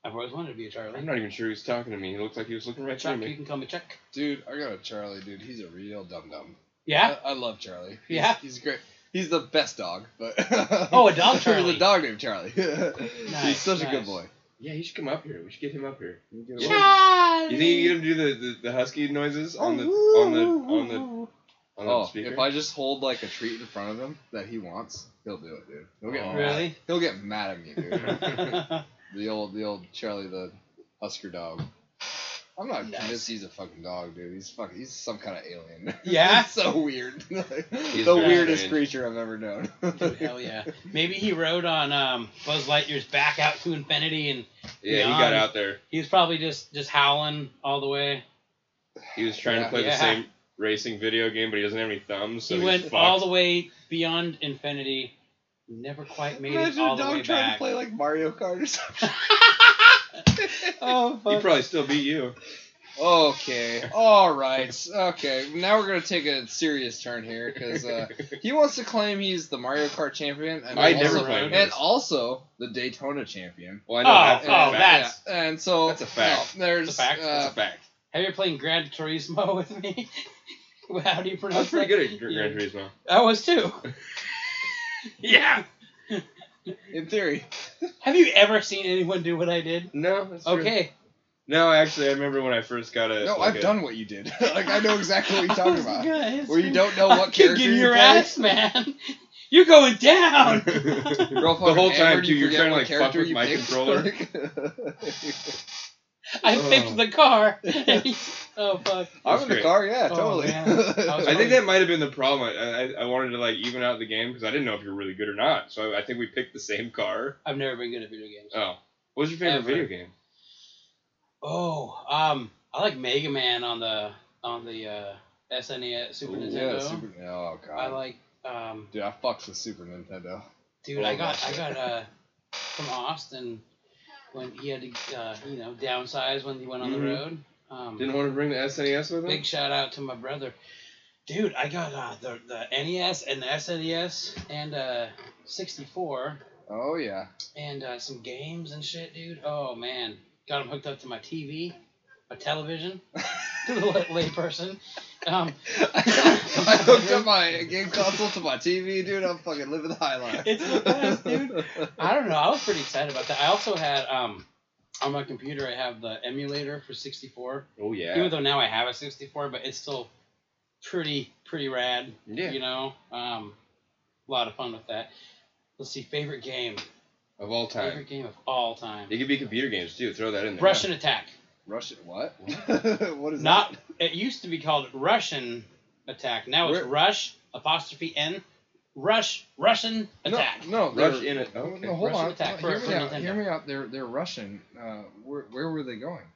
Speaker 2: I've always wanted to be a
Speaker 1: I'm
Speaker 2: Charlie.
Speaker 1: not even sure he was talking to me. He looked like he was looking right at
Speaker 2: Chuck, you
Speaker 1: me.
Speaker 2: can call me Chuck.
Speaker 3: Dude, I got a Charlie, dude. He's a real dum dum.
Speaker 2: Yeah.
Speaker 3: I, I love Charlie. He's,
Speaker 2: Yeah?
Speaker 3: He's great. He's the best dog, but
Speaker 2: Oh, a dog Charlie.
Speaker 3: He's a dog named Charlie. he's such a
Speaker 2: nice.
Speaker 3: good boy.
Speaker 1: Yeah, he should come up here. We should get him up here.
Speaker 3: Yeah.
Speaker 2: Charlie.
Speaker 1: You think you get him to do the, the, the husky noises on the on the on the on the
Speaker 3: Oh,
Speaker 1: speaker?
Speaker 3: if I just hold like a treat in front of him that he wants, he'll do it, dude. He'll get
Speaker 1: Oh.
Speaker 3: mad.
Speaker 2: Really?
Speaker 3: He'll get mad at me, dude.
Speaker 2: yeah,
Speaker 3: The old, the old Charlie the Husker dog. I'm not
Speaker 2: Nice.
Speaker 3: convinced he's a fucking dog, dude. He's fucking, he's some kind of alien.
Speaker 2: Yeah?
Speaker 3: He's so weird. the
Speaker 1: very
Speaker 3: weirdest
Speaker 1: strange.
Speaker 3: creature I've ever known.
Speaker 2: hell yeah. Maybe he rode on um, Buzz Lightyear's back out to infinity, and
Speaker 1: yeah, he got
Speaker 2: Beyond.
Speaker 1: out there.
Speaker 2: he was probably just just howling all the way.
Speaker 1: He was trying to play the
Speaker 2: Yeah.
Speaker 1: same racing video game, but he doesn't have any thumbs, so
Speaker 2: he
Speaker 1: he's
Speaker 2: went
Speaker 1: fucked.
Speaker 2: all the way beyond infinity, never quite made
Speaker 3: Imagine
Speaker 2: it all
Speaker 3: a
Speaker 2: the way
Speaker 3: dog trying
Speaker 2: back.
Speaker 3: to play like Mario Kart or something.
Speaker 2: oh
Speaker 1: He'd probably still beat you.
Speaker 3: Okay. All right. Okay. Now we're gonna take a serious turn here because uh, he wants to claim he's the Mario Kart champion and
Speaker 1: I
Speaker 3: also,
Speaker 1: never claimed
Speaker 3: and
Speaker 1: this.
Speaker 3: also the Daytona champion.
Speaker 1: Well, I
Speaker 2: Oh,
Speaker 1: know that's a
Speaker 2: oh,
Speaker 1: fact.
Speaker 2: that-
Speaker 3: yeah, and so
Speaker 1: That's a fact.
Speaker 3: no, there's
Speaker 2: That's a fact.
Speaker 3: uh,
Speaker 1: That's a fact.
Speaker 2: Have you ever played Gran Turismo with me? How do
Speaker 1: I
Speaker 2: you
Speaker 1: was
Speaker 2: pronounce
Speaker 1: pretty
Speaker 2: that?
Speaker 1: good at Gran Gran Turismo.
Speaker 2: I was too. yeah.
Speaker 3: in theory.
Speaker 2: Have you ever seen anyone do what I did?
Speaker 1: No, that's true.
Speaker 2: Okay.
Speaker 1: No, actually, I remember when I first got a.
Speaker 3: No,
Speaker 1: like
Speaker 3: I've
Speaker 1: a-
Speaker 3: done what you did. like I know exactly what you're
Speaker 2: I
Speaker 3: talking
Speaker 2: was
Speaker 3: about.
Speaker 2: good.
Speaker 3: Where you don't know what
Speaker 2: I'm kicking
Speaker 3: character you
Speaker 2: your
Speaker 3: play.
Speaker 2: ass, man. You're going down.
Speaker 1: The
Speaker 3: You're all
Speaker 1: The whole
Speaker 3: fucking
Speaker 1: time,
Speaker 3: hammered,
Speaker 1: too, you're
Speaker 3: you forget
Speaker 1: trying to,
Speaker 3: what
Speaker 1: like, fuck
Speaker 3: character
Speaker 1: with
Speaker 3: you
Speaker 1: my
Speaker 3: picked.
Speaker 1: controller.
Speaker 2: I
Speaker 1: Oh.
Speaker 2: picked the car. oh fuck.
Speaker 3: I'm
Speaker 1: That's
Speaker 3: in the
Speaker 1: great.
Speaker 3: car, yeah,
Speaker 2: Oh,
Speaker 3: totally.
Speaker 2: man. I was
Speaker 1: I think that might have been the problem. I, I, I wanted to like even out the game because I didn't know if you were really good or not. So I, I think we picked the same car.
Speaker 2: I've never been good at video games.
Speaker 1: Oh, what was your favorite
Speaker 2: Ever.
Speaker 1: video game?
Speaker 2: Oh, um, I like Mega Man on the on the uh, SNES Super
Speaker 1: Ooh,
Speaker 2: Nintendo.
Speaker 3: yeah, Super. Oh god.
Speaker 2: I like um,
Speaker 3: Dude, I fucked with Super Nintendo.
Speaker 2: dude.
Speaker 3: Oh,
Speaker 2: I got I
Speaker 3: that's
Speaker 2: got uh, from Austin when he had to uh, you know downsize when he went on
Speaker 1: Mhm.
Speaker 3: Mm-hmm.
Speaker 2: the road. Um,
Speaker 1: Didn't want to bring the SNES with
Speaker 2: big
Speaker 1: him.
Speaker 2: shout out to my brother, dude. I got uh, the the NES and the SNES and uh, 64
Speaker 3: Oh yeah.
Speaker 2: and uh, some games and shit, dude. Oh man, got them hooked up to my TV, my television. to the lay person. Um,
Speaker 3: I hooked up my game console to my TV, dude. I'm fucking living the high life.
Speaker 2: It's the best, dude. I don't know. I was pretty excited about that. I also had um, on my computer. I have the emulator for 64.
Speaker 1: Oh
Speaker 2: Even
Speaker 1: yeah.
Speaker 2: though now I have a 64, but it's still pretty pretty rad.
Speaker 1: Yeah.
Speaker 2: You know, um, a lot of fun with that. Let's see, favorite game,
Speaker 1: Of all time,
Speaker 2: favorite game of all time.
Speaker 1: it could be computer games too. Throw that in there.
Speaker 2: Russian attack.
Speaker 3: Russian what? what is
Speaker 2: Not.
Speaker 3: that?
Speaker 2: It used to be called Russian attack. Now it's
Speaker 3: Where-
Speaker 2: Rush apostrophe N. Rush Russian attack.
Speaker 3: No, no,
Speaker 1: Rush
Speaker 3: they're-
Speaker 1: in it. Oh, okay.
Speaker 3: No, hold
Speaker 2: Russian
Speaker 3: on.
Speaker 2: attack
Speaker 3: No, hear
Speaker 2: for-
Speaker 3: me
Speaker 2: for
Speaker 3: out. Hear
Speaker 2: Nintendo.
Speaker 3: me out. They're they're Russian. Uh, where where were they going?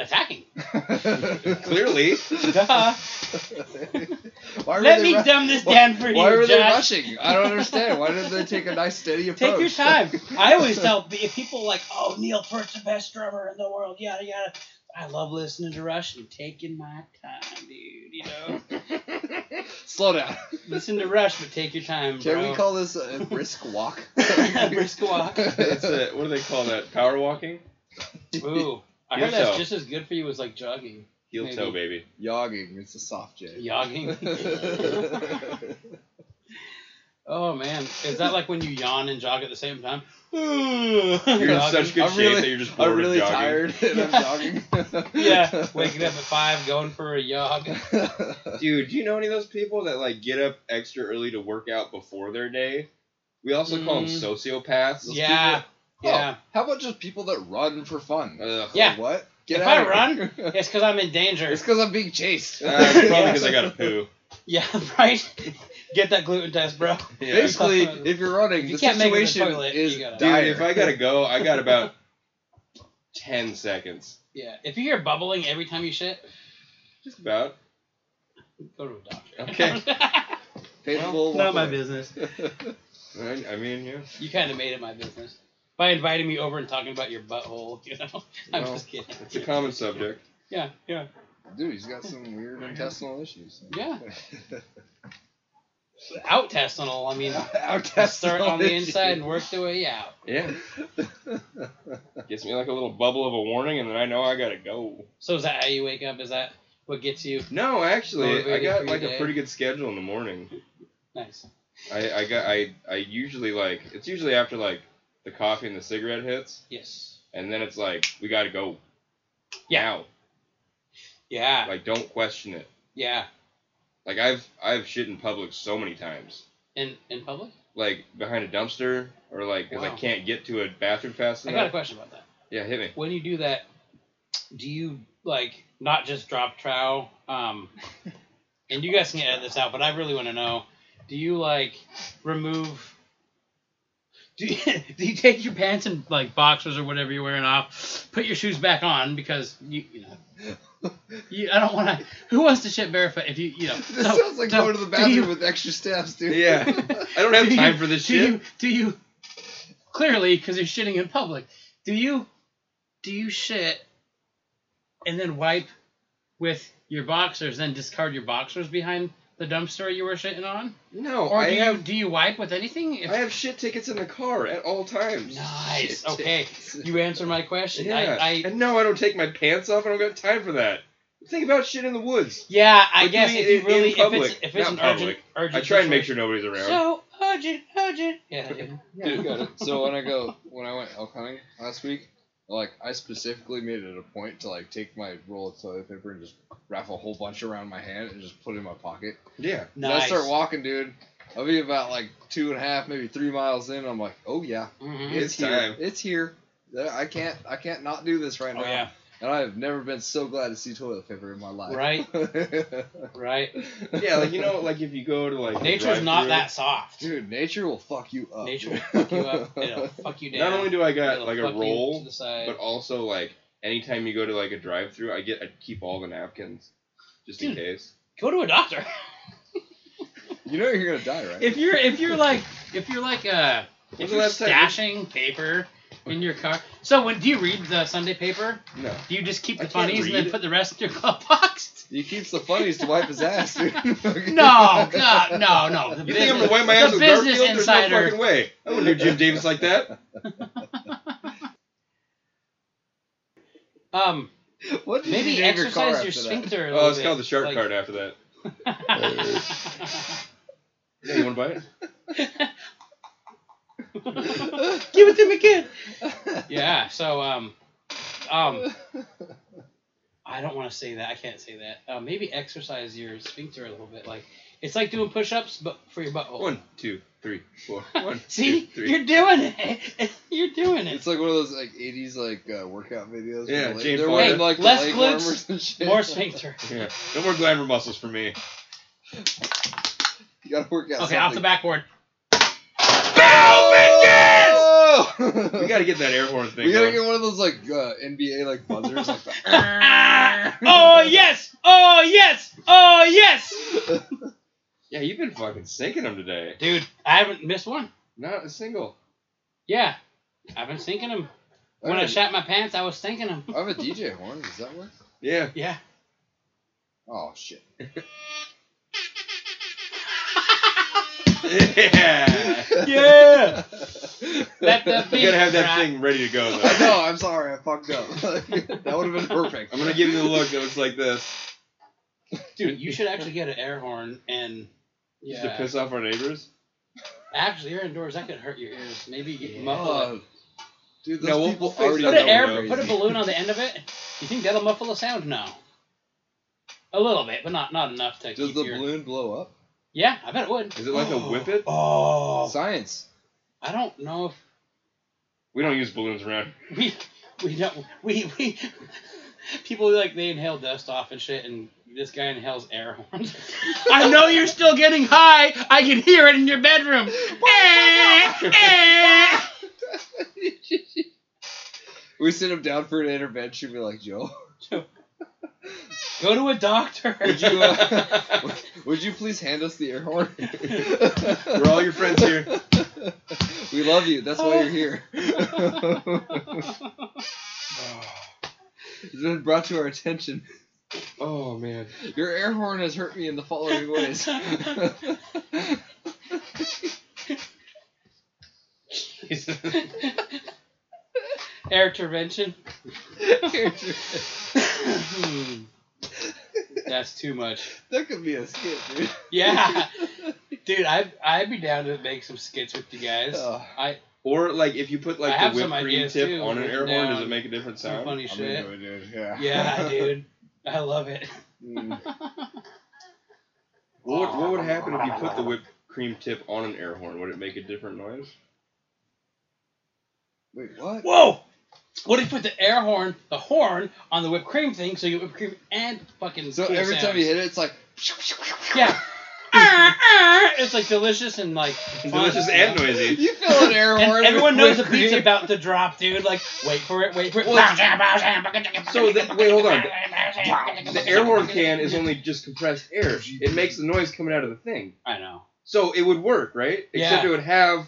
Speaker 2: Attacking.
Speaker 1: Clearly.
Speaker 2: Duh.
Speaker 3: Why were
Speaker 2: Let
Speaker 3: they
Speaker 2: me
Speaker 3: Ru-
Speaker 2: dumb this
Speaker 3: Why-
Speaker 2: down for you,
Speaker 3: Why were they
Speaker 2: Josh.
Speaker 3: rushing? I don't understand. Why didn't they take a nice steady approach?
Speaker 2: Take your time. I always tell pe- people like, "Oh, Neil Peart's the best drummer in the world." Yada yada. I love listening to Rush and taking my time, dude. You know,
Speaker 3: Slow down.
Speaker 2: listen to Rush, but take your time,
Speaker 3: Can
Speaker 2: bro.
Speaker 3: we call this a brisk walk?
Speaker 2: brisk walk?
Speaker 1: That's a, what do they call that? Power walking?
Speaker 2: Ooh, I
Speaker 1: Heel
Speaker 2: heard that's
Speaker 1: toe.
Speaker 2: just as good for you as like jogging,
Speaker 1: Heel
Speaker 2: Maybe.
Speaker 1: toe, baby.
Speaker 3: Yogging. It's a soft J.
Speaker 2: jogging. oh man, is that like when you yawn and jog at the same time? You're
Speaker 1: You're in such good
Speaker 3: I'm
Speaker 1: shape
Speaker 3: really-
Speaker 1: that you're just bored
Speaker 3: I'm really
Speaker 1: of jogging.
Speaker 3: tired and I'm jogging.
Speaker 2: yeah, waking up at five, going for a jog.
Speaker 1: Dude, do you know any of those people that like get up extra early to work out before their day? We also call them
Speaker 2: Mm.
Speaker 1: sociopaths. Those
Speaker 2: Yeah, yeah.
Speaker 3: Oh, how about just people that run for fun?
Speaker 1: people- Ugh.
Speaker 2: Yeah.
Speaker 3: Like, what? Get
Speaker 2: If
Speaker 3: out
Speaker 2: I
Speaker 3: of
Speaker 2: run,
Speaker 1: Oh.
Speaker 3: here.
Speaker 2: It's because I'm in danger.
Speaker 3: it's because I'm being chased.
Speaker 1: Uh, it's probably because I got a poo.
Speaker 2: Yeah, right. Get that gluten test, bro.
Speaker 1: Yeah. Dude,
Speaker 3: Basically, if you're running,
Speaker 2: If you
Speaker 3: the
Speaker 2: can't make it to the
Speaker 3: situation
Speaker 2: toilet, you
Speaker 3: is
Speaker 2: gotta-
Speaker 3: dire.
Speaker 1: if I gotta go, I got about ten seconds.
Speaker 2: Yeah. If you hear bubbling every time you shit,
Speaker 1: Just about.
Speaker 2: go to a doctor.
Speaker 1: Okay.
Speaker 3: Faithful
Speaker 2: Not
Speaker 3: walk
Speaker 2: my
Speaker 3: away.
Speaker 2: business.
Speaker 1: I I mean, yeah.
Speaker 2: You kind of made it my business by inviting me over and talking about your butthole. You know, I'm
Speaker 1: Well,
Speaker 2: just kidding.
Speaker 1: It's a common subject.
Speaker 2: Yeah, yeah.
Speaker 3: Dude, he's got some weird intestinal issues.
Speaker 2: Yeah. Outestinal. I mean,
Speaker 3: Outestinal
Speaker 2: start on the
Speaker 3: issues.
Speaker 2: inside and work the way out.
Speaker 1: Yeah. Gets me like a little bubble of a warning, and then I know I gotta go.
Speaker 2: So is that how you wake up? Is that what gets you?
Speaker 1: No, actually, I
Speaker 2: Motivated Oh, for
Speaker 1: got
Speaker 2: your
Speaker 1: like a
Speaker 2: day.
Speaker 1: pretty good schedule in the morning.
Speaker 2: Nice.
Speaker 1: I, I got I I usually like it's usually after like the coffee and the cigarette hits,
Speaker 2: Yes.
Speaker 1: and then it's like we gotta go.
Speaker 2: Yeah.
Speaker 1: Now.
Speaker 2: Yeah.
Speaker 1: Like don't question it.
Speaker 2: Yeah.
Speaker 1: Like I've I've shit in public so many times.
Speaker 2: In in public?
Speaker 1: Like behind a dumpster or like 'cause I
Speaker 2: Wow.
Speaker 1: can't get to a bathroom fast
Speaker 2: I got a
Speaker 1: enough.
Speaker 2: question about that.
Speaker 1: Yeah, hit me.
Speaker 2: when you do that, do you like not just drop trowel? Um, and you guys can edit this out, but I really want to know: Do you like remove? Do you, do you take your pants and like boxers or whatever you're wearing off, put your shoes back on because you you know. You, I don't want to. Who wants to shit barefoot? If you you know.
Speaker 3: This
Speaker 2: don't-
Speaker 3: sounds like
Speaker 2: don't-
Speaker 3: going to the
Speaker 2: do
Speaker 3: bathroom
Speaker 2: you-
Speaker 3: with extra steps, dude.
Speaker 1: Yeah. I don't have
Speaker 2: do you-
Speaker 1: time for this
Speaker 2: do
Speaker 1: shit.
Speaker 2: You, do you clearly because you're shitting in public? Do you do you shit and then wipe with your boxers, then discard your boxers behind the dumpster you were shitting on?
Speaker 1: No, Oh,
Speaker 2: Or
Speaker 1: I
Speaker 2: do you
Speaker 1: have
Speaker 2: do you wipe with anything? If-
Speaker 1: I have shit tickets in the car at all times.
Speaker 2: nice.
Speaker 3: Shit.
Speaker 2: Okay, you answered my question.
Speaker 1: Yeah.
Speaker 2: I, I
Speaker 1: and no, I don't take my pants off. I don't got time for that. Think about shit in the woods.
Speaker 2: yeah, I
Speaker 1: We're
Speaker 2: guess
Speaker 1: doing
Speaker 2: if
Speaker 1: it
Speaker 2: you
Speaker 1: in
Speaker 2: really if
Speaker 1: public,
Speaker 2: it's if it's
Speaker 1: not
Speaker 2: an urgent
Speaker 1: public.
Speaker 2: urgent
Speaker 1: I try and make
Speaker 2: situation-
Speaker 1: sure nobody's around.
Speaker 2: So urgent, urgent. Yeah. yeah.
Speaker 3: Yeah, you got it. So when I go, when I went elk hunting last week, like I specifically made it a point to like take my roll of toilet paper and just wrap a whole bunch around my hand and just put it in my pocket.
Speaker 1: yeah.
Speaker 3: Then I start walking, dude. I'll be about like two and a half, maybe three miles in. I'm like, oh yeah,
Speaker 2: Mhm.
Speaker 1: Yeah.
Speaker 3: it's,
Speaker 1: It's
Speaker 3: here.
Speaker 1: time.
Speaker 3: It's here. Uh, I can't, I can't not do this right
Speaker 2: Oh
Speaker 3: now.
Speaker 2: yeah,
Speaker 3: And I have never been so glad to see toilet paper in my life.
Speaker 2: Right. right.
Speaker 1: Yeah, like you know, like if you go to like a
Speaker 2: Nature's not
Speaker 1: drive-thru,
Speaker 2: that soft.
Speaker 3: Dude, nature will fuck you up.
Speaker 2: Nature will
Speaker 3: dude.
Speaker 2: fuck you up. It'll fuck you down.
Speaker 1: Not only do I got
Speaker 2: It'll
Speaker 1: like
Speaker 2: fuck
Speaker 1: a
Speaker 2: you
Speaker 1: roll,
Speaker 2: to the side.
Speaker 1: but also like anytime you go to like a drive-through, I get I keep all the napkins just in
Speaker 2: Dude.
Speaker 1: case.
Speaker 2: go to a doctor.
Speaker 3: you know you're gonna die, right?
Speaker 2: if you're if you're like if you're like uh
Speaker 1: When's
Speaker 2: if
Speaker 1: the
Speaker 2: you're
Speaker 1: last time-
Speaker 2: stashing paper in your car. So when do you read the Sunday paper?
Speaker 1: No.
Speaker 2: Do you just keep
Speaker 1: I
Speaker 2: the
Speaker 1: can't
Speaker 2: funnies and then
Speaker 1: read.
Speaker 2: put the rest in your glove box?
Speaker 3: He keeps the funnies to wipe his ass, dude.
Speaker 2: No, God, no, no. The
Speaker 1: You think I'm
Speaker 2: business-
Speaker 1: gonna wipe my ass
Speaker 2: the
Speaker 1: with
Speaker 2: business
Speaker 1: Garfield? There's no
Speaker 2: insider.
Speaker 1: fucking way. I wouldn't do Jim Davis like that.
Speaker 2: um
Speaker 3: What did you
Speaker 2: maybe
Speaker 3: do in your car
Speaker 2: exercise your
Speaker 3: after that?
Speaker 2: sphincter a little
Speaker 1: Oh, it's
Speaker 2: bit.
Speaker 1: called the shark
Speaker 2: like-
Speaker 1: card after that. Yeah, you want to buy it?
Speaker 2: Give it to me, kid. yeah. So um um I don't want to say that. I can't say that. Uh, maybe exercise your sphincter a little bit. Like it's like doing push-ups, but for your butthole.
Speaker 1: One, two, three, four. One,
Speaker 2: See,
Speaker 1: two, three.
Speaker 2: you're doing it. You're doing it.
Speaker 3: It's like one of those like '80s like uh, workout videos. where
Speaker 1: Yeah,
Speaker 3: like,
Speaker 1: James
Speaker 3: they're
Speaker 1: Bond.
Speaker 3: wearing,
Speaker 1: Hey,
Speaker 3: like the
Speaker 2: less
Speaker 3: leg
Speaker 2: glutes,
Speaker 3: warmers and shit.
Speaker 2: More sphincter.
Speaker 1: Yeah. No more glamour muscles for me.
Speaker 3: You gotta work out.
Speaker 2: Okay, off the backboard.
Speaker 3: Oh!
Speaker 1: We gotta get that air horn thing.
Speaker 3: We gotta
Speaker 1: going.
Speaker 3: get one of those like uh, NBA like buzzers. like that.
Speaker 2: Ah! Oh yes! Oh yes! Oh yes!
Speaker 1: Yeah, you've been fucking sinking them today.
Speaker 2: Dude, I haven't missed one.
Speaker 1: Not a single.
Speaker 2: Yeah, I've been sinking them.
Speaker 3: I
Speaker 2: When I
Speaker 3: have a-
Speaker 2: shat my pants, I was sinking them.
Speaker 3: I have a DJ horn. Does that work?
Speaker 1: Yeah.
Speaker 2: Yeah.
Speaker 3: Oh shit.
Speaker 1: Yeah.
Speaker 2: yeah. Let the
Speaker 1: You
Speaker 2: beat
Speaker 1: gotta have that
Speaker 2: drop.
Speaker 1: thing ready to go though.
Speaker 3: I know. I'm sorry. I fucked up. that would have been perfect.
Speaker 1: I'm gonna give you the look that looks like this.
Speaker 2: Dude, you should actually get an air horn and.
Speaker 1: Just to piss off our neighbors.
Speaker 2: Actually, you're indoors. That could hurt your ears. Maybe you get muffled.
Speaker 3: Oh, dude, those
Speaker 1: uh, No, we'll-
Speaker 3: people
Speaker 1: we'll
Speaker 3: already
Speaker 1: fix
Speaker 2: Put
Speaker 1: that.
Speaker 2: an
Speaker 3: know
Speaker 2: air,
Speaker 3: we're
Speaker 2: put a
Speaker 3: crazy.
Speaker 2: balloon on the end of it. You think that'll muffle the sound? No. A little bit, but not not enough to
Speaker 3: Does
Speaker 2: keep
Speaker 3: the
Speaker 2: your-
Speaker 3: balloon blow up?
Speaker 2: Yeah, I bet it would.
Speaker 1: Is it like a whippet?
Speaker 2: Oh.
Speaker 3: Science.
Speaker 2: I don't know if
Speaker 1: We don't use balloons around.
Speaker 2: we we don't we we people like they inhale dust off and shit, and this guy inhales air horns. I know you're still getting high. I can hear it in your bedroom. Eh,
Speaker 3: We sit him down for an intervention. Be like, Joe,
Speaker 2: Go to a doctor.
Speaker 3: would you uh, would you please hand us the air horn?
Speaker 1: We're all your friends here.
Speaker 3: we love you. That's why you're here. it's been brought to our attention.
Speaker 1: Oh man.
Speaker 3: Your air horn has hurt me in the following ways.
Speaker 2: air intervention. That's too much.
Speaker 3: that could be a skit, dude.
Speaker 2: Yeah, dude, I I'd be down to make some skits with you guys.
Speaker 3: Oh.
Speaker 2: I
Speaker 1: Or like if you put
Speaker 2: I
Speaker 1: like
Speaker 2: have
Speaker 1: the
Speaker 2: some
Speaker 1: whipped cream
Speaker 2: ideas,
Speaker 1: tip
Speaker 2: too.
Speaker 1: on an air horn,
Speaker 2: Yeah.
Speaker 1: does it make a different
Speaker 2: some
Speaker 1: sound?
Speaker 2: funny shit.
Speaker 3: dude. Yeah.
Speaker 2: Yeah, dude, I love it.
Speaker 3: Mm.
Speaker 1: What would, what would happen if you put the whipped cream tip on an air horn? Would it make a different noise?
Speaker 3: Wait, what?
Speaker 2: Whoa! What if you put the air horn, the horn, on the whipped cream thing, so you get whipped cream and fucking.
Speaker 3: So
Speaker 2: cool
Speaker 3: every
Speaker 2: sounds.
Speaker 3: time you hit it, it's like.
Speaker 2: yeah. Ah, ah, it's like delicious and like fun,
Speaker 1: Delicious
Speaker 2: you
Speaker 1: and
Speaker 2: know?
Speaker 1: noisy.
Speaker 3: You feel an air
Speaker 2: And
Speaker 3: horn.
Speaker 2: everyone knows
Speaker 3: with
Speaker 2: the beat's
Speaker 3: cream.
Speaker 2: about to drop, dude. Like, wait for it, wait for it.
Speaker 1: So the, wait, hold on. The air horn can is only just compressed air. It makes the noise coming out of the thing.
Speaker 2: I know.
Speaker 1: So it would work, right? Except
Speaker 2: Yeah.
Speaker 1: it would have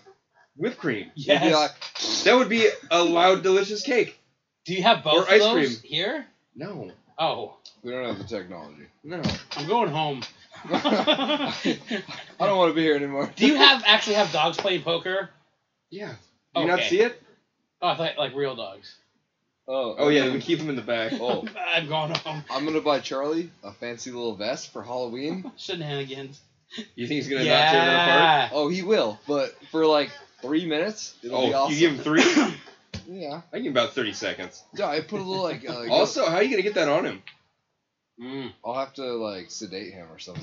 Speaker 1: whipped cream.
Speaker 3: You'd be
Speaker 2: Yes.
Speaker 1: uh,
Speaker 3: like,
Speaker 1: That would be a loud, delicious cake.
Speaker 2: Do you have both
Speaker 1: Or ice
Speaker 2: of those
Speaker 1: cream.
Speaker 2: here?
Speaker 1: No.
Speaker 2: Oh,
Speaker 3: We don't have the technology.
Speaker 1: No.
Speaker 2: I'm going home.
Speaker 3: I don't want to be here anymore.
Speaker 2: Do you have actually have dogs playing poker?
Speaker 1: Yeah. Do you not
Speaker 2: Okay.
Speaker 1: see it?
Speaker 2: Oh, I thought like real dogs.
Speaker 3: Oh,
Speaker 1: Oh yeah, we keep them in the back.
Speaker 3: Oh,
Speaker 2: I'm going home.
Speaker 3: I'm gonna buy Charlie a fancy little vest for Halloween.
Speaker 2: Shenanigans.
Speaker 1: You think he's gonna knock you out of
Speaker 3: Oh, he will, but for like three minutes,
Speaker 1: the
Speaker 3: it'll
Speaker 1: park?
Speaker 3: be
Speaker 1: Oh,
Speaker 3: awesome.
Speaker 1: you give him three? I
Speaker 3: yeah.
Speaker 1: give him about thirty seconds.
Speaker 3: Yeah, I put a little like. Uh,
Speaker 1: Also, how are you gonna get that on him?
Speaker 2: Mm,
Speaker 3: I'll have to like sedate him or something.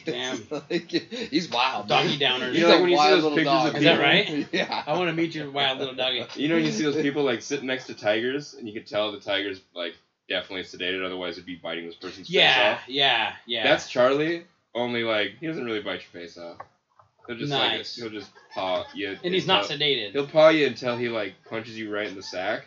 Speaker 2: Damn.
Speaker 3: Like, he's wild.
Speaker 2: doggy
Speaker 3: dude.
Speaker 2: downers.
Speaker 1: You
Speaker 3: He's
Speaker 1: know,
Speaker 3: a
Speaker 1: like when you see
Speaker 3: wild
Speaker 1: those
Speaker 3: little
Speaker 1: pictures
Speaker 3: dog.
Speaker 1: of
Speaker 2: Is that people-
Speaker 3: Yeah.
Speaker 2: I want to meet your wild little doggy.
Speaker 1: You know, you see those people like sitting next to tigers, and you can tell the tigers like definitely sedated, otherwise it'd be biting this person's face
Speaker 2: Yeah,
Speaker 1: off.
Speaker 2: yeah, yeah.
Speaker 1: That's Charlie. Only like he doesn't really bite your face off. He'll just
Speaker 2: Nice.
Speaker 1: like he'll just paw you.
Speaker 2: and he's not
Speaker 1: until-
Speaker 2: sedated.
Speaker 1: He'll paw you until he like punches you right in the sack.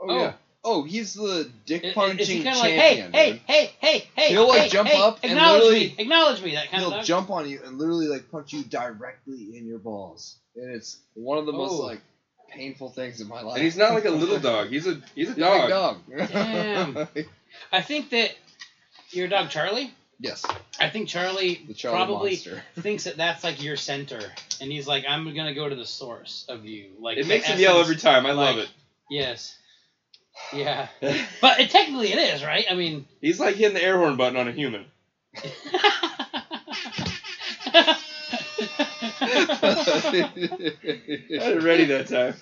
Speaker 3: Oh, yeah. Oh, he's the dick
Speaker 2: Is-
Speaker 3: punching
Speaker 2: is he kind of like, hey,
Speaker 3: champion.
Speaker 2: hey,
Speaker 3: dude.
Speaker 2: hey, hey, hey?
Speaker 3: He'll, like,
Speaker 2: hey,
Speaker 3: jump
Speaker 2: hey,
Speaker 3: up and
Speaker 2: acknowledge
Speaker 3: literally-
Speaker 2: me, acknowledge me, that kind
Speaker 3: He'll
Speaker 2: of dog.
Speaker 3: jump on you and literally like punch you directly in your balls, and it's one of the most
Speaker 2: Oh.
Speaker 3: like painful things in my life.
Speaker 1: And he's not like a little dog. He's a he's a
Speaker 3: He's a big
Speaker 1: dog.
Speaker 3: dog.
Speaker 2: Damn. I think that your dog Charlie.
Speaker 3: yes,
Speaker 2: I think Charlie
Speaker 3: the Charlie
Speaker 2: probably
Speaker 3: monster.
Speaker 2: thinks that that's like your center, and he's like, I'm gonna go to the source of you. Like
Speaker 1: It
Speaker 2: the
Speaker 1: makes him yell
Speaker 2: essence-
Speaker 1: every time. I love
Speaker 2: like-
Speaker 1: it.
Speaker 2: Yes. Yeah, but it, technically it is right. I mean.
Speaker 1: He's like hitting the air horn button on a human. I had it ready that time.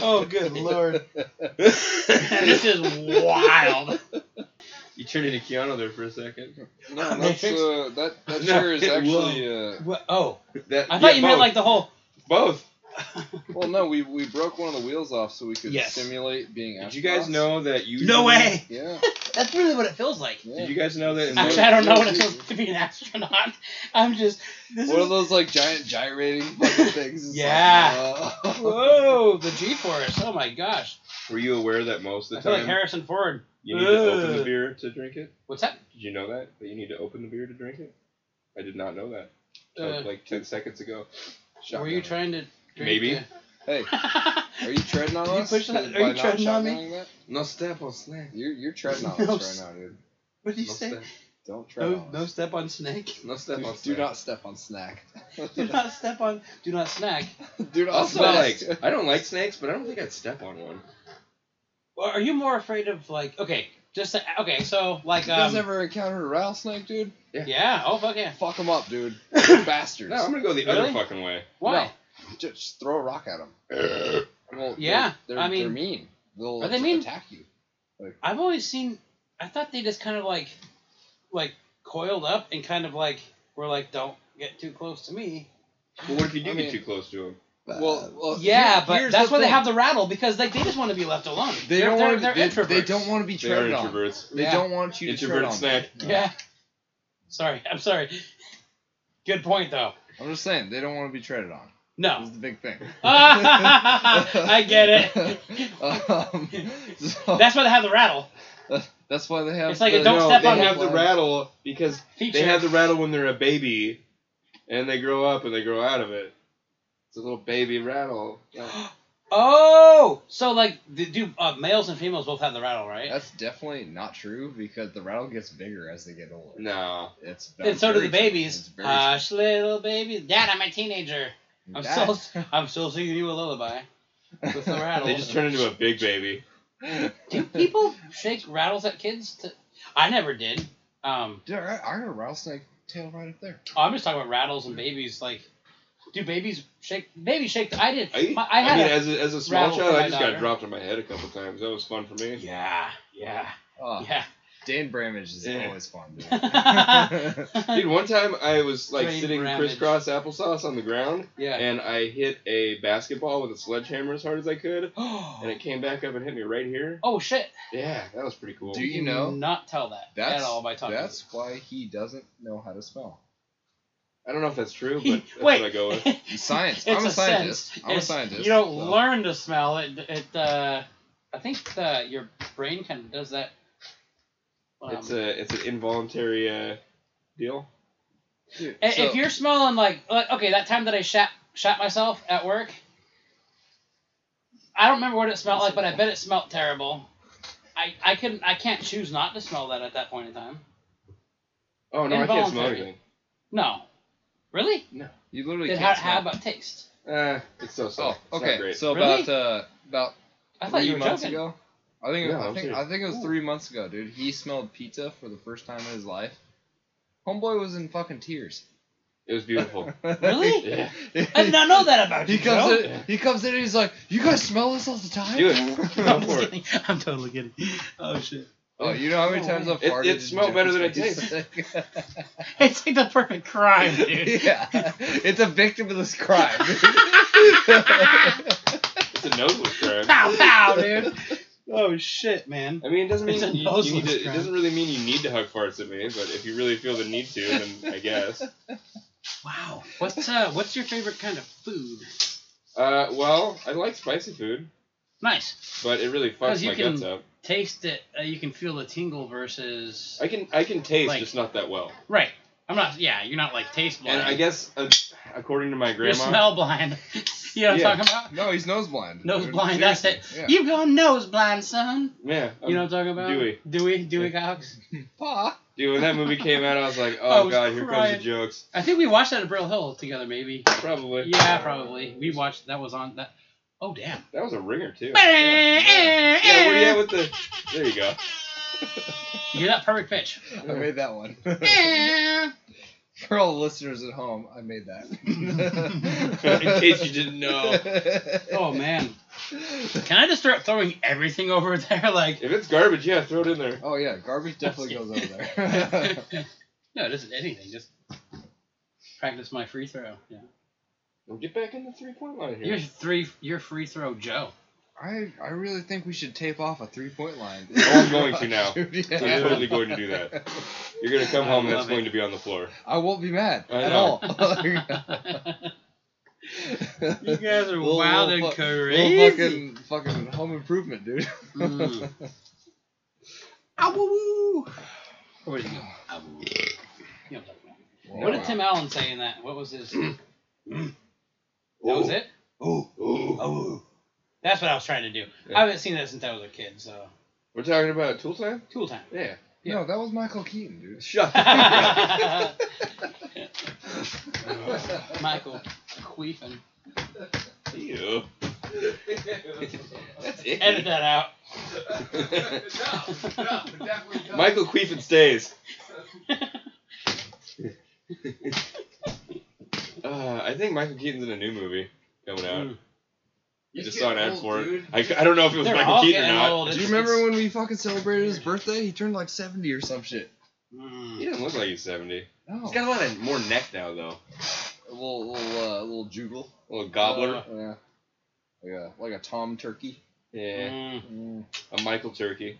Speaker 2: oh, good lord! this is wild.
Speaker 1: You turned into Keanu there for a second.
Speaker 3: no, that's uh, that that
Speaker 1: No,
Speaker 3: sure is
Speaker 1: it
Speaker 3: actually. Uh,
Speaker 2: What? Oh,
Speaker 1: That,
Speaker 2: I thought
Speaker 1: yeah,
Speaker 2: you meant
Speaker 1: both.
Speaker 2: like the whole.
Speaker 1: both.
Speaker 3: well, no, we we broke one of the wheels off so we could
Speaker 2: Yes.
Speaker 3: simulate being.
Speaker 1: Did you guys
Speaker 3: astronauts.
Speaker 1: know that you?
Speaker 3: Yeah.
Speaker 2: That's really what it feels like.
Speaker 3: yeah.
Speaker 1: Did you guys know that? In
Speaker 2: Actually, I don't know what it feels to be an astronaut. I'm just. This
Speaker 3: One of
Speaker 2: is,
Speaker 3: those like giant gyrating fucking things. It's like,
Speaker 2: Yeah.
Speaker 3: uh,
Speaker 2: whoa, the G-force! Oh my gosh!
Speaker 1: were you aware that most
Speaker 2: I
Speaker 1: of the
Speaker 2: feel like
Speaker 1: time
Speaker 2: Harrison Ford.
Speaker 1: you need to open
Speaker 2: Ugh.
Speaker 1: the beer to drink it?
Speaker 2: What's that?
Speaker 1: Did you know that that you need to open the beer to drink it? I did not know that.
Speaker 2: Uh,
Speaker 1: Like- like ten seconds ago.
Speaker 3: shotgun.
Speaker 2: were you trying to? Drink
Speaker 1: Maybe.
Speaker 2: the-
Speaker 3: Hey, are you treading on
Speaker 2: Did you
Speaker 3: us?
Speaker 2: push that-
Speaker 3: By
Speaker 2: are you
Speaker 3: not
Speaker 2: treading on me?
Speaker 3: shotgunning that?
Speaker 1: No step on snake.
Speaker 3: You're you're treading on
Speaker 2: No
Speaker 3: us
Speaker 2: s-
Speaker 3: right now, dude.
Speaker 2: what did
Speaker 1: No step.
Speaker 3: Don't tread
Speaker 2: No,
Speaker 3: on
Speaker 2: no
Speaker 3: us.
Speaker 2: step on snake.
Speaker 1: No step
Speaker 3: Do-
Speaker 1: on
Speaker 3: do
Speaker 1: snake.
Speaker 3: not step on snack.
Speaker 2: Do not step on. Do not snack.
Speaker 3: do not
Speaker 1: Also,
Speaker 3: snack.
Speaker 1: like, I don't like snakes, but I don't think I'd step on one.
Speaker 2: Well, are you more afraid of like? Okay, just okay. So like
Speaker 3: you guys
Speaker 2: um.
Speaker 3: ever encountered a rattlesnake, dude?
Speaker 2: Yeah. Oh fuck yeah.
Speaker 3: Fuck them up, dude. They're bastards.
Speaker 1: No, I'm gonna go the
Speaker 2: Really?
Speaker 1: other fucking way.
Speaker 2: Why?
Speaker 3: Just throw a rock at them. Well,
Speaker 2: Yeah,
Speaker 3: They're,
Speaker 2: I
Speaker 3: they're- they're
Speaker 2: mean-
Speaker 3: mean. They'll
Speaker 2: Are they mean?
Speaker 3: attack you.
Speaker 2: I've always seen. I thought they just kind of like, like coiled up and kind of like were like, don't get too close to me.
Speaker 1: But what if you do
Speaker 3: I
Speaker 1: get
Speaker 3: mean-
Speaker 1: too close to him?
Speaker 3: Well, well
Speaker 2: yeah,
Speaker 3: here-
Speaker 2: but
Speaker 3: here's
Speaker 2: that's
Speaker 3: the
Speaker 2: why they
Speaker 3: thing.
Speaker 2: have the rattle because like they just want to be left alone.
Speaker 3: They
Speaker 2: are
Speaker 3: don't
Speaker 2: they're,
Speaker 3: want.
Speaker 2: they're
Speaker 3: They,
Speaker 2: introverts.
Speaker 3: they don't want to be
Speaker 1: They are
Speaker 3: treaded on.
Speaker 1: introverts.
Speaker 3: They
Speaker 2: Yeah.
Speaker 3: don't want you to tread
Speaker 1: Introvert
Speaker 3: on.
Speaker 1: snack.
Speaker 3: them.
Speaker 2: Yeah. Sorry, I'm sorry. Good point though.
Speaker 3: I'm just saying they don't want to be treaded on.
Speaker 2: No.
Speaker 3: That's the big thing.
Speaker 2: I get it.
Speaker 3: Um, so-
Speaker 2: That's why they have the rattle.
Speaker 3: That's why they have.
Speaker 2: It's like
Speaker 3: the,
Speaker 2: a don't
Speaker 1: no,
Speaker 2: step
Speaker 1: they
Speaker 2: on me.
Speaker 1: have the rattle because
Speaker 2: Feature.
Speaker 1: they have the rattle when they're a baby, and they grow up and they grow out of it. It's a little baby rattle.
Speaker 2: oh, so like the do uh, males and females both have the rattle, right?
Speaker 3: That's definitely not true because the rattle gets bigger as they get older.
Speaker 1: No,
Speaker 3: It's
Speaker 2: and so do
Speaker 3: very
Speaker 2: the
Speaker 3: true.
Speaker 2: babies.
Speaker 3: It's very
Speaker 2: Hush, little baby. Dad, I'm a teenager.
Speaker 3: true.
Speaker 2: I'm
Speaker 3: That-
Speaker 2: still, I'm still singing you a lullaby. with the rattle.
Speaker 1: they just turn into a big baby.
Speaker 2: Do people shake rattles at kids? To, I never did. Um,
Speaker 3: Dude, I, I got a rattlesnake tail right up there.
Speaker 2: I'm just talking about rattles and babies. Like, do babies shake? Babies shake. I did.
Speaker 1: I,
Speaker 2: my, I
Speaker 1: I
Speaker 2: had.
Speaker 1: mean,
Speaker 2: a-
Speaker 1: as a, as a small
Speaker 2: rattle for
Speaker 1: child,
Speaker 2: my
Speaker 1: I just
Speaker 2: daughter.
Speaker 1: got dropped on my head a couple times. That was fun for me.
Speaker 2: yeah, yeah,
Speaker 3: Oh,
Speaker 2: yeah.
Speaker 3: Dan Bramage is
Speaker 1: Yeah.
Speaker 3: always fun. Dude.
Speaker 1: Dude, one time I was like
Speaker 2: Train
Speaker 1: sitting
Speaker 2: ramage.
Speaker 1: crisscross applesauce on the ground,
Speaker 2: yeah.
Speaker 1: and I hit a basketball with a sledgehammer as hard as I could, and
Speaker 2: oh
Speaker 1: it came back up and hit me right here.
Speaker 2: shit!
Speaker 1: Yeah, that was pretty cool.
Speaker 3: Do you know?
Speaker 2: Not tell that
Speaker 3: That's
Speaker 2: at all by talking.
Speaker 3: that's why he doesn't know how to spell.
Speaker 1: I don't know if that's true, but
Speaker 2: He-
Speaker 1: that's
Speaker 2: wait.
Speaker 1: what I go with.
Speaker 3: Science.
Speaker 2: It's
Speaker 3: I'm a,
Speaker 2: a
Speaker 3: scientist.
Speaker 2: sense.
Speaker 3: I'm
Speaker 2: It's-
Speaker 3: a scientist.
Speaker 2: You don't
Speaker 3: so-
Speaker 2: learn to smell it. It. Uh, I think the, your brain kind of does that. Um,
Speaker 1: It's a it's an involuntary uh, deal.
Speaker 3: Dude,
Speaker 2: i-
Speaker 3: so-
Speaker 2: if you're smelling like, like okay, that time that I shot shot myself at work,
Speaker 4: I don't remember what it smelled like, but I bet it smelled terrible. I, I couldn't I can't choose not to smell that at that point in time.
Speaker 1: Oh no, I can't smell
Speaker 4: Involuntary.
Speaker 1: anything.
Speaker 4: No. Really?
Speaker 3: You literally
Speaker 4: Then
Speaker 3: can't
Speaker 4: how,
Speaker 3: smell.
Speaker 4: how about taste?
Speaker 1: Uh, it's so so.
Speaker 3: Oh, okay. So
Speaker 4: Really?
Speaker 3: about uh, about
Speaker 4: I thought
Speaker 3: three
Speaker 4: you were
Speaker 3: months
Speaker 4: joking.
Speaker 3: ago. I think
Speaker 1: No,
Speaker 3: I
Speaker 1: I'm
Speaker 3: think
Speaker 1: serious.
Speaker 3: I think it was three months ago, dude. He smelled pizza for the first time in his life. Homeboy was in fucking tears.
Speaker 1: it was beautiful.
Speaker 4: Really?
Speaker 1: yeah.
Speaker 4: I did not know that about you.
Speaker 3: He comes
Speaker 4: Joe.
Speaker 3: in. He comes in and he's like, "You guys smell this all the time."
Speaker 1: Do it. Go
Speaker 2: I'm,
Speaker 1: for
Speaker 2: just
Speaker 1: it.
Speaker 2: kidding. I'm totally kidding. Oh shit!
Speaker 3: Oh, you know how many times I've
Speaker 1: It-
Speaker 3: farted?
Speaker 1: it
Speaker 3: in
Speaker 1: smelled better than it
Speaker 3: Jeff's face?
Speaker 2: It's like the perfect crime, dude.
Speaker 3: yeah, it's a victim of this crime. dude.
Speaker 1: It's a noseless crime.
Speaker 2: pow pow, dude. Oh shit, man.
Speaker 1: I mean, it doesn't mean
Speaker 2: It's a
Speaker 1: you, you need
Speaker 2: noseless
Speaker 1: to, it
Speaker 2: crime.
Speaker 1: doesn't really mean you need to hug farts at me, but if you really feel the need to, then I guess.
Speaker 2: Wow. What's uh? What's your favorite kind of food?
Speaker 1: Uh, well, I like spicy food,
Speaker 2: Nice.
Speaker 1: but it really
Speaker 2: 'Cause
Speaker 1: fucks
Speaker 2: you
Speaker 1: my
Speaker 2: can-
Speaker 1: guts up.
Speaker 2: Taste it. Uh, you can feel the tingle versus.
Speaker 1: I can I can taste,
Speaker 2: Like-
Speaker 1: just not that well.
Speaker 2: Right. I'm not. Yeah, you're not like taste blind.
Speaker 1: And I guess uh, according to my
Speaker 2: you're
Speaker 1: grandma,
Speaker 2: smell blind. you know what
Speaker 1: Yeah.
Speaker 2: I'm talking about?
Speaker 3: no, he's nose blind.
Speaker 2: Nose
Speaker 3: dude.
Speaker 2: blind. That's it.
Speaker 3: Seriously, Yeah.
Speaker 2: You've gone nose blind, son.
Speaker 1: yeah,
Speaker 2: You know what
Speaker 1: um,
Speaker 2: I'm talking about?
Speaker 1: Dewey.
Speaker 2: Dewey. Dewey Cox.
Speaker 3: Pa.
Speaker 1: dude, when that movie came out, I was like,
Speaker 2: I
Speaker 1: oh
Speaker 2: was
Speaker 1: god, here comes
Speaker 2: crying.
Speaker 1: the jokes.
Speaker 2: I think we watched that at Brill Hill together, maybe.
Speaker 1: Probably.
Speaker 2: Yeah, probably. We watched. That was on that. Oh damn.
Speaker 1: That was a ringer too. Yeah, yeah where you at with the? There you go.
Speaker 2: You're that perfect pitch.
Speaker 3: I made that one.
Speaker 2: That's
Speaker 3: For all the listeners at home, I made that.
Speaker 1: In case you didn't know,
Speaker 2: Oh man.
Speaker 3: Oh.
Speaker 2: Can I just start throwing everything over there? Like
Speaker 1: if it's garbage, yeah, throw it in there.
Speaker 3: Oh yeah, garbage definitely goes over there.
Speaker 2: No, just anything. Just practice my free throw. Yeah.
Speaker 1: Get back in the three point line
Speaker 2: You're
Speaker 1: here.
Speaker 2: three you're free throw Joe.
Speaker 3: I I really think we should tape off a three point line.
Speaker 1: Oh, I'm going to now.
Speaker 3: Dude, yeah.
Speaker 1: I'm totally going to do that. You're gonna come
Speaker 2: I
Speaker 1: home and that's
Speaker 2: love it.
Speaker 1: going to be on the floor.
Speaker 3: I won't be mad
Speaker 1: I
Speaker 3: at
Speaker 1: know.
Speaker 3: all.
Speaker 2: You guys are
Speaker 3: Little-
Speaker 2: wild
Speaker 3: little
Speaker 2: and
Speaker 3: fu-
Speaker 2: crazy.
Speaker 3: little fucking fucking home improvement, dude.
Speaker 2: Mm. Ow, woo, woo. Or where did you go? Ow, woo, woo. You know what I'm talking about. What did Tim Allen say in that? What was his? that was it.
Speaker 1: Ooh, ooh, ooh.
Speaker 2: That's what I was trying to do.
Speaker 1: Yeah.
Speaker 2: I haven't seen that since I was a kid, so
Speaker 1: We're talking about tool time.
Speaker 2: cool time.
Speaker 1: Yeah.
Speaker 3: No, that was Michael Keaton, dude.
Speaker 1: Shut. up.
Speaker 2: Michael queefing.
Speaker 1: Ew. That's
Speaker 2: Edit
Speaker 1: icky.
Speaker 2: that out.
Speaker 1: Michael Queefin stays. Uh, I think Michael Keaton's in a new movie coming out.
Speaker 2: Mm.
Speaker 1: I just
Speaker 3: He's
Speaker 1: saw an
Speaker 3: getting
Speaker 1: ad
Speaker 3: old,
Speaker 1: for it.
Speaker 3: dude.
Speaker 1: I, I don't know if it was
Speaker 2: They're
Speaker 1: Michael
Speaker 2: all
Speaker 1: Keaton or
Speaker 2: getting
Speaker 1: not.
Speaker 2: old.
Speaker 3: Do you
Speaker 2: It's-
Speaker 3: remember
Speaker 2: it's-
Speaker 3: when we fucking celebrated his birthday? He turned like seventy or some shit.
Speaker 1: He
Speaker 2: Mm.
Speaker 1: doesn't look like he's 70.
Speaker 3: No.
Speaker 1: He's got a lot of more neck now, though.
Speaker 3: a little little uh, little jugal.
Speaker 1: A little gobbler.
Speaker 2: Uh,
Speaker 3: Yeah. Like a like a tom turkey.
Speaker 1: yeah.
Speaker 2: Mm,
Speaker 3: Mm.
Speaker 1: A Michael Turkey.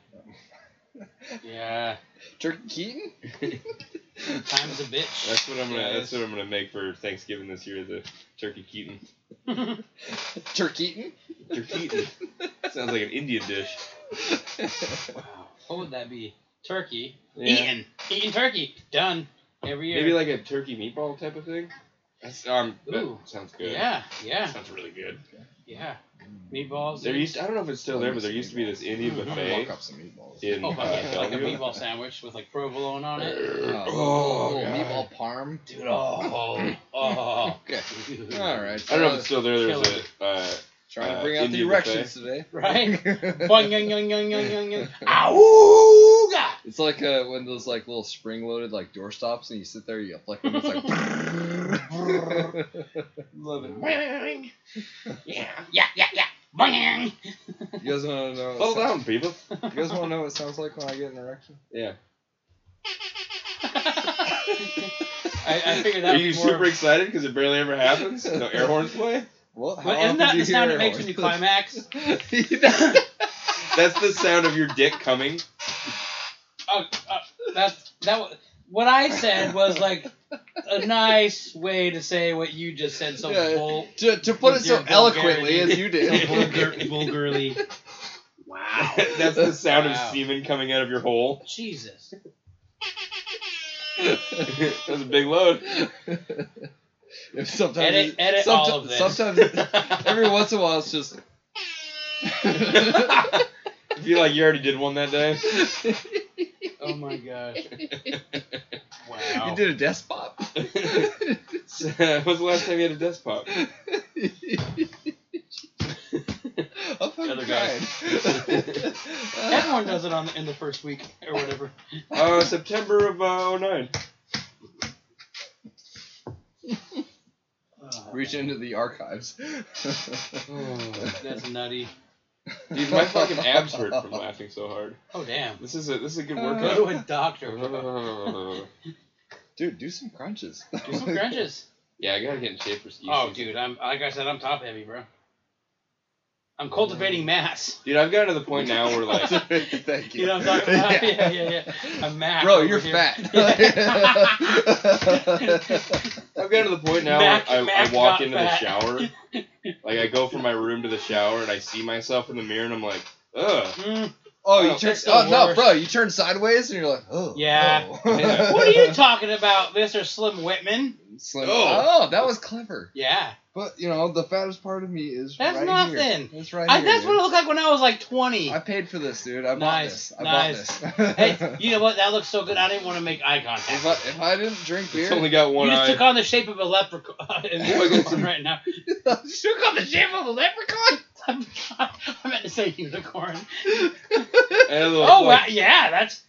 Speaker 2: yeah.
Speaker 3: Turkey Keaton?
Speaker 2: Time's a bitch.
Speaker 1: That's what I'm gonna.
Speaker 2: Yeah,
Speaker 1: That's what I'm gonna make for Thanksgiving this year. The turkey Keaton.
Speaker 3: Turkey Keaton?
Speaker 1: Turkey Keaton. Sounds like an Indian dish.
Speaker 2: Wow. What would that be? Turkey.
Speaker 1: Yeah.
Speaker 2: Eating. Eating turkey. Done. Every year.
Speaker 1: Maybe like a turkey meatball type of thing. That's um. That
Speaker 2: Ooh.
Speaker 1: sounds good.
Speaker 2: Yeah. Yeah.
Speaker 1: Sounds really good.
Speaker 2: Yeah. Meatballs.
Speaker 1: There used. I don't know if it's still there, but there used to be this Indian
Speaker 2: Mhm.
Speaker 3: I'm gonna
Speaker 1: buffet
Speaker 3: lock up some meatballs.
Speaker 1: in
Speaker 2: Oh,
Speaker 1: uh,
Speaker 2: fuck yeah. Like a
Speaker 1: Bellevue.
Speaker 2: meatball sandwich with like provolone on it.
Speaker 3: Uh,
Speaker 1: Oh,
Speaker 3: little
Speaker 1: God.
Speaker 3: meatball parm.
Speaker 2: Dude, oh, oh.
Speaker 3: Okay. All right.
Speaker 1: I don't know if it's still there. There's
Speaker 2: Killer.
Speaker 1: a. Uh,
Speaker 3: Trying
Speaker 1: uh,
Speaker 3: to bring out the
Speaker 1: Indian
Speaker 3: erections today.
Speaker 2: Right? Boing,
Speaker 3: Right.
Speaker 2: yoing, yoing, yoing, yoing, yoing, yoing. Awooga!
Speaker 3: it's like uh, when those like little spring-loaded like doorstops, and you sit there, you like, and it's like.
Speaker 1: Love it.
Speaker 2: Boing. Yeah, yeah, yeah, yeah. Boing.
Speaker 3: you guys wanna know?
Speaker 1: Slow
Speaker 3: What it
Speaker 1: down, people.
Speaker 3: sounds, you guys wanna know what it sounds like when I get an erection?
Speaker 1: Yeah.
Speaker 2: I, I figured that
Speaker 1: Are
Speaker 2: was
Speaker 1: you
Speaker 2: more
Speaker 1: super excited because it barely ever happens? No air horns play.
Speaker 3: Well, how
Speaker 2: Well, isn't
Speaker 3: often
Speaker 2: that
Speaker 3: do
Speaker 2: the
Speaker 3: you
Speaker 2: sound
Speaker 3: hear
Speaker 2: it makes when you climax?
Speaker 3: horns?
Speaker 1: That's the sound of your dick coming.
Speaker 2: Oh, uh, that's that. wa- What I said was like a nice way to say what you just said. So
Speaker 3: Yeah.
Speaker 2: vul-
Speaker 3: to, to put it so
Speaker 2: Vulgar-
Speaker 3: eloquently
Speaker 2: vulgarity.
Speaker 3: as you did.
Speaker 1: Vulgar-
Speaker 2: vulgarly. Wow.
Speaker 1: That's the sound
Speaker 2: Wow.
Speaker 1: of semen coming out of your hole.
Speaker 2: Jesus.
Speaker 1: that was a big load.
Speaker 3: If sometimes
Speaker 2: Edit- edit all of this.
Speaker 3: Sometimes every once in a while it's just
Speaker 1: I feel like you already did one that day.
Speaker 2: Oh my gosh.
Speaker 3: You
Speaker 2: Wow.
Speaker 3: did a desk pop.
Speaker 1: So, when was the last time you had a desk pop?
Speaker 3: I'm fucking
Speaker 1: Other guy.
Speaker 3: crying.
Speaker 2: Everyone does it on the, in the first week or whatever.
Speaker 1: Uh, September of uh, 09.
Speaker 3: Reach into the archives.
Speaker 2: That's nutty.
Speaker 1: Dude, my fucking abs hurt from laughing so hard.
Speaker 2: Oh damn.
Speaker 1: This is a this is a good
Speaker 2: Go
Speaker 1: workout.
Speaker 2: to a doctor. bro.
Speaker 1: yeah,
Speaker 3: Dude, do some crunches.
Speaker 2: Do some crunches.
Speaker 1: I gotta get in shape for ski.
Speaker 2: Oh
Speaker 1: season.
Speaker 2: dude, I'm like I said, I'm top heavy, bro. I'm
Speaker 3: Mm.
Speaker 2: cultivating mass.
Speaker 1: dude, I've gotten to the point now where like
Speaker 3: Thank you.
Speaker 2: You know what I'm talking about?
Speaker 3: Yeah.
Speaker 2: Yeah, yeah, yeah. A Mac.
Speaker 3: Bro,
Speaker 2: over
Speaker 3: you're
Speaker 2: here.
Speaker 3: fat.
Speaker 1: I've gotten to the point now
Speaker 2: Mac-
Speaker 1: where I,
Speaker 2: Mac
Speaker 1: I walk
Speaker 2: got
Speaker 1: into
Speaker 2: fat.
Speaker 1: the shower. Like I go from my room to the shower and I see myself in the mirror and I'm like, ugh.
Speaker 2: Mm,
Speaker 3: oh, you
Speaker 1: Oh,
Speaker 3: turn.
Speaker 2: that's the
Speaker 3: Oh no,
Speaker 2: worst.
Speaker 3: bro, you turn sideways and you're like, oh.
Speaker 2: Yeah.
Speaker 3: oh.
Speaker 1: Yeah.
Speaker 2: what are you talking about, Mr. Slim Whitman?
Speaker 3: Slim-
Speaker 1: Oh.
Speaker 3: Oh, that was clever.
Speaker 2: Yeah.
Speaker 3: But you know, the fattest part of me is
Speaker 2: That's
Speaker 3: right
Speaker 2: nothing.
Speaker 3: Here. That's right.
Speaker 2: I,
Speaker 3: here,
Speaker 2: that's what it
Speaker 3: dude.
Speaker 2: looked like when I was like 20.
Speaker 3: I paid for this, dude. I bought
Speaker 2: Nice,
Speaker 3: this. I
Speaker 2: nice.
Speaker 3: bought this.
Speaker 2: hey, you know what? That looks so good. I didn't want to make eye
Speaker 3: if
Speaker 2: contact.
Speaker 3: I if I didn't drink beer,
Speaker 1: It's only got one
Speaker 2: you just
Speaker 1: eye.
Speaker 2: took on the shape of a leprechaun. unicorn right now.
Speaker 3: shook on the shape of a leprechaun.
Speaker 2: I meant to say unicorn.
Speaker 1: and a little,
Speaker 2: Oh wow,
Speaker 1: like,
Speaker 2: yeah, that's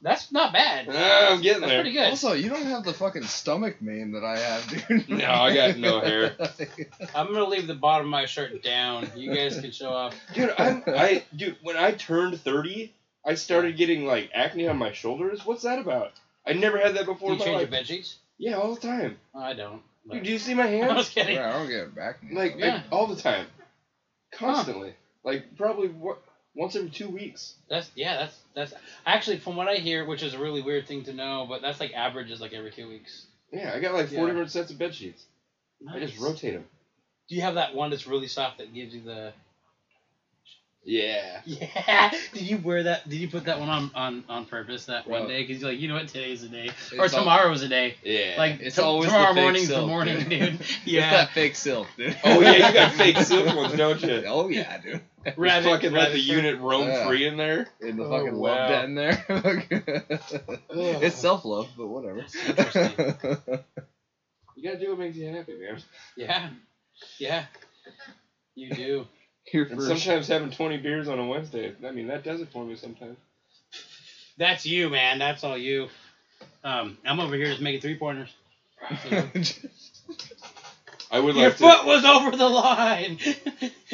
Speaker 2: that's not bad.
Speaker 1: "Ah, I'm getting
Speaker 2: That's
Speaker 1: there.
Speaker 2: pretty good.
Speaker 3: Also, you don't have the fucking stomach mane that I have, dude.
Speaker 1: No, I got no hair.
Speaker 2: I'm gonna leave the bottom of my shirt down. You guys can show off.
Speaker 1: Dude, I'm, I dude, when I turned 30, I started getting like acne on my shoulders. What's that about? I never had that
Speaker 2: Do
Speaker 1: before
Speaker 2: you
Speaker 1: in my
Speaker 2: change your
Speaker 1: life.
Speaker 2: bed sheets?
Speaker 1: Yeah, all the time.
Speaker 2: I don't. but-
Speaker 1: Dude, do you see my
Speaker 2: I'm
Speaker 1: hands?
Speaker 2: just kidding.
Speaker 3: Bro, I don't get it back. man.
Speaker 1: Like,
Speaker 2: Yeah.
Speaker 1: like, all the time, constantly. Like probably wa- once every two weeks.
Speaker 2: That's yeah. That's that's actually from what I hear, which is a really weird thing to know, but that's like averages like every two weeks.
Speaker 1: Yeah, I got like four
Speaker 2: Yeah.
Speaker 1: different sets of bed sheets. I just
Speaker 2: Nice.
Speaker 1: rotate them.
Speaker 2: Do you have that one that's really soft that gives you the?
Speaker 1: Yeah.
Speaker 2: Yeah. Did you wear that? Did you put that one on on on purpose that
Speaker 3: Well-
Speaker 2: one day? Because you're like, you know what, today's the day,
Speaker 3: It's
Speaker 2: or
Speaker 3: all-
Speaker 2: tomorrow's the day.
Speaker 1: Yeah.
Speaker 2: Like
Speaker 3: It's
Speaker 2: it's always
Speaker 3: always the
Speaker 2: tomorrow
Speaker 3: fake
Speaker 2: morning's the
Speaker 3: silk,
Speaker 2: morning,
Speaker 3: dude.
Speaker 2: dude.
Speaker 3: It's
Speaker 2: Yeah.
Speaker 3: that fake silk, dude.
Speaker 1: oh yeah, you got fake silk ones, don't you?
Speaker 3: Oh yeah, dude.
Speaker 1: Just fucking let the
Speaker 2: rabbit fur.
Speaker 1: unit roam
Speaker 3: Yeah.
Speaker 1: free in there.
Speaker 3: In the
Speaker 2: Oh,
Speaker 3: fucking
Speaker 2: wow.
Speaker 3: love den there. it's self love, but whatever.
Speaker 2: That's interesting.
Speaker 1: You gotta do what makes you happy, man.
Speaker 2: Yeah. Yeah. You do.
Speaker 3: Here
Speaker 1: And
Speaker 3: for
Speaker 1: sometimes having 20 beers on a Wednesday, I mean, that does it for me sometimes.
Speaker 2: That's you, man. That's all you. Um, I'm over here just making three pointers.
Speaker 1: I would
Speaker 2: Your
Speaker 1: like
Speaker 2: foot was over the line.
Speaker 1: to.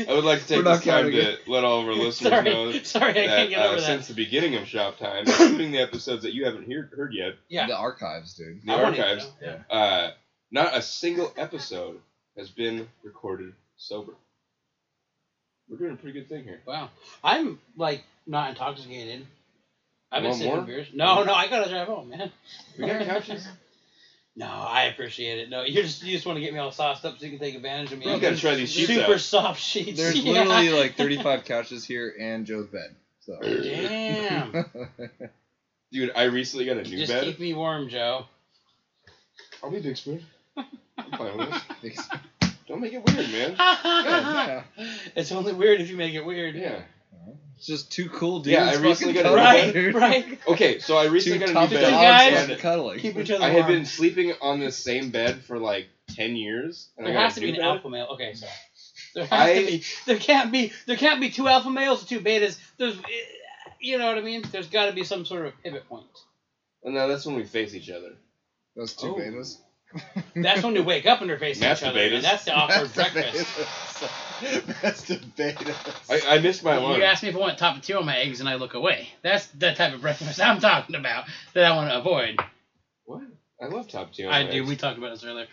Speaker 1: I would like to take
Speaker 3: We're not
Speaker 1: this time
Speaker 3: counting
Speaker 1: to let all of our listeners know
Speaker 2: sorry,
Speaker 1: that
Speaker 2: sorry, I can't get
Speaker 1: uh,
Speaker 2: over that.
Speaker 1: since the beginning of Shop Time, including the episodes that you haven't hear- heard yet,
Speaker 2: Yeah.
Speaker 3: the archives, dude.
Speaker 1: the
Speaker 2: I wanna
Speaker 1: archives,
Speaker 2: know. Yeah.
Speaker 1: uh, not a single episode has been recorded sober. We're doing a pretty good thing here.
Speaker 2: Wow. I'm like not intoxicated. I've been
Speaker 1: Want
Speaker 2: sipping
Speaker 1: more?
Speaker 2: beers. No, no, I gotta drive home, man.
Speaker 1: We got couches.
Speaker 2: No, I appreciate it. No, you just you just want to get me all sauced up so you can take advantage of me.
Speaker 1: You gotta try these sheets
Speaker 2: Super
Speaker 1: out.
Speaker 2: soft sheets.
Speaker 3: There's
Speaker 2: yeah.
Speaker 3: literally like 35 couches here and Joe's bed. So.
Speaker 2: Damn.
Speaker 1: Dude, I recently got a new
Speaker 2: Just
Speaker 1: bed.
Speaker 2: keep me warm, Joe.
Speaker 1: I'll be big spoon. I'm fine with it. Don't make it weird, man.
Speaker 3: Yeah.
Speaker 2: It's only weird if you make it weird.
Speaker 1: Yeah.
Speaker 3: It's just too cool, dude.
Speaker 1: Yeah, I recently got a
Speaker 2: Right, right.
Speaker 1: Okay, so I recently
Speaker 3: Two
Speaker 1: got
Speaker 3: top
Speaker 1: a new
Speaker 3: dogs
Speaker 1: bed.
Speaker 2: guys-
Speaker 1: and-
Speaker 3: and cuddling.
Speaker 2: Keep each other
Speaker 1: I had
Speaker 2: warm.
Speaker 1: been sleeping on this same bed for like ten years. and I
Speaker 2: There
Speaker 1: got
Speaker 2: has
Speaker 1: a
Speaker 2: to be
Speaker 1: new
Speaker 2: an
Speaker 1: bed.
Speaker 2: alpha male. Okay, sorry. There has
Speaker 1: I-
Speaker 2: to be. There can't be. There can't be two alpha males, two betas. There's, eh, you know what I mean. There's got to be some sort of pivot point.
Speaker 1: Well, no, that's when we face each other.
Speaker 3: Those two
Speaker 2: Oh.
Speaker 3: betas.
Speaker 2: That's when you wake up and they're facing each other.
Speaker 1: Masturbators.
Speaker 2: man. That's the awkward breakfast.
Speaker 3: breakfast. That's the betas.
Speaker 1: I, I missed my alarm.
Speaker 2: You asked me if I want top tier on my eggs, and I look away. That's the type of breakfast I'm talking about that I want to avoid.
Speaker 1: What? I love top tier.
Speaker 2: I do. We talked about this earlier.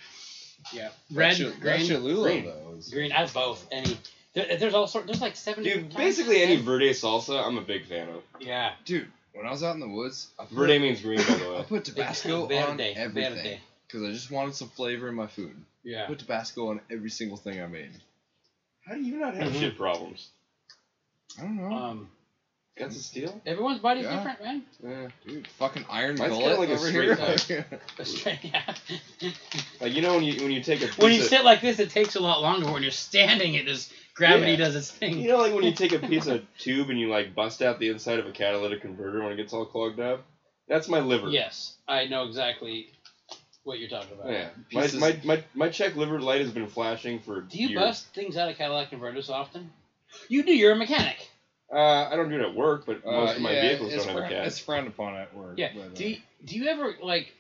Speaker 2: Yeah, red,
Speaker 3: That's your,
Speaker 2: green,
Speaker 3: that's your Lula,
Speaker 1: green.
Speaker 3: though. is-
Speaker 2: green. I have both. Any. There, there's all sorts. There's like seven.
Speaker 1: Dude, basically any verde salsa, I'm a big fan of.
Speaker 2: Yeah.
Speaker 3: Dude, when I was out in the woods, I put,
Speaker 1: Verde means green, by the
Speaker 3: I
Speaker 1: way.
Speaker 3: put Tabasco
Speaker 2: Verde,
Speaker 3: on everything.
Speaker 2: Verde.
Speaker 3: Because I just wanted some flavor in my food. I
Speaker 2: Yeah.
Speaker 3: put Tabasco on every single thing I made.
Speaker 1: How do you not have
Speaker 2: Mhm.
Speaker 1: shit problems?
Speaker 3: I don't know.
Speaker 2: Um,
Speaker 1: Guts of steel?
Speaker 2: everyone's body's
Speaker 3: Yeah.
Speaker 2: different, man.
Speaker 1: Yeah.
Speaker 3: Dude, fucking iron
Speaker 1: Mine's
Speaker 3: gullet
Speaker 1: kinda like a
Speaker 3: over
Speaker 1: straight
Speaker 3: here.
Speaker 2: That's right, yeah.
Speaker 1: Like you know when you when you take a piece
Speaker 2: when you
Speaker 1: of,
Speaker 2: sit like this, it takes a lot longer. When you're standing, it just
Speaker 5: Gravity
Speaker 1: Yeah.
Speaker 5: does its thing.
Speaker 1: You know, like when you take a piece of tube and you like bust out the inside of a catalytic converter when it gets all clogged up. That's my liver.
Speaker 2: Yes, I know exactly what you're talking about.
Speaker 1: Yeah. My,
Speaker 3: Pieces-
Speaker 1: my, my, my check liver light has been flashing for.
Speaker 2: Do you
Speaker 1: years.
Speaker 2: bust things out of Cadillac converters often? You do. You're a mechanic.
Speaker 1: Uh, I don't do it at work, but most
Speaker 3: Uh,
Speaker 1: of my
Speaker 3: yeah,
Speaker 1: vehicles
Speaker 3: it's
Speaker 1: don't have a
Speaker 3: frown-
Speaker 1: cat.
Speaker 3: It's frowned upon at work.
Speaker 2: Yeah.
Speaker 3: but, uh,
Speaker 2: Do you, do you ever like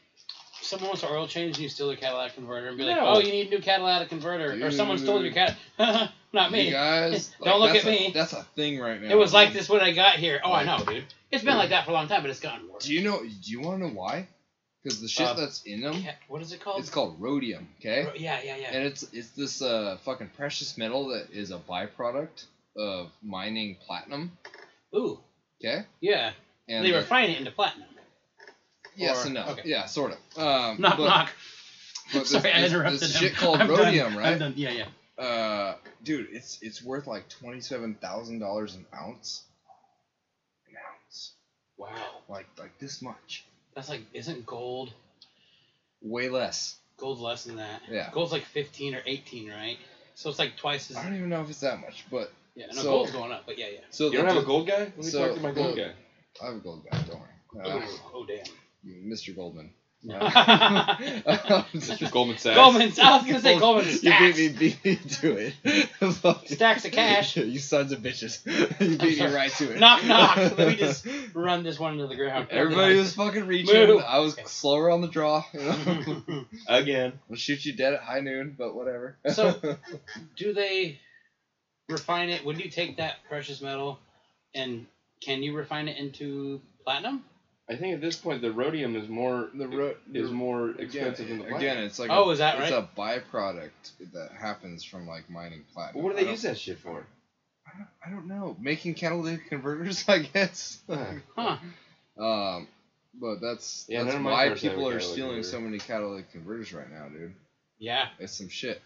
Speaker 2: someone wants an oil change and you steal their catalytic converter and be like,
Speaker 1: No.
Speaker 2: oh, you need a new catalytic converter, or someone stole your cat? Not
Speaker 3: You
Speaker 2: me.
Speaker 3: guys,
Speaker 2: Don't look
Speaker 3: that's
Speaker 2: at
Speaker 3: a-
Speaker 2: me.
Speaker 3: That's a thing right now.
Speaker 2: It was like
Speaker 3: dude.
Speaker 2: this when I got here. Oh, I know, dude. It's been like that for a long time, but it's gotten worse.
Speaker 3: Do you know? Do you want to know why? Because the shit
Speaker 2: Uh,
Speaker 3: that's in them,
Speaker 2: Ca- what is it called?
Speaker 3: it's called rhodium. Okay.
Speaker 2: Ro- Yeah, yeah, yeah.
Speaker 3: And it's it's this uh fucking precious metal that is a byproduct of mining platinum.
Speaker 2: Ooh,
Speaker 3: Okay.
Speaker 2: yeah.
Speaker 3: And
Speaker 2: they
Speaker 3: the-
Speaker 2: refine it into platinum.
Speaker 3: yes
Speaker 2: or-
Speaker 3: and no.
Speaker 2: okay.
Speaker 3: Yeah, sort of. Um,
Speaker 5: knock
Speaker 3: but-
Speaker 5: knock.
Speaker 3: but this-
Speaker 5: Sorry, I
Speaker 3: this-
Speaker 5: interrupted
Speaker 3: This
Speaker 5: him.
Speaker 3: shit called
Speaker 5: I'm done.
Speaker 3: rhodium,
Speaker 5: I'm
Speaker 3: right?
Speaker 5: done. Yeah, yeah.
Speaker 3: Uh, dude, it's it's worth like twenty seven thousand dollars an ounce. An ounce,
Speaker 2: Wow,
Speaker 3: like like this much.
Speaker 2: that's like isn't gold
Speaker 3: Way less.
Speaker 2: gold less than that?
Speaker 3: Yeah.
Speaker 2: Gold's like fifteen or eighteen, right? So it's like twice as.
Speaker 3: I don't even know if it's that much, but
Speaker 2: Yeah, no,
Speaker 3: so-
Speaker 2: gold's going up, but yeah, yeah.
Speaker 3: so
Speaker 1: You don't
Speaker 3: the
Speaker 1: have a
Speaker 3: di-
Speaker 1: gold guy? Let me
Speaker 3: so-
Speaker 1: talk to my gold
Speaker 3: no.
Speaker 1: guy.
Speaker 3: I have a gold guy. Don't worry, uh,
Speaker 2: Ooh, oh damn.
Speaker 3: Mr. Goldman.
Speaker 1: Mr. Goldman Sachs.
Speaker 2: Goldman, I was gonna say Goldman
Speaker 3: You beat
Speaker 2: Sachs.
Speaker 3: me, beat me to it. Fuck.
Speaker 2: Stacks of cash.
Speaker 3: you sons of bitches. You beat me
Speaker 2: sorry.
Speaker 3: right to it.
Speaker 2: Knock, knock. Let me just- Run this one into the ground.
Speaker 3: Everybody was fucking reaching.
Speaker 2: Move.
Speaker 3: I was slower on the draw.
Speaker 2: do
Speaker 1: Again.
Speaker 3: We'll shoot you dead at high noon, but whatever.
Speaker 2: So- they refine it? Would you take that precious metal and can you refine it into platinum?
Speaker 1: I think at this point the rhodium is more
Speaker 3: the road
Speaker 1: is more
Speaker 3: again,
Speaker 1: expensive than the platinum.
Speaker 3: again, it's like
Speaker 2: oh,
Speaker 3: a,
Speaker 2: is that
Speaker 3: it's
Speaker 2: right?
Speaker 3: a byproduct that happens from like mining platinum.
Speaker 1: Well, what do
Speaker 3: I
Speaker 1: they
Speaker 3: don't-
Speaker 1: use that shit for?
Speaker 3: I don't, I don't know. Making catalytic converters, I guess.
Speaker 1: Huh.
Speaker 2: huh.
Speaker 3: Um, but that's
Speaker 1: Yeah,
Speaker 3: that's
Speaker 1: none of my
Speaker 3: why
Speaker 1: cars have a
Speaker 3: people are
Speaker 1: catalytic
Speaker 3: stealing
Speaker 1: converter.
Speaker 3: so many catalytic converters right now, dude.
Speaker 2: Yeah.
Speaker 3: It's some shit.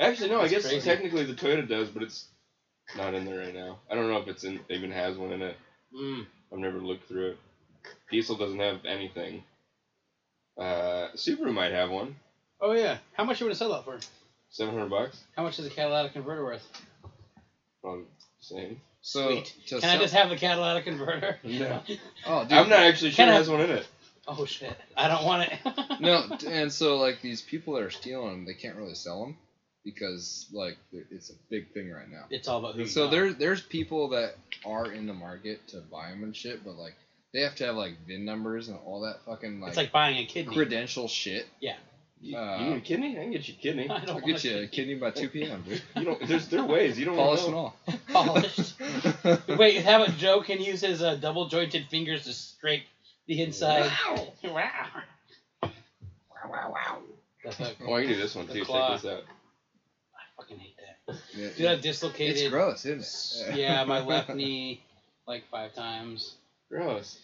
Speaker 1: Actually, no. I
Speaker 2: That's
Speaker 1: guess
Speaker 2: crazy.
Speaker 1: technically the Toyota does, but it's not in there right now. I don't know if it's in even has one in it.
Speaker 2: Mm.
Speaker 1: I've never looked through it. Diesel doesn't have anything. Uh, Subaru might have one.
Speaker 2: Oh, yeah. How much you would have sell that for?
Speaker 1: Seven hundred bucks.
Speaker 2: How much is a catalytic converter worth?
Speaker 1: Probably the same.
Speaker 3: So
Speaker 2: Sweet.
Speaker 3: to
Speaker 2: Can I
Speaker 3: sell-
Speaker 2: just have a catalytic converter?
Speaker 1: No.
Speaker 3: Oh, dude.
Speaker 1: I'm not actually sure
Speaker 2: Can
Speaker 1: it
Speaker 2: I-
Speaker 1: has one in it.
Speaker 2: Oh, shit. I don't want it.
Speaker 3: No, t- and so like these people that are stealing them, they can't really sell them because like th- it's a big thing right now.
Speaker 2: It's all about who you
Speaker 3: So
Speaker 2: know.
Speaker 3: there there's people that are in the market to buy them and shit, but like they have to have like VIN numbers and all that fucking like,
Speaker 2: It's like buying a kidney.
Speaker 3: credential shit.
Speaker 1: You,
Speaker 3: Uh,
Speaker 1: you need a kidney? I can get you a kidney.
Speaker 2: I
Speaker 3: I'll
Speaker 2: don't want
Speaker 3: get you a kidney by two p.m. dude.
Speaker 1: You don't. There's there are ways. You don't wanna
Speaker 3: Polished and
Speaker 1: know.
Speaker 3: all.
Speaker 2: Polished. Oh, Wait, how about Joe can use his uh, double jointed fingers to scrape the inside?
Speaker 3: Wow.
Speaker 2: wow.
Speaker 3: Wow, wow, wow.
Speaker 2: That's a, I
Speaker 1: Oh, I can do this one
Speaker 2: The
Speaker 1: too. Check
Speaker 2: claw.
Speaker 1: this out.
Speaker 2: fucking hate that.
Speaker 3: Yeah,
Speaker 2: Dude, I've
Speaker 3: it's
Speaker 2: dislocated.
Speaker 3: gross, isn't it?
Speaker 2: Yeah, my left knee like five times.
Speaker 1: Gross.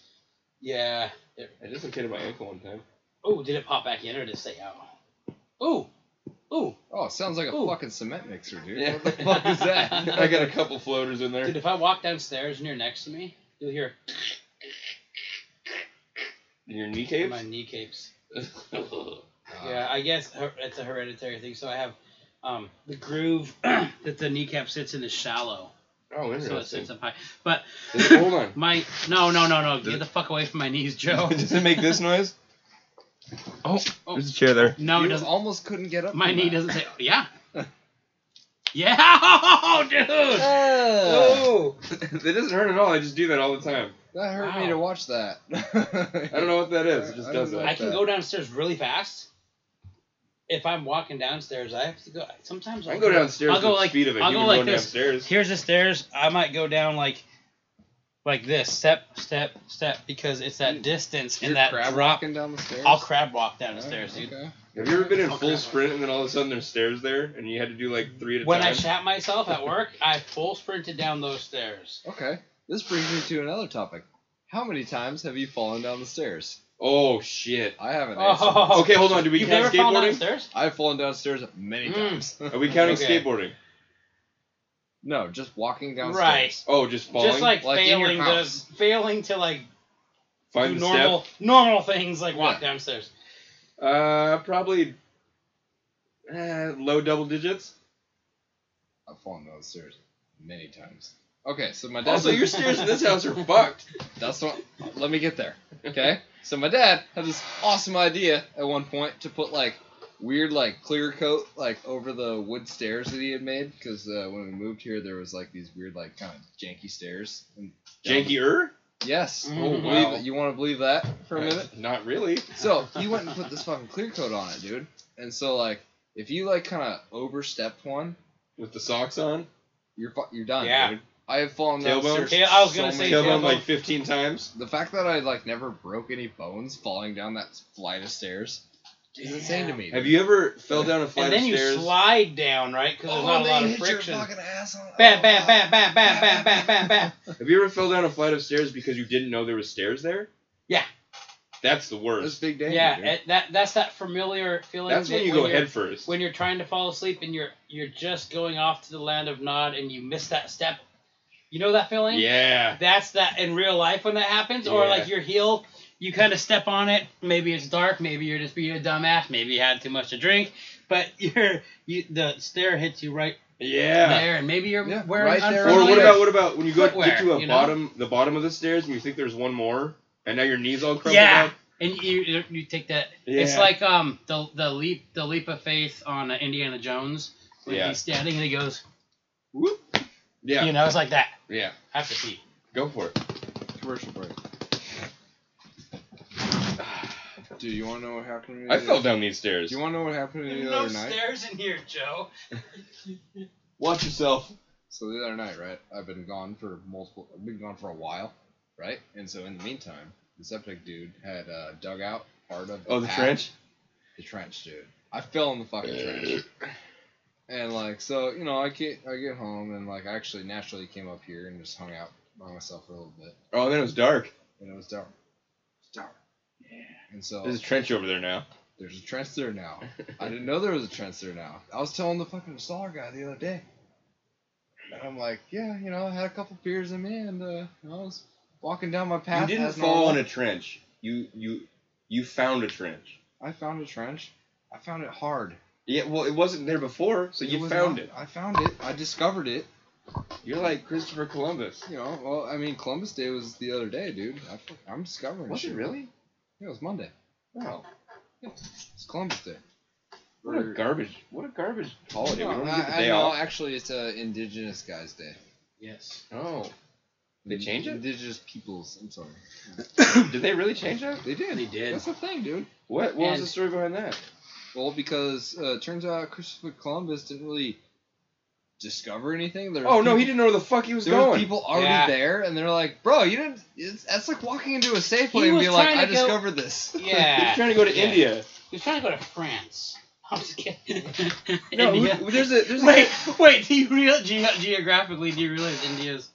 Speaker 2: Yeah. There-
Speaker 1: I dislocated my ankle one time.
Speaker 2: Oh, did it pop back in or did it stay out? Ooh. Ooh.
Speaker 3: Oh, it sounds like a
Speaker 2: Ooh.
Speaker 3: fucking cement mixer, dude.
Speaker 1: Yeah.
Speaker 3: What the fuck is that?
Speaker 1: I got a couple floaters in there.
Speaker 2: Dude, if I walk downstairs and you're next to me, you'll hear
Speaker 1: Your knee Oh, capes?
Speaker 2: my knee capes.
Speaker 1: That's
Speaker 2: Yeah, I guess her- it's a hereditary thing. So I have um, the groove that the kneecap sits in is shallow,
Speaker 1: Oh,
Speaker 2: so it sits
Speaker 1: interesting.
Speaker 2: up high. But
Speaker 1: Does it- hold on.
Speaker 5: My no no no no. Get
Speaker 1: Does-
Speaker 5: the fuck away from my knees, Joe.
Speaker 1: Does it make this noise?
Speaker 5: Oh,
Speaker 1: There's a chair there.
Speaker 5: no,
Speaker 3: you
Speaker 5: it doesn't.
Speaker 3: almost couldn't get up.
Speaker 5: My
Speaker 3: from
Speaker 5: knee
Speaker 3: that.
Speaker 5: doesn't say. Yeah. Yeah, oh, dude.
Speaker 3: Ah,
Speaker 1: Oh! it doesn't hurt at all. I just do that all the time.
Speaker 3: that hurt
Speaker 5: Wow.
Speaker 3: me to watch that.
Speaker 1: I don't know what that is. It just
Speaker 3: I
Speaker 1: does
Speaker 3: don't
Speaker 1: that.
Speaker 2: I
Speaker 3: like
Speaker 2: can
Speaker 3: that.
Speaker 2: go downstairs really fast. If I'm walking downstairs, I have to go. Sometimes
Speaker 1: I can go downstairs
Speaker 5: I'll go
Speaker 1: at the
Speaker 5: like-
Speaker 1: speed of a
Speaker 5: I'll
Speaker 1: human
Speaker 5: go like
Speaker 1: going
Speaker 5: this.
Speaker 1: downstairs.
Speaker 5: Here's the stairs. I might go down like,
Speaker 2: like this, step, step, step, because it's that
Speaker 3: Dude,
Speaker 2: distance
Speaker 3: You're
Speaker 2: and that
Speaker 3: crab
Speaker 2: drop.
Speaker 3: walking down the stairs.
Speaker 2: I'll crab walk down the
Speaker 3: Alright,
Speaker 2: stairs, dude.
Speaker 3: okay.
Speaker 1: Have you ever been in
Speaker 2: I'll
Speaker 1: full
Speaker 2: grab
Speaker 1: sprint and then all of a sudden there's stairs there and you had to do like three at a
Speaker 2: When I
Speaker 1: time?
Speaker 2: shat myself at work, I full sprinted down those stairs.
Speaker 3: Okay. This brings me to another topic. How many times have you fallen down the stairs?
Speaker 1: oh shit.
Speaker 3: I haven't.
Speaker 2: Oh.
Speaker 3: answered
Speaker 1: Okay, hold on. Do we
Speaker 2: You've
Speaker 1: count
Speaker 2: never fallen down the
Speaker 1: skateboarding?
Speaker 2: stairs?
Speaker 3: this. I've fallen downstairs many
Speaker 2: Mm.
Speaker 3: times.
Speaker 1: Are we counting
Speaker 2: Okay.
Speaker 1: skateboarding?
Speaker 3: no, just walking downstairs.
Speaker 2: Right.
Speaker 1: Oh, just falling.
Speaker 2: Just like,
Speaker 3: Like in your
Speaker 2: failing to
Speaker 3: house.
Speaker 2: failing to like
Speaker 1: Find
Speaker 2: do
Speaker 1: the
Speaker 2: normal normal things like walk downstairs.
Speaker 1: step. Uh, probably uh, low double digits.
Speaker 3: I've fallen down the stairs many times. Okay, so my dad.
Speaker 1: Also, your stairs in this house are fucked.
Speaker 3: That's what. Let me get there. Okay. So my dad had this awesome idea at one point to put like weird like clear coat like over the wood stairs that he had made because uh, when we moved here there was like these weird like kind of janky stairs. And
Speaker 1: Jankier?
Speaker 3: Yes.
Speaker 2: Oh,
Speaker 3: Believe
Speaker 1: wow.
Speaker 3: it. You want to believe that for a minute?
Speaker 1: Uh, Not really.
Speaker 3: So he went and put this fucking clear coat on it, dude. And so like if you like kind of overstepped one,
Speaker 1: With the socks on.
Speaker 3: you're fu- you're done,
Speaker 2: Yeah.
Speaker 3: dude. I have fallen down
Speaker 1: Tailbone?
Speaker 3: stairs.
Speaker 2: Tail- I was gonna
Speaker 3: so
Speaker 2: say
Speaker 3: many
Speaker 1: Killed him
Speaker 2: tailbone.
Speaker 1: like 15 times.
Speaker 3: The fact that I like never broke any bones falling down that flight of stairs is insane to
Speaker 2: Damn.
Speaker 3: me.
Speaker 1: Have you ever fell down a
Speaker 2: And
Speaker 1: flight
Speaker 2: then
Speaker 1: of
Speaker 2: you
Speaker 1: stairs?
Speaker 2: slide down, right? Because there's
Speaker 3: Oh,
Speaker 2: not a
Speaker 3: they
Speaker 2: lot of
Speaker 3: hit
Speaker 2: friction.
Speaker 3: Your fucking ass on,
Speaker 2: Bam, bam, bam, bam, bam, bam, bam, bam, bam.
Speaker 1: Have you ever fell down a flight of stairs because you didn't know there was stairs there?
Speaker 2: Yeah.
Speaker 1: That's the
Speaker 3: That's
Speaker 1: worst.
Speaker 3: big danger.
Speaker 2: Yeah,
Speaker 3: dude.
Speaker 2: it, that that's that familiar feeling.
Speaker 1: That's
Speaker 2: that
Speaker 1: when you go
Speaker 2: you're-
Speaker 1: head first.
Speaker 2: when you're trying to fall asleep and you're you're just going off to the land of Nod and you miss that step. You know that feeling?
Speaker 1: Yeah.
Speaker 2: That's that in real life when that happens, or
Speaker 1: Yeah.
Speaker 2: like your heel, you kind of step on it. Maybe it's dark. Maybe you're just being a dumbass. Maybe you had too much to drink, but you're you the stair hits you right
Speaker 1: Yeah.
Speaker 2: there, and maybe you're
Speaker 3: Yeah,
Speaker 2: wearing
Speaker 3: right there.
Speaker 1: Or
Speaker 2: unfamiliar.
Speaker 1: what about what about when you go
Speaker 2: Footwear,
Speaker 1: get to a
Speaker 2: you know?
Speaker 1: bottom the bottom of the stairs and you think there's one more and now your knees all crumpled
Speaker 2: Yeah.
Speaker 1: up?
Speaker 2: And you you- you take that. It's
Speaker 1: Yeah.
Speaker 2: like um the the leap the leap of faith on uh, Indiana Jones. When
Speaker 1: Yeah.
Speaker 2: he's standing and he goes,
Speaker 1: Whoop. Yeah.
Speaker 2: you know, it's like that.
Speaker 1: Yeah.
Speaker 2: I have to pee.
Speaker 1: Go for it.
Speaker 3: Commercial break. Dude, you want to know what happened to me?
Speaker 1: I
Speaker 3: the-
Speaker 1: fell down these stairs.
Speaker 3: Do you want to know what happened to me the other night?
Speaker 2: stairs in here, Joe.
Speaker 1: Watch yourself.
Speaker 3: So the other night, right? I've been gone for multiple. I've been gone for a while, right? And so in the meantime, the septic dude had uh, dug out part of.
Speaker 1: Oh, the
Speaker 2: Ah.
Speaker 3: path-
Speaker 1: trench?
Speaker 3: The trench, dude. I fell in the fucking trench. And like so, you know, I get I get home and like I actually naturally came up here and just hung out by myself for a little bit,
Speaker 1: Oh, and then it was dark.
Speaker 3: and it was dark. It's dark. Yeah. And so
Speaker 1: There's a trench over there now.
Speaker 3: There's a trench there now. I didn't know there was a trench there now. I was telling the fucking installer guy the other day. And I'm like, yeah, you know, I had a couple beers in me, and uh, you know, I was walking down my
Speaker 1: You
Speaker 3: path.
Speaker 1: didn't
Speaker 3: as
Speaker 1: fall in
Speaker 3: normal.
Speaker 1: a trench. You you you found a trench.
Speaker 3: I found a trench. I found it hard.
Speaker 1: Yeah, well, it wasn't there before, so you
Speaker 3: was
Speaker 1: found
Speaker 3: not-
Speaker 1: it.
Speaker 3: I found it. I discovered it.
Speaker 1: You're like Christopher Columbus.
Speaker 3: You know, well, I mean, Columbus Day was the other day, dude. I, fuck- I'm discovering.
Speaker 1: Was
Speaker 3: shit.
Speaker 1: it really?
Speaker 3: Yeah, it was Monday.
Speaker 1: No.
Speaker 3: It's Columbus Day.
Speaker 1: What a
Speaker 3: We're-
Speaker 1: garbage! What a garbage holiday.
Speaker 3: No,
Speaker 1: we don't even
Speaker 3: I,
Speaker 1: get the
Speaker 3: I
Speaker 1: day
Speaker 3: know,
Speaker 1: off.
Speaker 3: Actually, it's uh, Indigenous Guys Day.
Speaker 2: Yes.
Speaker 1: Oh, They change it?
Speaker 3: Indigenous peoples. I'm sorry.
Speaker 1: did they really change that?
Speaker 3: They did.
Speaker 2: They did.
Speaker 3: That's the thing, dude.
Speaker 1: What? What was
Speaker 2: And-
Speaker 1: the story behind that?
Speaker 3: Well, because uh, it turns out Christopher Columbus didn't really discover anything. There
Speaker 1: Oh no, he
Speaker 3: people-
Speaker 1: didn't know where the fuck he was
Speaker 3: There were
Speaker 1: going.
Speaker 3: people already
Speaker 2: Yeah.
Speaker 3: there, and they're like, "Bro, you didn't." It's, that's like walking into a
Speaker 2: He
Speaker 3: Safeway and
Speaker 2: was
Speaker 3: be like,
Speaker 2: trying
Speaker 3: "I
Speaker 2: to go-
Speaker 3: discovered this."
Speaker 1: He was
Speaker 2: Yeah.
Speaker 1: trying to go to
Speaker 2: Yeah.
Speaker 1: India.
Speaker 2: He's trying to go to France. I'm just kidding.
Speaker 1: No, who-
Speaker 2: India.
Speaker 1: there's a there's
Speaker 2: wait,
Speaker 1: a
Speaker 2: wait. Do you real ge- geographically? Do you realize India's?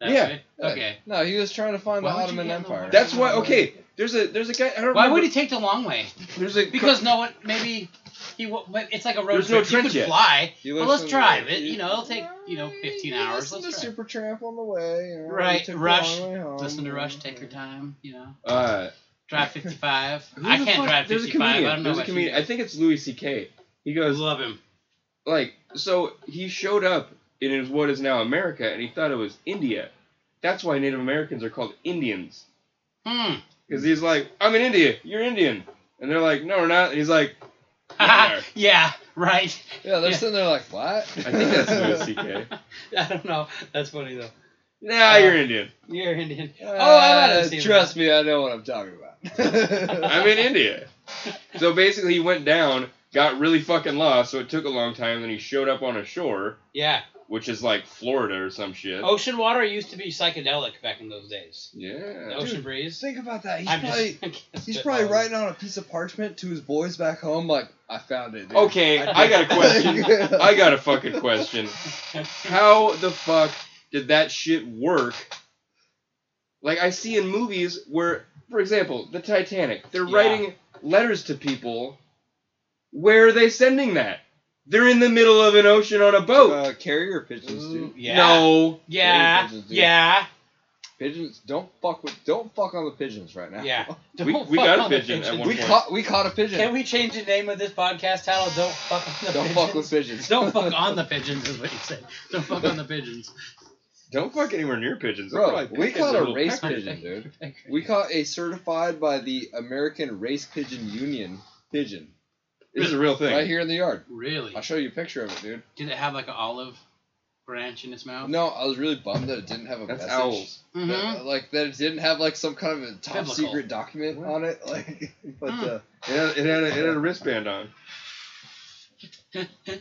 Speaker 2: That
Speaker 1: Yeah.
Speaker 2: Way? Okay.
Speaker 3: No, he was trying to find
Speaker 2: Why
Speaker 3: the
Speaker 2: would you
Speaker 3: Ottoman
Speaker 2: get in the
Speaker 3: Empire.
Speaker 2: way?
Speaker 1: that's why. Okay, there's a there's a guy. I don't
Speaker 2: Why
Speaker 1: remember-
Speaker 2: would he take the long way?
Speaker 1: There's a
Speaker 2: Because no one. Maybe he. wa- but It's like a road
Speaker 1: There's no
Speaker 2: trip. you
Speaker 1: trench
Speaker 2: could
Speaker 1: yet.
Speaker 2: fly.
Speaker 3: He
Speaker 2: Well, let's
Speaker 3: lives in-
Speaker 2: drive it. You know, it'll take you know 15
Speaker 3: Yeah,
Speaker 2: hours.
Speaker 3: Listen
Speaker 2: Let's
Speaker 3: to
Speaker 2: drive.
Speaker 3: Super Tramp on the way. you know,
Speaker 2: Right,
Speaker 3: take the
Speaker 2: Rush.
Speaker 3: long way
Speaker 1: Um,
Speaker 3: home.
Speaker 2: Listen to Rush. Take your time. You know,
Speaker 1: uh,
Speaker 2: drive 55.
Speaker 1: who
Speaker 2: I
Speaker 1: the
Speaker 2: can't
Speaker 1: fuck-
Speaker 2: drive
Speaker 1: There's a
Speaker 2: 55. I
Speaker 1: comedian.
Speaker 2: don't know
Speaker 1: there's a
Speaker 2: what you
Speaker 1: comedian.
Speaker 2: do.
Speaker 1: I think it's Louis C.K. He
Speaker 2: I
Speaker 1: goes
Speaker 2: love him.
Speaker 1: like so he showed up in is what is now America, and he thought it was India. That's why Native Americans are called Indians.
Speaker 2: Hmm.
Speaker 1: Because he's like, I'm in India. You're Indian. And they're like, no, we're not. And he's like, yeah,
Speaker 2: yeah, right.
Speaker 3: Yeah, they're
Speaker 2: Yeah.
Speaker 3: sitting there like, "What?"
Speaker 1: we are." I think that's Louis C.K.
Speaker 2: I don't know. That's funny though.
Speaker 1: Nah,
Speaker 2: Uh,
Speaker 1: you're Indian.
Speaker 2: You're Indian.
Speaker 3: Uh,
Speaker 2: oh, I might have seen
Speaker 3: Trust
Speaker 2: that.
Speaker 3: me, I know what I'm talking
Speaker 2: Uh-huh.
Speaker 3: about.
Speaker 1: I'm in India. So basically, he went down, got really fucking lost. So it took a long time. Then he showed up on a shore,
Speaker 2: Yeah,
Speaker 1: which is like Florida or some shit.
Speaker 2: ocean water used to be psychedelic back in those days. The
Speaker 1: Yeah.
Speaker 2: ocean
Speaker 3: Dude,
Speaker 2: breeze.
Speaker 3: Think about that. He's
Speaker 2: I'm
Speaker 3: probably
Speaker 2: just, I'm just
Speaker 3: He's probably
Speaker 2: spitballing.
Speaker 3: writing on a piece of parchment to his boys back home, like, I found it.
Speaker 2: Oh.
Speaker 3: Dude.
Speaker 1: Okay, I got a question. I got a fucking question. How the fuck did that shit work? Like I see in movies where, for example, the Titanic, they're
Speaker 2: Yeah.
Speaker 1: writing letters to people. Where are they sending that? They're in the middle of an ocean on a boat.
Speaker 3: uh, carrier pigeons,
Speaker 2: Ooh,
Speaker 3: dude.
Speaker 2: yeah.
Speaker 1: No.
Speaker 2: Yeah.
Speaker 3: Very good, dude.
Speaker 2: Yeah.
Speaker 3: Pigeons don't fuck with don't fuck on the pigeons right now.
Speaker 2: Yeah.
Speaker 1: We-
Speaker 2: Don't
Speaker 1: we
Speaker 2: fuck
Speaker 1: got a
Speaker 2: on the
Speaker 1: pigeon at
Speaker 2: pigeons.
Speaker 1: one-
Speaker 3: we
Speaker 1: point.
Speaker 3: caught we caught a pigeon.
Speaker 2: Can we change the name of this podcast title? Don't fuck on the
Speaker 3: don't
Speaker 2: pigeons.
Speaker 3: fuck with pigeons.
Speaker 6: Don't fuck on the pigeons is what he said. Don't fuck on the pigeons.
Speaker 1: Don't fuck anywhere near pigeons. They're
Speaker 3: Bro,
Speaker 1: probably
Speaker 3: we
Speaker 1: pecking
Speaker 3: caught
Speaker 1: their
Speaker 3: a
Speaker 1: little
Speaker 3: race
Speaker 1: peckers.
Speaker 3: pigeon, dude. We caught a certified by the American Race Pigeon Union pigeon
Speaker 1: This is a real thing.
Speaker 3: right here in the yard.
Speaker 6: Really?
Speaker 3: I'll show you a picture of it, dude.
Speaker 6: Did it have like an olive branch in its mouth?
Speaker 3: No, I was really bummed that it didn't have a
Speaker 1: That's
Speaker 3: message.
Speaker 1: owls.
Speaker 6: Mm-hmm.
Speaker 3: That- uh, like that it didn't have like some kind of a top
Speaker 6: Biblical.
Speaker 3: secret document on it. Like, but
Speaker 6: Mm.
Speaker 3: uh,
Speaker 1: It had, it, had a, it had a wristband on.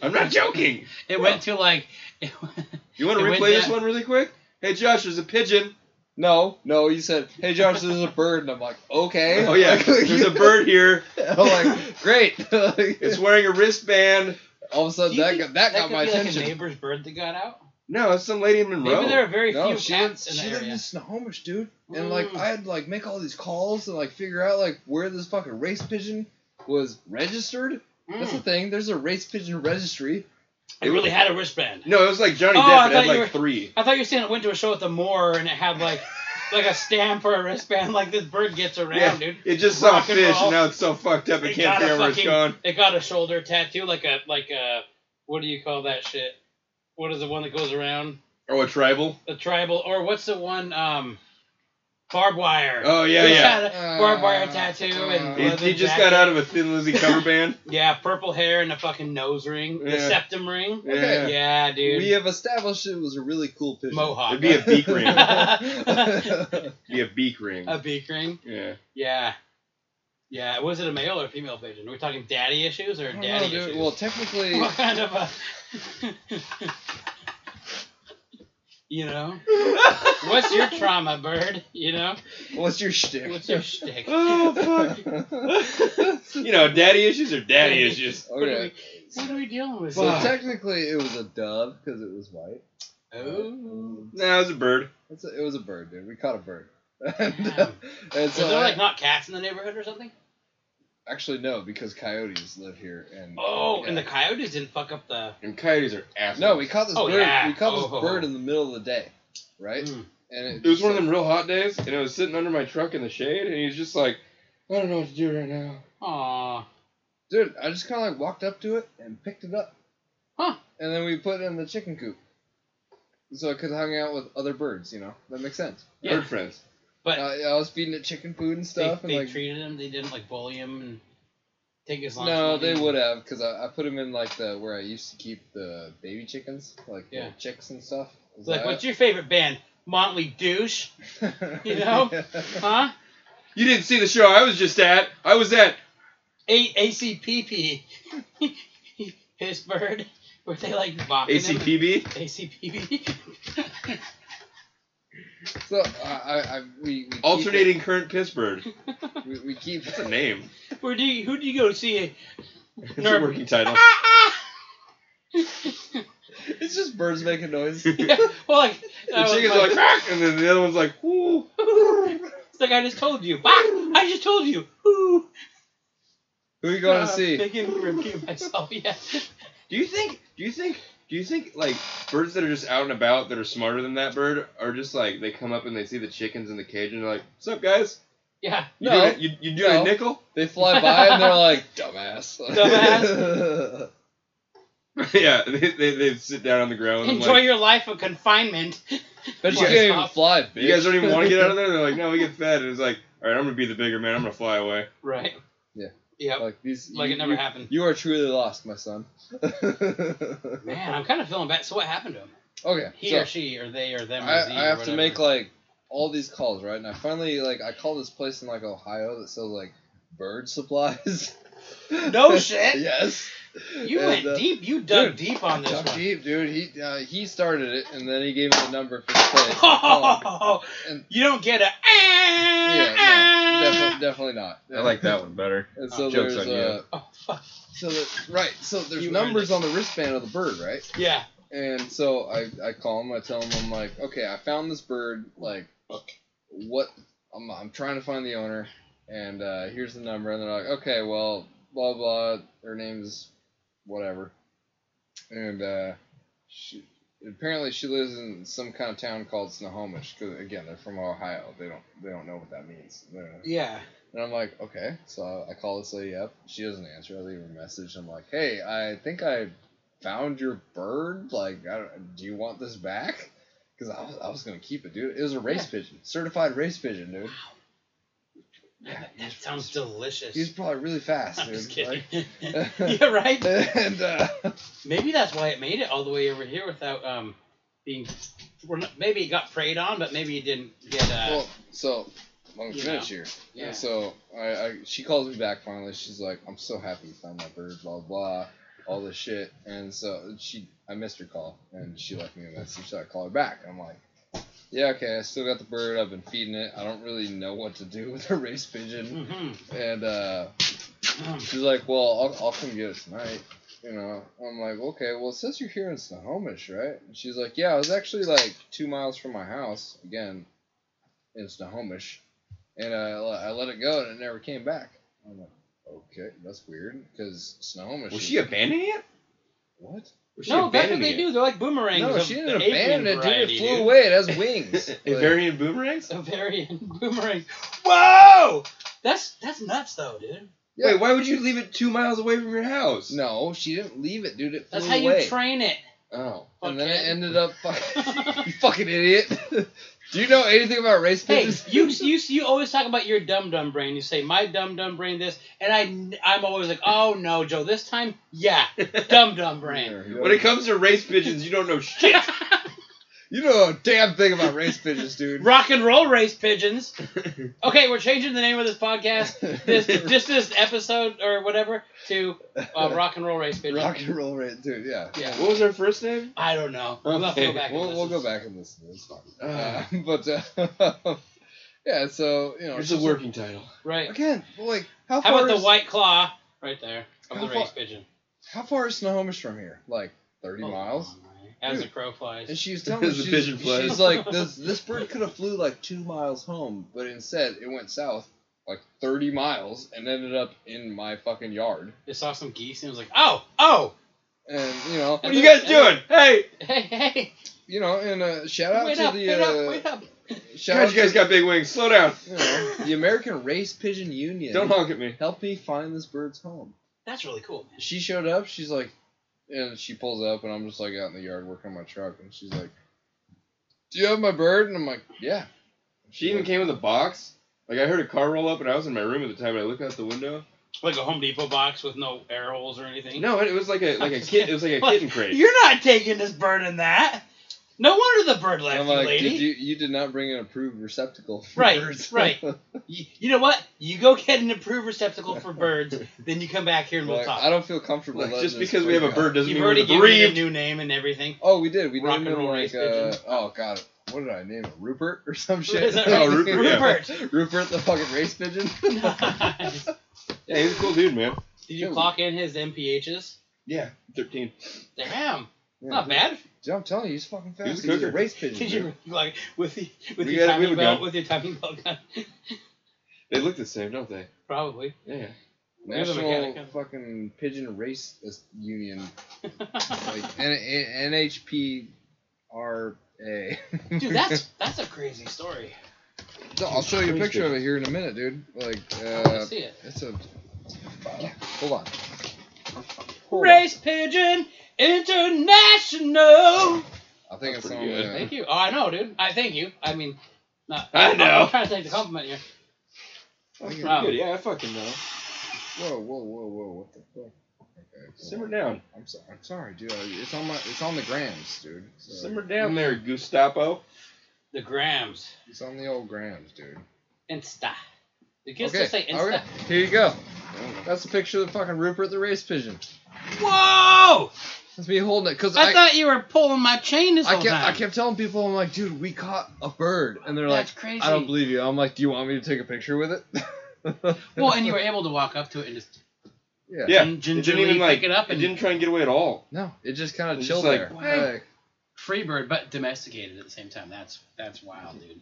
Speaker 1: I'm not joking.
Speaker 6: It went to like. It went,
Speaker 1: You want
Speaker 6: It
Speaker 1: to
Speaker 6: went
Speaker 1: replay this
Speaker 6: down-
Speaker 1: one really quick? Hey Josh, there's a pigeon.
Speaker 3: no, no, you said, "Hey Josh, there's a bird," and I'm like, "Okay."
Speaker 1: Oh yeah,
Speaker 3: Like,
Speaker 1: there's a bird here.
Speaker 3: I'm like, great.
Speaker 1: It's wearing a wristband.
Speaker 3: All of a sudden,
Speaker 2: Do you
Speaker 3: that
Speaker 2: think
Speaker 3: got, that, got
Speaker 2: could
Speaker 3: my
Speaker 2: be
Speaker 3: attention.
Speaker 2: Like a neighbor's bird that got out.
Speaker 1: No, it's some lady in Monroe.
Speaker 2: Maybe there are very
Speaker 3: no,
Speaker 2: few
Speaker 3: she lived,
Speaker 2: cats in
Speaker 3: she
Speaker 2: the
Speaker 3: lived
Speaker 2: area.
Speaker 3: in Snohomish, dude, and like
Speaker 6: Mm.
Speaker 3: I had to like make all these calls and like figure out like where this fucking race pigeon was registered. That's the
Speaker 2: Mm.
Speaker 3: thing. There's a race pigeon registry.
Speaker 2: It really had a wristband.
Speaker 1: no, it was like Johnny
Speaker 2: Oh, I
Speaker 1: Depp. It
Speaker 2: thought
Speaker 1: had
Speaker 2: you
Speaker 1: like
Speaker 2: were-
Speaker 1: three.
Speaker 2: I thought you were saying it went to a show at the Moor and it had like like a stamp or a wristband. Like this bird gets around,
Speaker 1: Yeah,
Speaker 2: dude.
Speaker 1: it just saw a
Speaker 2: Rock and
Speaker 1: fish,
Speaker 2: roll.
Speaker 1: and now it's so fucked up it,
Speaker 2: It
Speaker 1: can't
Speaker 2: got a
Speaker 1: figure out where it's
Speaker 2: fucking-
Speaker 1: gone.
Speaker 2: It got a shoulder tattoo, like a like a what do you call that shit? What is the one that goes around?
Speaker 1: Oh, a tribal.
Speaker 2: The tribal or what's the one? Um, barbed wire.
Speaker 1: Oh yeah,
Speaker 2: It's
Speaker 1: yeah.
Speaker 2: got a barbed wire tattoo
Speaker 3: Uh,
Speaker 2: and
Speaker 1: He,
Speaker 2: leather
Speaker 1: he just
Speaker 2: jacket.
Speaker 1: got out of a Thin Lizzy cover band.
Speaker 2: yeah, purple hair and a fucking nose ring, the
Speaker 1: Yeah.
Speaker 2: septum ring.
Speaker 1: Yeah.
Speaker 3: Okay.
Speaker 2: Yeah, dude.
Speaker 3: We have established it was a really cool pigeon.
Speaker 2: Mohawk.
Speaker 1: It'd be a beak ring.
Speaker 2: ring.
Speaker 1: Be a beak ring.
Speaker 2: a beak ring.
Speaker 1: Yeah.
Speaker 2: Yeah. Yeah, was it a male or a female pigeon? Are we talking daddy issues or
Speaker 3: I don't
Speaker 2: daddy
Speaker 3: know, dude.
Speaker 2: issues?
Speaker 3: Well, technically,
Speaker 2: what kind of a You know? What's your trauma, bird? You know?
Speaker 3: what's your shtick?
Speaker 2: What's your shtick?
Speaker 1: Oh fuck. you know, daddy issues are daddy issues.
Speaker 2: What are
Speaker 3: okay.
Speaker 2: we, what are we dealing with?
Speaker 3: So
Speaker 1: Fuck.
Speaker 3: technically, it was a dove because it was white.
Speaker 2: oh.
Speaker 1: Nah, it's a bird.
Speaker 3: It's a, it was a bird, dude. We caught a bird. and, uh,
Speaker 2: Damn.
Speaker 3: and
Speaker 2: Is
Speaker 3: so
Speaker 2: there
Speaker 3: I-
Speaker 2: like not cats in the neighborhood or something?
Speaker 3: actually no, because coyotes live here and
Speaker 2: Oh, and the
Speaker 3: yeah.
Speaker 2: coyotes didn't fuck up the.
Speaker 1: And coyotes are assholes.
Speaker 3: no, we caught this
Speaker 2: Oh,
Speaker 3: bird.
Speaker 2: yeah.
Speaker 3: We caught
Speaker 2: Oh.
Speaker 3: this bird in the middle of the day, right?
Speaker 2: Mm.
Speaker 3: And
Speaker 1: It was one of them real hot days, and it was sitting under my truck in the shade, and he was just like, I don't know what to do right now.
Speaker 2: Aw.
Speaker 3: Dude, I just kind of like walked up to it and picked it up.
Speaker 2: Huh.
Speaker 3: And then we put it in the chicken coop. So it could hang out with other birds, you know? That makes sense.
Speaker 2: Yeah.
Speaker 1: Bird friends.
Speaker 2: But
Speaker 3: Uh, yeah, I was feeding it chicken food and stuff.
Speaker 2: they, they
Speaker 3: and like,
Speaker 2: treated him. They didn't like bully him and take his lunch.
Speaker 3: no,
Speaker 2: money.
Speaker 3: they would have, because I, I put them in like the where I used to keep the baby chickens, like
Speaker 2: Yeah.
Speaker 3: little chicks and stuff.
Speaker 2: It's like, what's your favorite band? Motley Douche, you know? huh?
Speaker 1: You didn't see the show I was just at. I was at.
Speaker 2: A- ACPP, Pittsburgh. Were they like mocking him?
Speaker 1: ACPB?
Speaker 2: ACPP.
Speaker 3: So I, I, I we, we keep it-
Speaker 1: Alternating Current Pittsburgh.
Speaker 3: we, we keep
Speaker 1: That's a name.
Speaker 2: Where do you, who do you go see?
Speaker 1: It's a
Speaker 2: Nerf.
Speaker 1: working title.
Speaker 3: it's just birds making noise.
Speaker 2: yeah, well, like,
Speaker 1: The
Speaker 2: I was
Speaker 1: chicken's
Speaker 2: like,
Speaker 1: like, "Quack," and then the other one's like, whoo.
Speaker 2: it's like I just told you. Bah! I just told you. Ooh.
Speaker 3: Who you going
Speaker 2: Uh,
Speaker 3: to see?
Speaker 2: Making repeat myself. Yeah.
Speaker 1: Do you think? Do you think? Do you think like birds that are just out and about that are smarter than that bird are just like they come up and they see the chickens in the cage and they're like, "What's up, guys?
Speaker 2: Yeah.
Speaker 1: You
Speaker 3: No.
Speaker 1: doing, a- you, you doing
Speaker 3: No.
Speaker 1: a nickel?"
Speaker 3: They fly by and they're like, dumbass.
Speaker 2: Dumbass.
Speaker 1: yeah, they, they, they sit down on the ground. And
Speaker 2: Enjoy
Speaker 1: I'm like,
Speaker 2: your life of confinement.
Speaker 3: Bet you
Speaker 1: You
Speaker 3: can't
Speaker 1: guys-
Speaker 3: even fly, bitch.
Speaker 1: you guys don't even want to get out of there. They're like, "No, we get fed." And it's like, "All right, I'm gonna be the bigger man. I'm gonna fly away."
Speaker 2: Right.
Speaker 3: Yeah.
Speaker 2: Yep. Like,
Speaker 3: Like these.
Speaker 2: it never happened.
Speaker 3: You are truly lost, my son. okay,
Speaker 2: Man, I'm kind of feeling bad. So what happened to him? He
Speaker 3: so
Speaker 2: or she or they or them or
Speaker 3: I,
Speaker 2: Z
Speaker 3: I
Speaker 2: or
Speaker 3: have to
Speaker 2: whatever.
Speaker 3: make like all these calls, right? And I finally like I call this place in like Ohio that sells like bird supplies.
Speaker 2: No shit.
Speaker 3: yes.
Speaker 2: You
Speaker 3: And,
Speaker 2: went
Speaker 3: uh,
Speaker 2: deep. You dug
Speaker 3: dude,
Speaker 2: deep on this
Speaker 3: Chuck
Speaker 2: one.
Speaker 3: Deep, dude. He uh, he started it, and then he gave me the number for the place. Oh, And-
Speaker 2: you don't get a. eh,
Speaker 3: yeah, no, defi- definitely not.
Speaker 1: that one better.
Speaker 3: And so
Speaker 1: Oh, joke's
Speaker 3: there's
Speaker 1: on you.
Speaker 3: uh,
Speaker 2: Oh, fuck.
Speaker 3: so the, right, so there's
Speaker 2: You earned
Speaker 3: numbers
Speaker 2: it.
Speaker 3: on the wristband of the bird, right?
Speaker 2: Yeah.
Speaker 3: And so I, I call him. I tell him I'm like, okay, I found this bird. Like, what? I'm, I'm trying to find the owner, and uh, here's the number. And they're like, okay, well, blah blah. Her name's whatever. And uh, she, apparently she lives in some kind of town called Snohomish. Because again, they're from Ohio. They don't they don't know what that means. Uh, They're-
Speaker 2: Yeah.
Speaker 3: And I'm like, okay. So I call this lady up. She doesn't answer. I leave her a message. I'm like, hey, I think I found your bird. Like, I don't, do you want this back? Because I was, I was going to keep it, dude. It was a race
Speaker 2: Yeah.
Speaker 3: pigeon. Certified race pigeon, dude.
Speaker 2: That, that sounds delicious.
Speaker 3: He's probably really fast,
Speaker 2: I'm
Speaker 3: dude.
Speaker 2: just kidding.
Speaker 3: Like-
Speaker 2: yeah, right.
Speaker 3: and, uh,
Speaker 2: Maybe that's why it made it all the way over here without um being. Or not, maybe it got preyed on, but maybe it didn't get. Uh,
Speaker 3: well, so I'm going to
Speaker 2: You
Speaker 3: finish here.
Speaker 2: yeah.
Speaker 3: So I, I she calls me back finally. She's like, I'm so happy you found my bird, blah blah, all this shit. And so she I missed her call and she left me a message, so I call her back. I'm like, Yeah, okay, I still got the bird, I've been feeding it. I don't really know what to do with a race pigeon.
Speaker 2: Mm-hmm.
Speaker 3: And uh she's like, Well, I'll, I'll come get it tonight. You know, I'm like, okay, well, it says you're here in Snohomish, right? And she's like, yeah, I was actually like two miles from my house, again, in Snohomish, and I, le- I let it go and it never came back. I'm like, okay, that's weird, because Snohomish.
Speaker 1: Was
Speaker 3: is-
Speaker 1: she abandoning it?
Speaker 3: What?
Speaker 1: Was she
Speaker 2: No, that's what
Speaker 1: abandoning
Speaker 2: they do. They're like boomerangs.
Speaker 3: No,
Speaker 2: of
Speaker 3: she
Speaker 2: the
Speaker 3: didn't
Speaker 2: avian
Speaker 3: abandon it, dude.
Speaker 2: variety,
Speaker 3: It flew
Speaker 2: dude.
Speaker 3: away. It has wings.
Speaker 1: it? Invariant boomerangs?
Speaker 2: Bavarian boomerang. Whoa! That's that's nuts though, dude.
Speaker 3: Yeah.
Speaker 1: Wait, why would you leave it two miles away from your house?
Speaker 3: no, she didn't leave it, dude. It flew
Speaker 2: That's how
Speaker 3: away.
Speaker 2: you train it.
Speaker 3: oh, and then
Speaker 2: Fuckhead.
Speaker 3: it ended up. Fuck, you fucking idiot. Do you know anything about race
Speaker 2: Hey,
Speaker 3: pigeons?
Speaker 2: you you you always talk about your dumb dumb brain. You say my dumb dumb brain this, and I I'm always like, oh no, Joe. This time, yeah, dumb dumb brain.
Speaker 3: Yeah,
Speaker 1: When it comes to race pigeons, you don't know shit.
Speaker 3: you know a damn thing about race pigeons, dude.
Speaker 2: Rock and roll race pigeons. Okay, we're changing the name of this podcast, this just this episode or whatever, to uh, rock and roll race pigeons.
Speaker 3: Rock and roll race, dude. Yeah.
Speaker 2: Yeah,
Speaker 1: what was her first name?
Speaker 2: I don't know. We'll have to go
Speaker 1: Okay,
Speaker 2: back. and
Speaker 3: We'll, we'll
Speaker 2: listen.
Speaker 3: go back and listen. It's fine. Uh, but uh, yeah, so you know,
Speaker 1: It's a working title.
Speaker 2: Right.
Speaker 3: again. Like how,
Speaker 2: How
Speaker 3: far
Speaker 2: about the
Speaker 3: is,
Speaker 2: white claw right there of
Speaker 3: How
Speaker 2: the
Speaker 3: far-
Speaker 2: race pigeon?
Speaker 3: How far is Snohomish from here? Like thirty
Speaker 2: Oh,
Speaker 3: miles.
Speaker 2: As
Speaker 3: Dude.
Speaker 2: the crow flies.
Speaker 3: And she was telling me
Speaker 1: As the
Speaker 3: she's,
Speaker 1: pigeon flies.
Speaker 3: she's like this. This bird could have flew like two miles home, but instead it went south like thirty miles and ended up in my fucking yard.
Speaker 2: They saw some geese and it was like, oh, oh,
Speaker 3: And you know,
Speaker 1: What are you guys doing? Hey!
Speaker 2: hey, hey,
Speaker 3: you know, and uh, shout out
Speaker 2: wait
Speaker 3: to
Speaker 2: up,
Speaker 3: the
Speaker 2: wait
Speaker 3: uh,
Speaker 2: up, wait up.
Speaker 3: shout
Speaker 1: God,
Speaker 3: out
Speaker 1: you guys
Speaker 3: to,
Speaker 1: got big wings. Slow down.
Speaker 3: you know, the American Race Pigeon Union.
Speaker 1: Don't honk at me.
Speaker 3: help me find this bird's home.
Speaker 2: That's really cool, man.
Speaker 3: she showed up. She's like, and she pulls up, and I'm just like out in the yard working on my truck, and she's like, "Do you have my bird?" And I'm like, "Yeah."
Speaker 1: She even came with a box. Like, I heard a car roll up, and I was in my room at the time, and I looked out the window.
Speaker 2: Like a Home Depot box with no air holes or anything.
Speaker 1: No, it was like a like a kid. It was like a kitten crate.
Speaker 2: You're not taking this bird in that. No wonder the bird left
Speaker 3: I'm
Speaker 2: you,
Speaker 3: like,
Speaker 2: lady.
Speaker 3: "Did you you did not bring an approved receptacle for
Speaker 2: Right,
Speaker 3: birds?"
Speaker 2: right. You, you know what? You go get an approved receptacle for birds, then you come back here and we'll
Speaker 3: Like,
Speaker 2: talk.
Speaker 3: I don't feel comfortable.
Speaker 1: Like,
Speaker 3: letting
Speaker 1: just
Speaker 3: this
Speaker 1: because we have a
Speaker 3: go.
Speaker 1: bird doesn't
Speaker 2: You've
Speaker 1: mean
Speaker 2: already
Speaker 1: we're
Speaker 2: given it a
Speaker 1: bereaved.
Speaker 2: new name and everything.
Speaker 3: Oh, we did. We
Speaker 2: Rock
Speaker 3: named
Speaker 2: and
Speaker 3: him
Speaker 2: roll
Speaker 3: like,
Speaker 2: race
Speaker 3: uh,
Speaker 2: pigeon.
Speaker 3: oh god, what did I name him? Rupert or some shit?
Speaker 2: Is that right?
Speaker 1: Oh, Rupert, yeah.
Speaker 2: Rupert.
Speaker 3: Rupert the fucking race pigeon.
Speaker 2: Nice.
Speaker 1: Yeah, he's a cool dude, man.
Speaker 2: Did you clock in his MPHs?
Speaker 1: Yeah, thirteen.
Speaker 2: Damn,
Speaker 3: Yeah.
Speaker 2: not bad.
Speaker 3: Dude, I'm telling you, he's fucking fast.
Speaker 1: He's
Speaker 3: He's
Speaker 1: a
Speaker 3: a,
Speaker 1: cooker.
Speaker 3: race pigeon.
Speaker 2: Did you like with the with
Speaker 1: We
Speaker 2: your
Speaker 1: got it, we have
Speaker 2: timing
Speaker 1: a
Speaker 2: belt
Speaker 1: gun.
Speaker 2: with your timing belt gun?
Speaker 1: They look the same, don't they?
Speaker 2: Probably.
Speaker 1: Yeah.
Speaker 2: You're the
Speaker 3: National
Speaker 2: mechanic.
Speaker 3: fucking pigeon race as- union, like N- N- NHPRA.
Speaker 2: Dude, that's that's a crazy story.
Speaker 3: So I'll show you a picture of it here in a minute, dude. Like,
Speaker 2: I want
Speaker 3: uh,
Speaker 2: to see it.
Speaker 3: it's a. Yeah, hold on. Hold on.
Speaker 2: Race pigeon international.
Speaker 3: I think
Speaker 1: That's
Speaker 3: it's
Speaker 1: pretty good.
Speaker 3: on. uh,
Speaker 2: Thank you. Oh, I know, dude. I thank you. I mean, not.
Speaker 1: I
Speaker 2: I'm-
Speaker 1: know.
Speaker 2: I'm trying to take the compliment here.
Speaker 3: Uh,
Speaker 1: That's
Speaker 2: Wow.
Speaker 1: pretty good. Yeah, I fucking know.
Speaker 3: whoa, whoa, whoa, whoa! What the fuck? Okay,
Speaker 1: Simmer
Speaker 3: simmer.
Speaker 1: down.
Speaker 3: I'm sorry. I'm sorry, dude. I- It's on my. It's on the grams, dude. So,
Speaker 1: Simmer down there, Gustavo.
Speaker 2: The grams.
Speaker 3: It's on the old grams, dude.
Speaker 2: Insta. The kids
Speaker 3: okay.
Speaker 2: just say Insta.
Speaker 3: okay. Here you go. That's a picture of the fucking Rupert the race pigeon.
Speaker 2: Whoa!
Speaker 3: That's me holding it, cause
Speaker 2: I,
Speaker 3: I,
Speaker 2: thought you were pulling my chain this
Speaker 3: I
Speaker 2: whole
Speaker 3: kept
Speaker 2: time.
Speaker 3: I kept telling people I'm like, dude, we caught a bird, and they're
Speaker 2: That's
Speaker 3: like,
Speaker 2: crazy.
Speaker 3: I don't believe you. I'm like, do you want me to take a picture with it?
Speaker 2: Well, and you were able to walk up to it and just
Speaker 3: yeah.
Speaker 1: Yeah.
Speaker 2: Gin-
Speaker 1: it didn't
Speaker 2: gingerly
Speaker 1: even
Speaker 2: pick
Speaker 1: like
Speaker 2: it up
Speaker 1: it
Speaker 2: and-
Speaker 1: didn't try and get away at all.
Speaker 3: No, it just kind
Speaker 1: It's
Speaker 3: of
Speaker 1: just
Speaker 3: chilled
Speaker 1: like,
Speaker 3: there.
Speaker 1: why?
Speaker 3: Like,
Speaker 2: freebird, but domesticated at the same time. That's that's wild, dude.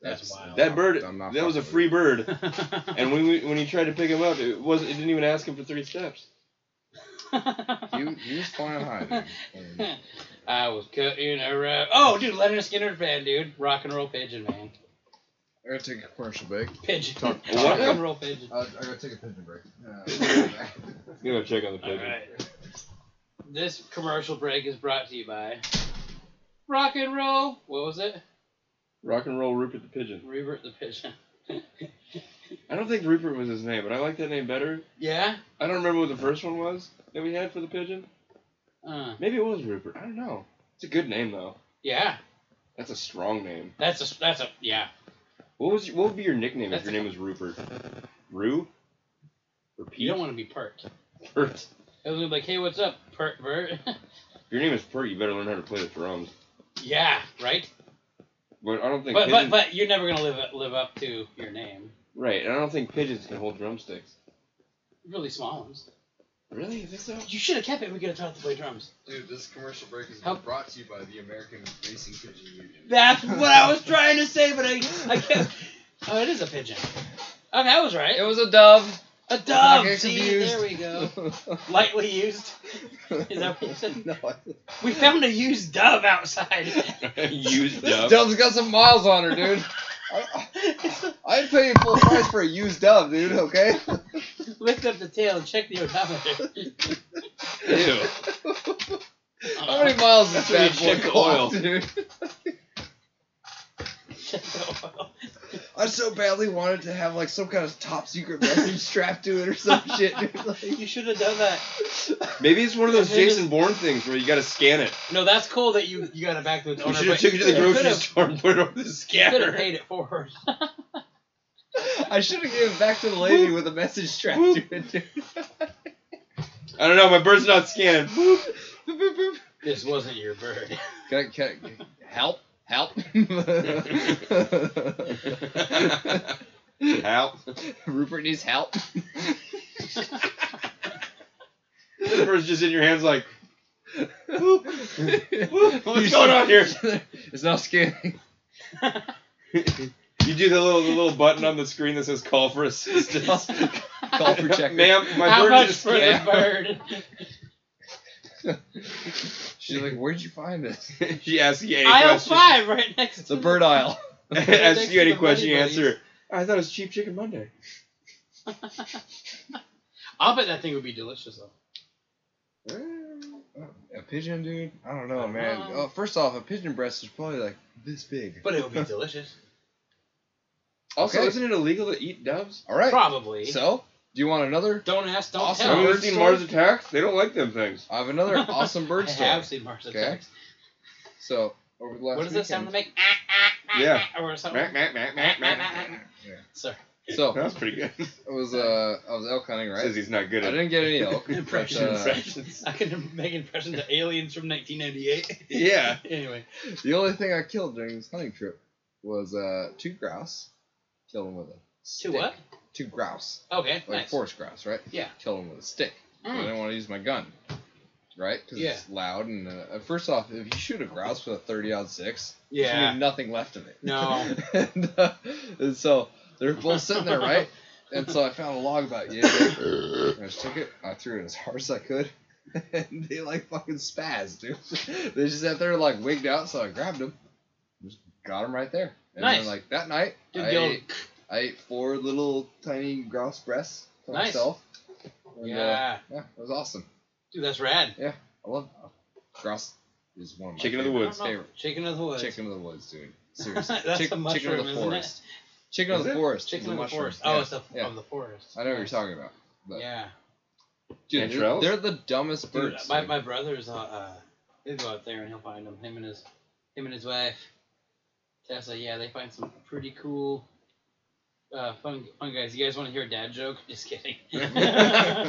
Speaker 2: That's wild.
Speaker 1: That bird,
Speaker 3: I'm not
Speaker 1: that was a
Speaker 3: fucking
Speaker 1: free
Speaker 3: with
Speaker 1: bird. And when we, when he tried to pick him up, it was it didn't even ask him for three steps.
Speaker 3: He, he was flying high. Dude. And
Speaker 2: I was cutting a rope. Oh, dude, Leonard Skinner fan, dude. Rock and roll pigeon, man.
Speaker 3: I gotta take a commercial break.
Speaker 2: Pigeon.
Speaker 3: Talk-
Speaker 2: Rock and roll pigeon.
Speaker 3: I, I gotta take a pigeon break. Uh,
Speaker 1: Let's go check on the
Speaker 2: All
Speaker 1: pigeon.
Speaker 2: right. This commercial break is brought to you by Rock and Roll. What was it?
Speaker 1: Rock and roll Rupert the pigeon.
Speaker 2: Rupert the Pigeon.
Speaker 1: I don't think Rupert was his name, but I like that name better.
Speaker 2: yeah.
Speaker 1: I don't remember what the first one was that we had for the pigeon.
Speaker 2: Uh,
Speaker 1: Maybe it was Rupert. I don't know. It's a good name though.
Speaker 2: yeah.
Speaker 1: That's a strong name.
Speaker 2: That's a that's a yeah.
Speaker 1: What was your, what would be your nickname if
Speaker 2: That's-
Speaker 1: your name was Rupert? Rue? Or
Speaker 2: You
Speaker 1: Pete?
Speaker 2: don't want to be pert.
Speaker 1: Pert.
Speaker 2: It was like, hey, what's up, pert Bert?
Speaker 1: If your name is Pert, you better learn how to play the drums.
Speaker 2: yeah, right.
Speaker 1: But I don't think
Speaker 2: But but
Speaker 1: pigeons,
Speaker 2: but you're never gonna live up- live up to your name.
Speaker 1: right. And I don't think pigeons can hold drumsticks.
Speaker 2: Really small ones.
Speaker 1: Really? You think so?
Speaker 2: You should have kept it. We could have taught to play drums.
Speaker 3: dude, this commercial break is
Speaker 2: How-
Speaker 3: brought to you by the American Racing Pigeon Union.
Speaker 2: That's what I was trying to say, but I I kept. Oh, it is a pigeon. Oh, that was right.
Speaker 3: It was a dove.
Speaker 2: A
Speaker 3: Not
Speaker 2: dove.
Speaker 3: get
Speaker 2: See,
Speaker 3: confused.
Speaker 2: there we go. Lightly used. Is that what you said?
Speaker 3: No. I-
Speaker 2: We found a used dove outside.
Speaker 1: Used
Speaker 3: This
Speaker 1: up.
Speaker 3: dove's got some miles on her, dude. I, I, I'd pay you full price for a used dove, dude. Okay.
Speaker 2: Lift up the tail and check the odometer.
Speaker 1: Ew.
Speaker 3: How many miles is
Speaker 1: That's where you
Speaker 3: that bad
Speaker 1: check the
Speaker 3: boy oil,
Speaker 1: oil.
Speaker 3: dude?
Speaker 2: Check the oil.
Speaker 3: I so badly wanted to have like some kind of top secret message strapped to it or some shit, dude. Like,
Speaker 2: You should have done that.
Speaker 1: Maybe it's one of those
Speaker 2: Maybe it's-
Speaker 1: Jason Bourne things where you gotta scan it.
Speaker 2: No, that's cool that you you got it back to its
Speaker 1: We
Speaker 2: owner.
Speaker 1: should have
Speaker 2: but
Speaker 1: took it to the
Speaker 2: you
Speaker 1: grocery
Speaker 2: could've-
Speaker 1: store and put it on the
Speaker 2: Could have
Speaker 1: scanner.
Speaker 2: paid it forward.
Speaker 3: I should have given it back to the lady with a message strapped to it, dude.
Speaker 1: I don't know, my bird's not scanning. Boop.
Speaker 3: Boop, boop, boop.
Speaker 2: this wasn't your bird.
Speaker 3: Can I, can I- help? Help.
Speaker 1: Out.
Speaker 3: Rupert needs help.
Speaker 1: The bird's just in your hands like,
Speaker 3: What's
Speaker 1: what's going on here?
Speaker 3: It's not scanning.
Speaker 1: You do the little the little button on the screen that says call for assistance.
Speaker 3: Call for check.
Speaker 1: Ma'am, my
Speaker 2: How
Speaker 1: bird
Speaker 2: much
Speaker 1: just
Speaker 2: for
Speaker 1: scanned.
Speaker 2: the bird?
Speaker 3: She's like, where'd you find this?
Speaker 1: she asks you any
Speaker 2: Aisle
Speaker 1: question.
Speaker 2: five, right next
Speaker 3: It's
Speaker 2: to
Speaker 3: a bird aisle.
Speaker 1: asks you
Speaker 2: Thanks for
Speaker 1: any
Speaker 2: the
Speaker 1: question, you
Speaker 2: money, buddies.
Speaker 1: answer. I thought it was cheap chicken Monday.
Speaker 2: I'll bet that thing would be delicious though.
Speaker 3: A pigeon, dude? I don't know,
Speaker 2: don't
Speaker 3: man.
Speaker 2: know.
Speaker 3: Oh, first off, a pigeon breast is probably like this big.
Speaker 2: But it would be delicious.
Speaker 1: Also,
Speaker 3: Okay.
Speaker 1: isn't it illegal to eat doves?
Speaker 3: All right.
Speaker 2: Probably.
Speaker 3: So, do you want another?
Speaker 2: don't ask, don't
Speaker 3: Awesome.
Speaker 1: Have you
Speaker 2: tell.
Speaker 1: ever
Speaker 3: Bird
Speaker 1: seen
Speaker 3: story?
Speaker 1: Mars Attacks? They don't like them things.
Speaker 3: I have another awesome bird
Speaker 2: I
Speaker 3: story.
Speaker 2: have seen Mars
Speaker 3: Okay.
Speaker 2: attacks.
Speaker 3: So, over the last
Speaker 2: What does that sound
Speaker 3: weekend-
Speaker 2: like? Ah, ah, ah,
Speaker 1: Yeah.
Speaker 2: ah, Or something.
Speaker 1: Meh, meh, meh, meh, meh, meh.
Speaker 2: Sorry.
Speaker 3: So,
Speaker 1: That was pretty good.
Speaker 3: it was uh, I was elk hunting,
Speaker 1: Says
Speaker 3: right?
Speaker 1: he's not
Speaker 3: I
Speaker 1: good at
Speaker 3: didn't get any elk. but,
Speaker 2: Impressions.
Speaker 3: uh,
Speaker 1: impressions.
Speaker 2: I can make impressions of aliens from 1998.
Speaker 1: Yeah.
Speaker 2: anyway.
Speaker 3: the only thing I killed during this hunting trip was uh, two grouse. Killed them with a
Speaker 2: Two
Speaker 3: stick.
Speaker 2: what?
Speaker 3: Two grouse,
Speaker 2: Okay.
Speaker 3: like
Speaker 2: nice.
Speaker 3: forest grouse, right?
Speaker 2: Yeah.
Speaker 3: Killed them with a stick. I
Speaker 2: Mm.
Speaker 3: didn't want to use my gun, right? Because
Speaker 2: Yeah.
Speaker 3: it's loud. And uh, first off, if you shoot a grouse with a thirty odd six, There's gonna
Speaker 2: Yeah.
Speaker 3: be nothing left of it.
Speaker 2: No.
Speaker 3: and, uh, and so they're both sitting there, right? And so I found a log about you. I just took it, I threw it as hard as I could. And they like fucking spazzed, dude. They just sat there like wigged out, so I grabbed them. Just got them right there. And
Speaker 2: Nice.
Speaker 3: then like that night,
Speaker 2: Dude,
Speaker 3: I
Speaker 2: the old-
Speaker 3: ate, I ate four little tiny grouse breasts for
Speaker 2: Nice.
Speaker 3: myself. And, uh,
Speaker 2: Yeah.
Speaker 3: yeah, it was awesome.
Speaker 2: Dude, that's rad.
Speaker 3: I love grouse is one of my
Speaker 1: Chicken of the
Speaker 3: favorite-
Speaker 1: woods.
Speaker 2: I don't know.
Speaker 3: favorite.
Speaker 2: Chicken of the woods.
Speaker 3: Chicken of the woods, dude. Seriously.
Speaker 2: That's
Speaker 3: Chick-
Speaker 2: a mushroom,
Speaker 3: chicken of the
Speaker 2: isn't
Speaker 3: forest. Chicken of
Speaker 1: Is
Speaker 3: the
Speaker 1: it?
Speaker 3: forest.
Speaker 2: it? Chicken
Speaker 3: is a
Speaker 2: of the
Speaker 3: mushroom.
Speaker 2: forest.
Speaker 3: Yeah.
Speaker 2: Oh, it's the,
Speaker 3: yeah.
Speaker 2: of the forest.
Speaker 3: I know what you're talking about. But
Speaker 2: Yeah.
Speaker 3: Dude, they're,
Speaker 1: Chanterelles?
Speaker 3: they're the dumbest
Speaker 2: Dude,
Speaker 3: birds.
Speaker 2: my,
Speaker 3: dude.
Speaker 2: my brother's uh, uh he'll go out there and he'll find them. Him and his him and his wife. Tessa, yeah, they find some pretty cool uh, fun fun guys. You guys want to hear a dad joke? Just kidding.
Speaker 3: I'm,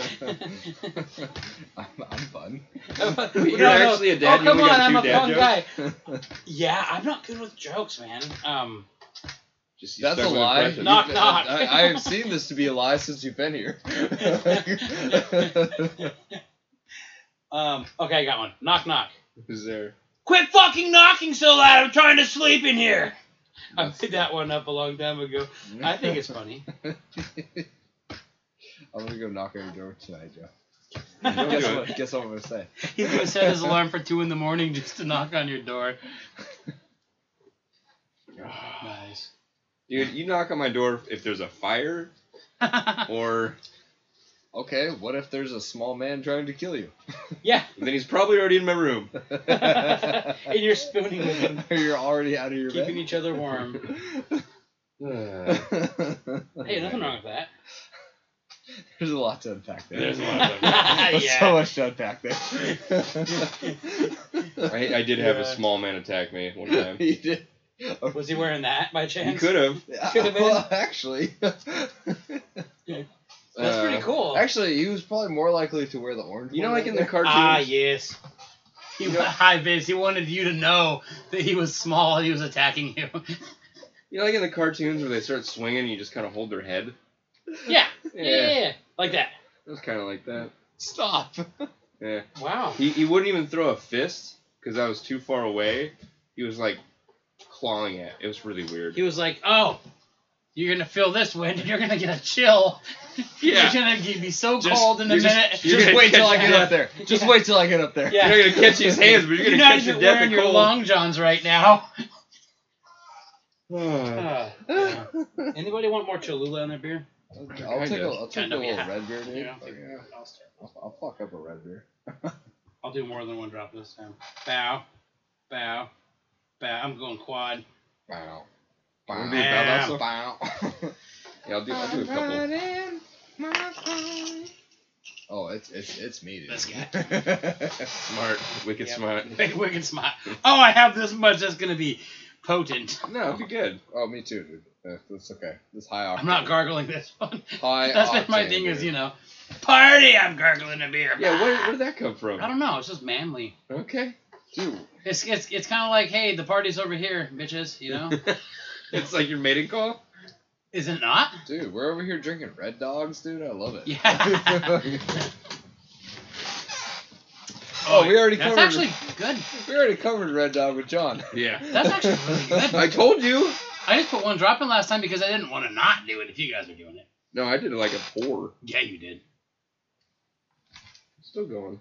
Speaker 3: I'm fun.
Speaker 1: You're actually a dad,
Speaker 2: Oh,
Speaker 1: you
Speaker 2: come
Speaker 1: only
Speaker 2: on,
Speaker 1: got
Speaker 2: I'm
Speaker 1: two
Speaker 2: a
Speaker 1: dad
Speaker 2: fun
Speaker 1: jokes?
Speaker 2: guy. Yeah, I'm not good with jokes, man. Um,
Speaker 1: Just
Speaker 3: That's a
Speaker 1: stuck with
Speaker 3: lie.
Speaker 1: impressions.
Speaker 2: Knock,
Speaker 3: You-
Speaker 2: knock.
Speaker 3: I, I have seen this to be a lie since you've been here.
Speaker 2: um, okay, I got one. Knock, knock.
Speaker 1: Who's there?
Speaker 2: Quit fucking knocking so loud! I'm trying to sleep in here. I
Speaker 3: That's-
Speaker 2: made that one up a long time ago. I think it's funny.
Speaker 3: I'm gonna go knock on your door tonight, Joe.
Speaker 1: Don't
Speaker 3: guess,
Speaker 1: do it.
Speaker 3: what, guess what I'm gonna say.
Speaker 2: He's gonna set his alarm for two in the morning just to knock on your door. Nice.
Speaker 1: Dude, you knock on my door if there's a fire or
Speaker 3: Okay, what if there's a small man trying to kill you?
Speaker 4: Yeah.
Speaker 1: then he's probably already in my room.
Speaker 4: and you're spooning with him,
Speaker 3: You're already out of your
Speaker 4: keeping
Speaker 3: bed.
Speaker 4: each other warm. Hey, nothing wrong with that.
Speaker 3: There's a lot to unpack there.
Speaker 1: There's a lot of them.
Speaker 3: There's
Speaker 4: yeah.
Speaker 3: so much to unpack there.
Speaker 1: I, I did have a
Speaker 4: Yeah.
Speaker 1: small man attack me one time.
Speaker 3: you did.
Speaker 4: Was he wearing that by chance?
Speaker 1: You could have.
Speaker 4: Could've been.
Speaker 3: Well, actually,
Speaker 4: That's
Speaker 1: uh,
Speaker 4: pretty cool.
Speaker 3: actually, he was probably more likely to wear the orange.
Speaker 1: You know,
Speaker 3: one
Speaker 1: like
Speaker 3: out
Speaker 1: in the
Speaker 3: there.
Speaker 1: cartoons.
Speaker 2: Ah, yes. He wa- hi, Vince. He wanted you to know that he was small. He was attacking you.
Speaker 1: You know, like in the cartoons where they start swinging, and you just kind of hold their head.
Speaker 4: yeah. Yeah.
Speaker 1: Yeah,
Speaker 4: yeah, yeah. Like that.
Speaker 1: it was kind of like that.
Speaker 3: Stop.
Speaker 1: Yeah,
Speaker 4: Wow.
Speaker 1: he he wouldn't even throw a fist because I was too far away. He was like clawing at. It was really weird.
Speaker 2: He was like, "Oh, you're gonna feel this wind. and You're gonna get a chill.
Speaker 1: Yeah.
Speaker 2: You're gonna get, be so
Speaker 1: Just-
Speaker 2: cold in a
Speaker 1: you're just-
Speaker 2: minute.
Speaker 1: you're
Speaker 3: Just
Speaker 1: gonna
Speaker 3: wait till I
Speaker 1: catch
Speaker 3: get
Speaker 1: that.
Speaker 3: up there. Just
Speaker 4: Yeah.
Speaker 3: wait till I get up there.
Speaker 4: Yeah.
Speaker 1: You're not gonna catch these hands, but you're
Speaker 2: You're
Speaker 1: gonna
Speaker 2: not
Speaker 1: catch your
Speaker 2: even
Speaker 1: death
Speaker 2: wearing
Speaker 1: of
Speaker 2: your
Speaker 1: cold.
Speaker 2: long johns right now."
Speaker 4: Uh, yeah. Anybody want more Cholula on their beer?
Speaker 3: I'll take a,
Speaker 1: Kinda.
Speaker 3: I'll take
Speaker 2: Kinda,
Speaker 3: a little
Speaker 2: yeah.
Speaker 3: red beer, dude.
Speaker 4: Yeah, I'll
Speaker 3: Like,
Speaker 4: take-
Speaker 3: yeah,
Speaker 4: I'll start.
Speaker 3: I'll, I'll fuck up a red beer.
Speaker 2: I'll do more than one drop this time. Bow, bow, bow. I'm going quad.
Speaker 3: Wow.
Speaker 1: Wanna
Speaker 3: Wow.
Speaker 1: do a
Speaker 2: Bow.
Speaker 1: Yeah, I'll do, I'll do a couple.
Speaker 3: oh, it's it's it's me, dude.
Speaker 2: This guy.
Speaker 1: Smart, wicked
Speaker 2: Yep.
Speaker 1: smart.
Speaker 2: Big wicked smile. Oh, I have this much. That's gonna be potent.
Speaker 1: No, it'll be good.
Speaker 3: oh, me too, dude. Uh, That's okay. This high octane.
Speaker 2: I'm not gargling this one.
Speaker 3: High
Speaker 2: That's been my
Speaker 3: octane
Speaker 2: thing is
Speaker 3: beer.
Speaker 2: you know, party. I'm gargling a beer.
Speaker 1: Yeah, where, where did that come from?
Speaker 2: I don't know. It's just manly.
Speaker 1: Okay.
Speaker 3: Dude,
Speaker 2: It's it's it's kind of like, hey, the party's over here, bitches. You know,
Speaker 1: it's like your mating call.
Speaker 2: is it not?
Speaker 3: dude, we're over here drinking red dogs, dude. I love it.
Speaker 2: Yeah.
Speaker 3: oh, we already
Speaker 2: That's
Speaker 3: covered.
Speaker 2: actually good.
Speaker 3: we already covered red dog with John.
Speaker 1: Yeah.
Speaker 2: That's actually really good.
Speaker 1: I told you.
Speaker 2: I just put one drop in last time because I didn't want to not do it if you guys were doing it.
Speaker 1: No, I did it like a pour.
Speaker 2: Yeah, you did.
Speaker 1: Still going.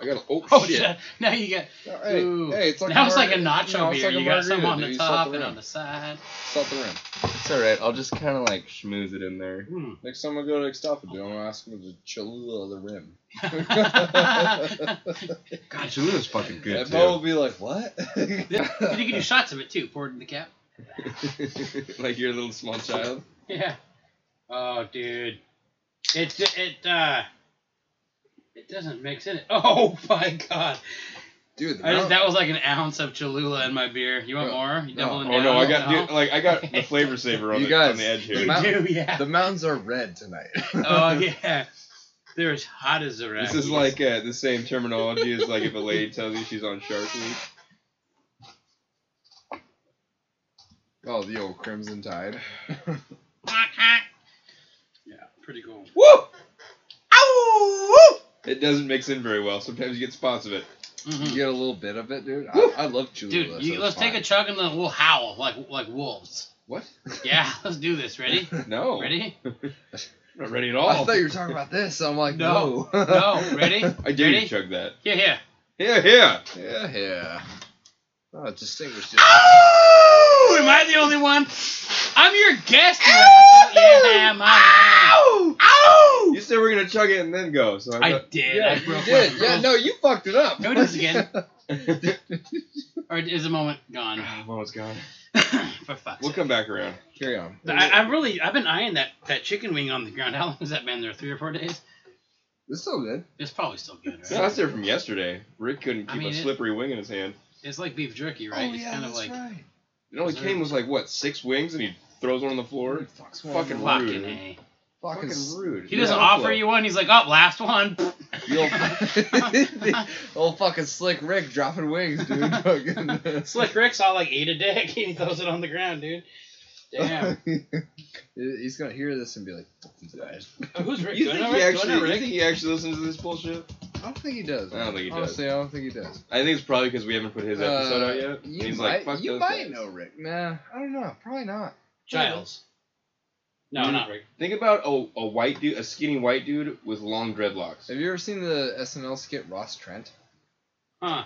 Speaker 1: I got a oh,
Speaker 2: Oh
Speaker 1: shit.
Speaker 2: shit! Now you got
Speaker 3: Oh, hey,
Speaker 2: Ooh.
Speaker 3: hey, it's like
Speaker 2: now it's like a
Speaker 3: margarita-
Speaker 2: nacho
Speaker 3: no, it's
Speaker 2: beer.
Speaker 3: like a
Speaker 2: you got some
Speaker 3: margarita,
Speaker 2: on
Speaker 3: dude.
Speaker 2: the
Speaker 3: You salt
Speaker 2: top
Speaker 3: the
Speaker 2: and
Speaker 3: rim.
Speaker 2: on the side.
Speaker 3: Salt the rim.
Speaker 1: It's all right. I'll just kind of like schmooze it in there.
Speaker 2: Hmm.
Speaker 3: Next time I go to Ixtapa, dude, I'm gonna ask him to Cholula the rim.
Speaker 1: God, Cholula's fucking
Speaker 3: and Bo will be like, "What?"
Speaker 2: But you can do shots of it too. Pour it in the cap.
Speaker 1: like you're a little small child.
Speaker 2: Yeah. Oh, dude. It it uh. It doesn't mix in it. Oh my god!
Speaker 3: dude, the
Speaker 2: I just,
Speaker 3: mountain-
Speaker 2: that was like an ounce of Cholula in my beer. You want
Speaker 3: Bro,
Speaker 2: more? You
Speaker 3: no.
Speaker 2: doubling
Speaker 1: Oh
Speaker 2: down?
Speaker 1: no, I got dude, like I got the flavor saver on,
Speaker 3: You
Speaker 1: the,
Speaker 3: guys-
Speaker 1: on the edge here.
Speaker 3: you
Speaker 2: You
Speaker 3: Mount-
Speaker 2: do, yeah.
Speaker 3: the mountains are red tonight.
Speaker 2: oh yeah. They're as hot as a rat.
Speaker 1: This is like uh, the same terminology as like if a lady tells you she's on Shark Week.
Speaker 3: oh, the old Crimson Tide.
Speaker 2: Yeah, pretty cool.
Speaker 1: Woo! It doesn't mix in very well. Sometimes you get spots of it.
Speaker 3: you
Speaker 1: Mm-hmm.
Speaker 2: Mhm.
Speaker 3: get a little bit of it, dude.
Speaker 1: Woo!
Speaker 3: I, I love Cholula.
Speaker 2: Dude, you, let's take a chug and then we'll howl like like wolves.
Speaker 1: What?
Speaker 2: Yeah, let's do this. Ready?
Speaker 1: No.
Speaker 3: Oh.
Speaker 2: Ready?
Speaker 1: Not ready at
Speaker 3: I
Speaker 1: all.
Speaker 3: thought you were talking about this. I'm like,
Speaker 2: No.
Speaker 3: no,
Speaker 2: No. Ready?
Speaker 1: I dare you
Speaker 2: Ready?
Speaker 1: to chug that.
Speaker 2: Yeah, yeah.
Speaker 1: Yeah, yeah.
Speaker 3: yeah, yeah. Oh, it distinguished.
Speaker 2: Ah, Oh! Am I the only one? I'm your guest. You asshole. yeah, my man.
Speaker 1: You said we're gonna chug it and then go. So I'm
Speaker 2: I
Speaker 1: not-
Speaker 2: did.
Speaker 3: Yeah,
Speaker 2: I
Speaker 3: you
Speaker 2: broke
Speaker 3: did.
Speaker 2: my
Speaker 3: Yeah,
Speaker 2: rules.
Speaker 3: no, you fucked it up.
Speaker 2: Go do this again. Or is the moment gone?
Speaker 1: well, it's Ah, gone.
Speaker 2: For fuck's
Speaker 1: We'll
Speaker 2: sake.
Speaker 1: come back around.
Speaker 3: Carry on.
Speaker 2: I, I really, I've been eyeing that, that chicken wing on the ground. How long has that been there? Three or four days?
Speaker 3: It's still good.
Speaker 2: It's probably still good,
Speaker 1: No,
Speaker 2: right?
Speaker 1: that's there from yesterday. Rick couldn't
Speaker 2: I
Speaker 1: keep
Speaker 2: mean,
Speaker 1: a
Speaker 2: it-
Speaker 1: slippery wing in his hand.
Speaker 2: It's like beef jerky, right?
Speaker 3: oh
Speaker 2: it's
Speaker 3: yeah,
Speaker 2: kind of
Speaker 3: that's
Speaker 2: like
Speaker 3: right.
Speaker 1: It only
Speaker 2: Is there-
Speaker 1: came was like what six wings, and he throws one on the floor.
Speaker 3: Fucks one
Speaker 1: Fucking
Speaker 3: more.
Speaker 2: fucking
Speaker 1: rude.
Speaker 2: A.
Speaker 1: Fucking rude.
Speaker 2: He doesn't
Speaker 1: Yeah.
Speaker 2: offer you one. He's like, oh, last one.
Speaker 3: The old, the old fucking slick Rick dropping wings, dude. Fucking-
Speaker 2: Slick Rick's all like ate a dick. He throws it on the ground, dude. Damn.
Speaker 3: He's gonna hear this and be like, "Fuck these guys."
Speaker 2: Oh, who's Rick?
Speaker 1: You
Speaker 2: Do I
Speaker 1: think
Speaker 2: know
Speaker 1: he
Speaker 2: Rick? Do I
Speaker 1: actually?
Speaker 2: know
Speaker 1: You
Speaker 2: Rick?
Speaker 1: think he actually listens to this bullshit?
Speaker 3: I don't think he does.
Speaker 1: I don't think he does.
Speaker 3: Honestly, I don't think he does.
Speaker 1: I think it's probably because we haven't put his episode
Speaker 3: Uh,
Speaker 1: out yet.
Speaker 3: You
Speaker 1: He's
Speaker 3: might,
Speaker 1: like, fuck
Speaker 3: you
Speaker 1: those
Speaker 3: might
Speaker 1: guys.
Speaker 3: know Rick. Nah, I don't know. Probably not.
Speaker 2: Giles. No,
Speaker 3: Mm.
Speaker 2: not Rick.
Speaker 1: Think about a, a white dude, a skinny white dude with long dreadlocks.
Speaker 3: Have you ever seen the SNL skit Ross Trent?
Speaker 2: Huh.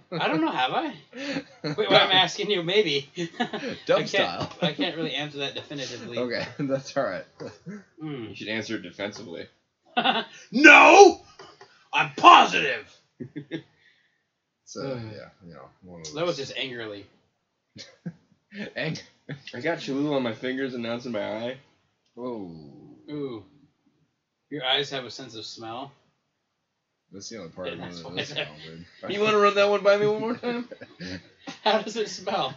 Speaker 2: I don't know, have I? Wait, well, I'm asking you, maybe.
Speaker 3: Dub
Speaker 2: I can't-
Speaker 3: style.
Speaker 2: I can't really answer that definitively.
Speaker 3: Okay, that's all right.
Speaker 2: Hmm.
Speaker 1: You should answer it defensively.
Speaker 2: no! I'm positive!
Speaker 3: So yeah, you know, one of
Speaker 2: That was
Speaker 3: those.
Speaker 2: just angrily.
Speaker 3: Ang-
Speaker 1: I got Cholula on my fingers and nuts in my eye.
Speaker 3: Whoa,
Speaker 2: Ooh. Your eyes have a sense of smell.
Speaker 3: that's the only part
Speaker 2: Yeah,
Speaker 3: of
Speaker 2: that's
Speaker 3: it
Speaker 2: why
Speaker 3: that
Speaker 2: they're-
Speaker 3: sound
Speaker 1: You want to run that one by me one more time?
Speaker 2: How does it smell?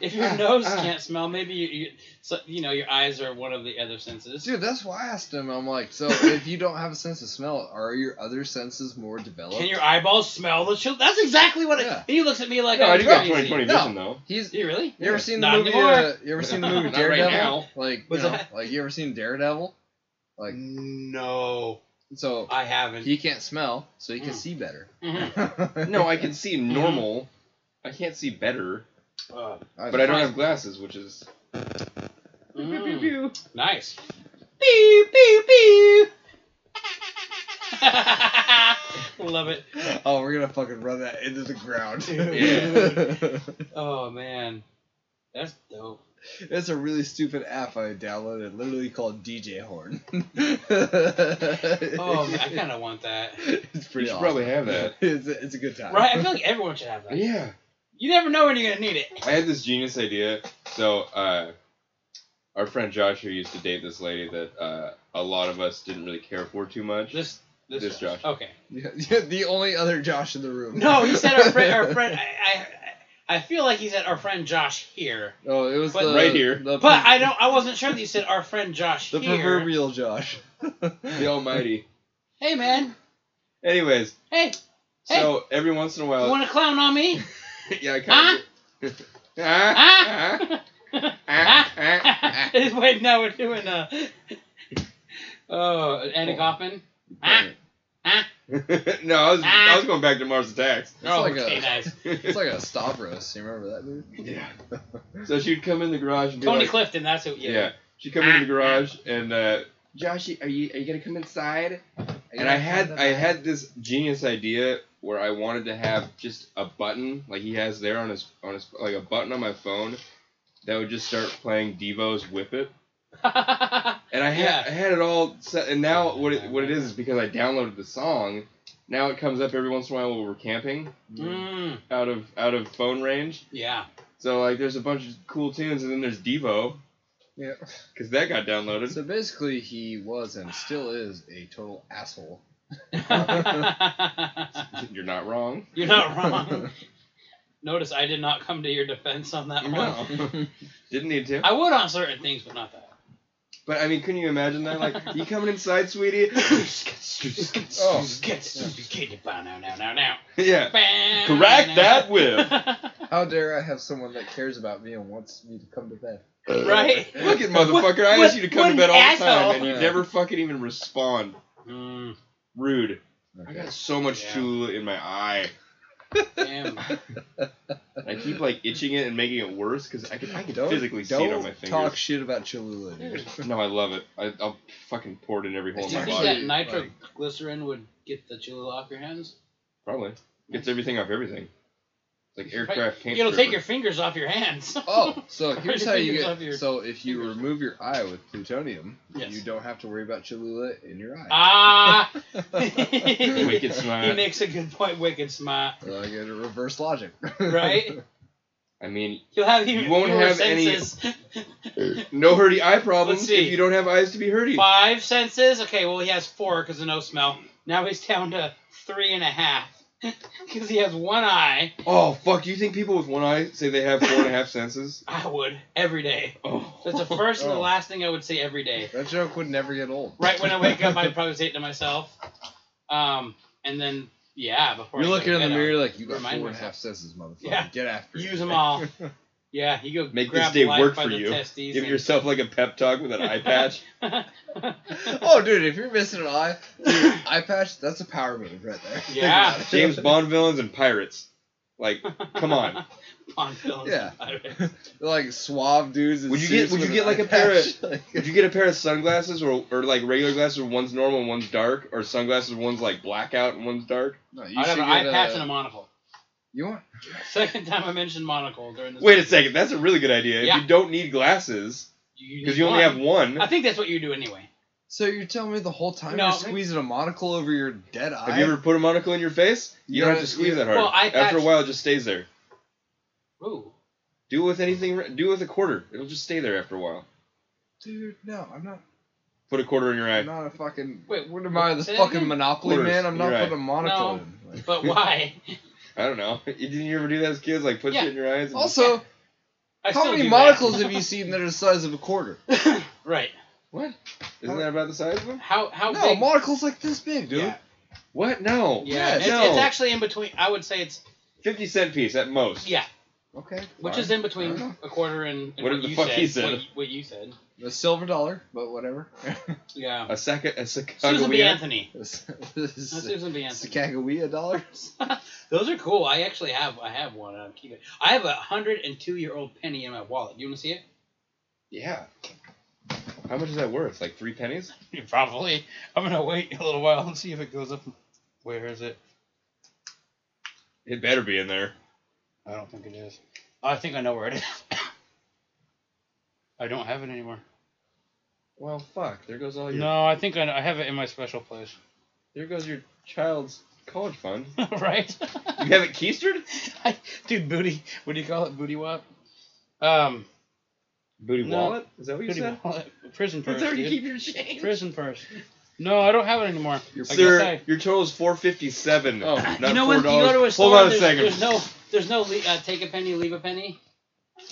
Speaker 2: If your nose can't smell, maybe you, you, so, you know your eyes are one of the other senses.
Speaker 3: Dude, that's why I asked him. I'm like, so if you don't have a sense of smell, are your other senses more developed?
Speaker 2: Can your eyeballs smell the chill? That's exactly what. It,
Speaker 3: Yeah.
Speaker 2: He looks at me like
Speaker 1: No, I
Speaker 2: I'm
Speaker 1: do got
Speaker 2: crazy.
Speaker 1: 2020
Speaker 3: No.
Speaker 1: vision though.
Speaker 3: He's.
Speaker 2: Do you really?
Speaker 3: You ever seen the
Speaker 2: Not
Speaker 3: movie?
Speaker 2: anymore.
Speaker 3: Uh, you ever seen the movie
Speaker 2: Not right
Speaker 3: Daredevil?
Speaker 2: now.
Speaker 3: Like, you
Speaker 2: What's
Speaker 3: know,
Speaker 2: that?
Speaker 3: like you ever seen Daredevil? Like,
Speaker 2: no,
Speaker 3: so
Speaker 2: I haven't.
Speaker 3: he can't smell, so he can
Speaker 2: Mm.
Speaker 3: see better.
Speaker 2: Mhm.
Speaker 1: No, I can see normal. I can't see better,
Speaker 2: Uh,
Speaker 1: but I don't have glasses, which is
Speaker 2: mm. Nice. Pew pew pew. Love it.
Speaker 3: Oh, we're gonna fucking run that into the ground.
Speaker 1: Yeah.
Speaker 2: Oh man, that's dope.
Speaker 3: it's a really stupid app I downloaded, literally called DJ Horn.
Speaker 2: Oh,
Speaker 3: oh
Speaker 2: man, I kind of want that.
Speaker 3: it's
Speaker 1: you
Speaker 3: pretty.
Speaker 1: should
Speaker 3: awesome.
Speaker 1: probably have that.
Speaker 3: It's a, it's a good time.
Speaker 2: Right? I feel like everyone should have that.
Speaker 1: Yeah.
Speaker 2: You never know when you're gonna need it.
Speaker 1: I had this genius idea. So, uh, our friend Josh here used to date this lady that uh, a lot of us didn't really care for too much.
Speaker 2: This this,
Speaker 1: This Josh.
Speaker 2: Okay.
Speaker 3: Yeah, yeah, the only other Josh in the room.
Speaker 2: No, he said our friend. Our friend. I, I I feel like he said our friend Josh here,
Speaker 3: Oh, it was
Speaker 2: But-
Speaker 3: the,
Speaker 1: Right here.
Speaker 3: The,
Speaker 2: but I don't. I wasn't sure that you said our friend Josh
Speaker 3: the
Speaker 2: here.
Speaker 3: proverbial Josh.
Speaker 1: the Almighty.
Speaker 2: Hey man.
Speaker 1: Anyways,
Speaker 2: Hey,
Speaker 1: so every once in a
Speaker 2: you
Speaker 1: while,
Speaker 2: want to clown on me?
Speaker 1: yeah, I
Speaker 2: Huh?
Speaker 1: kind of.
Speaker 2: Huh? Wait, now we're doing uh. Oh, Andy Kaufman. Ah, ah.
Speaker 1: no, I was I was going back to Mars Attacks.
Speaker 3: It's
Speaker 2: Oh,
Speaker 3: like a-
Speaker 2: okay, nice.
Speaker 3: It's like a Stavros. You remember that dude?
Speaker 1: yeah. So she'd come in the garage and be
Speaker 2: Tony
Speaker 1: like,
Speaker 2: Clifton. That's who.
Speaker 1: yeah.
Speaker 2: Yeah.
Speaker 1: She'd come into the garage and uh, Josh, are you are you gonna come inside? And I had I had this genius idea where I wanted to have just a button like he has there on his on his like a button on my phone that would just start playing Devo's Whip It. And I had
Speaker 2: Yeah.
Speaker 1: I had it all set and now what it, what it is is because I downloaded the song, now it comes up every once in a while while we're camping
Speaker 2: mm,
Speaker 1: out of out of phone range.
Speaker 2: yeah.
Speaker 1: So like there's a bunch of cool tunes and then there's Devo
Speaker 3: Yeah.
Speaker 1: cuz that got downloaded.
Speaker 3: So basically, he was and still is a total asshole.
Speaker 1: You're not wrong.
Speaker 2: You're not wrong. Notice I did not come to your defense on that one.
Speaker 1: Didn't need to.
Speaker 2: I would on certain things, but not that.
Speaker 1: But I mean, couldn't you imagine that? Like, you coming inside, sweetie?
Speaker 3: Oh.
Speaker 2: Now, now, now, now.
Speaker 1: yeah. Correct that whip.
Speaker 3: How dare I have someone that cares about me and wants me to come to bed?
Speaker 2: Right?
Speaker 1: Look at motherfucker. I
Speaker 2: What-
Speaker 1: asked you to come
Speaker 2: what
Speaker 1: to bed all the
Speaker 2: asshole.
Speaker 1: time, and you
Speaker 3: Yeah.
Speaker 1: never fucking even respond.
Speaker 2: Mm,
Speaker 1: Rude. I
Speaker 3: Okay.
Speaker 1: got so much
Speaker 2: Yeah.
Speaker 1: Cholula in my eye.
Speaker 2: damn.
Speaker 1: I keep like itching it and making it worse because I can, I can physically see it on my fingers.
Speaker 3: talk shit about Cholula. Dude.
Speaker 1: no, I love it. I, I'll fucking pour it in every hole
Speaker 2: Do
Speaker 1: in
Speaker 2: you
Speaker 1: Oh my body.
Speaker 2: think that nitroglycerin would get the chili off your hands?
Speaker 1: Probably gets everything off everything. It's like aircraft paint.
Speaker 2: It'll take
Speaker 1: stripper.
Speaker 2: your fingers off your hands.
Speaker 3: Oh, so here's how you
Speaker 2: Fingers off
Speaker 3: get.
Speaker 2: your
Speaker 3: So if you
Speaker 2: fingers.
Speaker 3: remove your eye with plutonium,
Speaker 2: Yes.
Speaker 3: you don't have to worry about Cholula in your eye.
Speaker 2: Ah!
Speaker 1: wicked
Speaker 2: He
Speaker 1: smile.
Speaker 2: makes a good point, Wicked Smart.
Speaker 3: So I get a reverse logic.
Speaker 2: Right?
Speaker 1: I mean,
Speaker 2: You'll have even
Speaker 1: You won't
Speaker 2: fewer
Speaker 1: have any-
Speaker 2: senses.
Speaker 1: No hurdy eye problems
Speaker 2: Let's see.
Speaker 1: if you don't have eyes to be hurdy.
Speaker 2: Five senses? Okay, well, he has four because of no smell. Now he's down to three and a half because he has one eye.
Speaker 1: Oh fuck! You think people with one eye say they have four and a half senses?
Speaker 2: I would every day.
Speaker 1: Oh,
Speaker 2: That's the first and the
Speaker 3: Oh.
Speaker 2: last thing I would say every day.
Speaker 3: That joke would never get old.
Speaker 2: Right when I wake up, I'd probably say it to myself. Um, and then yeah, before
Speaker 3: You're
Speaker 2: I go to
Speaker 3: looking in the
Speaker 2: bed, I'll
Speaker 3: mirror like you got
Speaker 2: Remind
Speaker 3: four and a
Speaker 2: myself.
Speaker 3: half senses, motherfucker.
Speaker 2: Yeah.
Speaker 3: Get after it.
Speaker 2: Use them all. Yeah, you go
Speaker 1: Make
Speaker 2: grab
Speaker 1: this day
Speaker 2: life
Speaker 1: work
Speaker 2: by
Speaker 1: for
Speaker 2: the
Speaker 1: you.
Speaker 2: testes
Speaker 1: Give
Speaker 2: and-
Speaker 1: yourself like a pep talk with an eye patch.
Speaker 3: Oh, dude, if you're missing an eye, dude, eye patch, that's a power move right there.
Speaker 2: Yeah.
Speaker 3: Think about it.
Speaker 1: James Bond villains and pirates. Like, come on.
Speaker 2: Pond Phillips.
Speaker 3: Yeah.
Speaker 2: Pirates.
Speaker 3: They're like suave dudes. and
Speaker 1: Would you get-
Speaker 3: suits
Speaker 1: would you
Speaker 3: with
Speaker 1: get,
Speaker 3: an
Speaker 1: like, a
Speaker 3: eye
Speaker 1: pair of-
Speaker 3: patch, like-
Speaker 1: Would you get a pair of sunglasses or, or like regular glasses where one's normal and one's dark? Or sunglasses where one's like blackout and one's dark?
Speaker 3: No, you
Speaker 2: I'd have
Speaker 3: should
Speaker 2: an
Speaker 3: get
Speaker 2: eye patch
Speaker 3: a-
Speaker 2: and a monocle.
Speaker 3: You want?
Speaker 2: Second time I mentioned monocle during this.
Speaker 1: Wait a second, that's a really good idea. If
Speaker 2: Yeah.
Speaker 1: you don't need glasses, because
Speaker 2: Because
Speaker 1: you only have one.
Speaker 2: I think that's what you do anyway.
Speaker 3: So you're telling me the whole time
Speaker 2: No.
Speaker 3: you're squeezing a monocle over your dead eye?
Speaker 1: Have you ever put a monocle in your face? You
Speaker 3: You
Speaker 1: don't
Speaker 3: gotta-
Speaker 1: have to squeeze that hard.
Speaker 2: Well, I
Speaker 1: After a
Speaker 2: patch-
Speaker 1: while, it just stays there.
Speaker 2: Ooh.
Speaker 1: Do it with anything. Do it with a quarter. It'll just stay there after a while.
Speaker 3: Dude, no, I'm not.
Speaker 1: Put a quarter in your eye.
Speaker 3: I'm not a fucking.
Speaker 2: Wait,
Speaker 3: what am I, the
Speaker 2: say that
Speaker 3: fucking
Speaker 2: again?
Speaker 3: Monopoly
Speaker 1: Quarters,
Speaker 3: man? I'm not
Speaker 1: you're right.
Speaker 3: putting a monocle
Speaker 2: No.
Speaker 3: in. Like-
Speaker 2: But why?
Speaker 1: I don't know. Didn't you ever do that as kids? Like put
Speaker 2: Yeah.
Speaker 1: shit in your eyes. And...
Speaker 3: also,
Speaker 2: I
Speaker 3: how
Speaker 2: still do
Speaker 3: many
Speaker 2: that.
Speaker 3: monocles have you seen that are the size of a quarter?
Speaker 2: right.
Speaker 1: what? Isn't that about the size of them?
Speaker 2: How how
Speaker 3: no,
Speaker 2: big?
Speaker 3: monocle's like this big, dude.
Speaker 2: Yeah.
Speaker 1: What? No.
Speaker 2: Yeah,
Speaker 3: Yes.
Speaker 2: it's,
Speaker 1: No.
Speaker 2: it's actually in between. I would say it's
Speaker 1: Fifty cent piece at most.
Speaker 2: yeah,
Speaker 3: Okay.
Speaker 2: which
Speaker 3: fine.
Speaker 2: is in
Speaker 3: I
Speaker 2: between
Speaker 3: don't
Speaker 2: a quarter and, and
Speaker 1: Whatever
Speaker 2: what
Speaker 1: the
Speaker 2: you
Speaker 1: fuck
Speaker 2: said,
Speaker 1: he said.
Speaker 2: What, you- what you said.
Speaker 3: a silver dollar, but whatever.
Speaker 2: Yeah.
Speaker 1: A second. A Chicago
Speaker 2: Susan B. Anthony.
Speaker 3: This-
Speaker 2: That's
Speaker 3: this-
Speaker 2: Susan B. Anthony.
Speaker 3: Sacagawea dollar?
Speaker 2: Those are cool. I actually have I have one. I'm keeping. I have a hundred and two year old penny in my wallet. Do you want to see
Speaker 1: Yeah. How much is that worth? Like three pennies?
Speaker 7: it. Probably. I'm gonna wait a little while and see if it goes up. Where is it?
Speaker 1: It better be in there.
Speaker 7: I don't think it is. I think I know where it is. I don't have it anymore.
Speaker 1: Well, fuck. There goes all your.
Speaker 7: No, I think I, know. I have it in my special place.
Speaker 1: There goes your child's college fund.
Speaker 7: right?
Speaker 1: You have it keistered?
Speaker 7: I, dude, booty. What do you call it? Booty wop. Um,
Speaker 1: Booty
Speaker 7: No.
Speaker 1: wallet? Is that what you
Speaker 7: booty
Speaker 1: said?
Speaker 7: wallet. Prison purse.
Speaker 1: That's where you
Speaker 7: dude.
Speaker 1: keep your change.
Speaker 7: Prison purse. No, I don't have it anymore.
Speaker 3: Your
Speaker 7: Like I
Speaker 1: Sir,
Speaker 7: say,
Speaker 1: your total is four fifty seven.
Speaker 3: Oh.
Speaker 1: not
Speaker 2: it? You know
Speaker 1: four
Speaker 2: when you go to a
Speaker 1: dollars.
Speaker 2: store,
Speaker 1: Hold on a
Speaker 2: there's,
Speaker 1: second.
Speaker 2: there's no there's no le- uh, take a penny, leave a penny,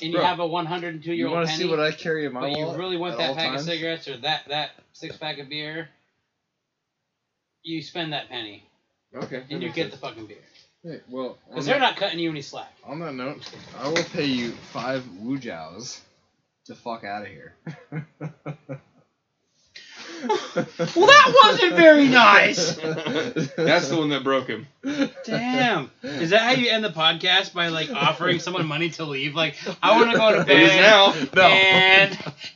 Speaker 2: and you
Speaker 3: Bro,
Speaker 2: have a one hundred and two
Speaker 3: You
Speaker 2: year
Speaker 3: want
Speaker 2: old
Speaker 3: to
Speaker 2: penny.
Speaker 3: see what I carry in my
Speaker 2: but you
Speaker 3: wallet
Speaker 2: really want
Speaker 3: at
Speaker 2: that
Speaker 3: all
Speaker 2: pack
Speaker 3: times?
Speaker 2: of cigarettes or that that six pack of beer. You spend that penny
Speaker 1: Okay.
Speaker 2: and you get the fucking beer
Speaker 3: Hey, well, on
Speaker 2: because they're
Speaker 3: that-
Speaker 2: not cutting you any slack.
Speaker 3: On that note, I will pay you five wujows to fuck out of here. well,
Speaker 7: that wasn't very nice.
Speaker 1: That's the one that broke him.
Speaker 7: Damn. Is that how you end the podcast by like offering someone money to leave? Like, I want to go to
Speaker 1: It is
Speaker 7: bed.
Speaker 1: now.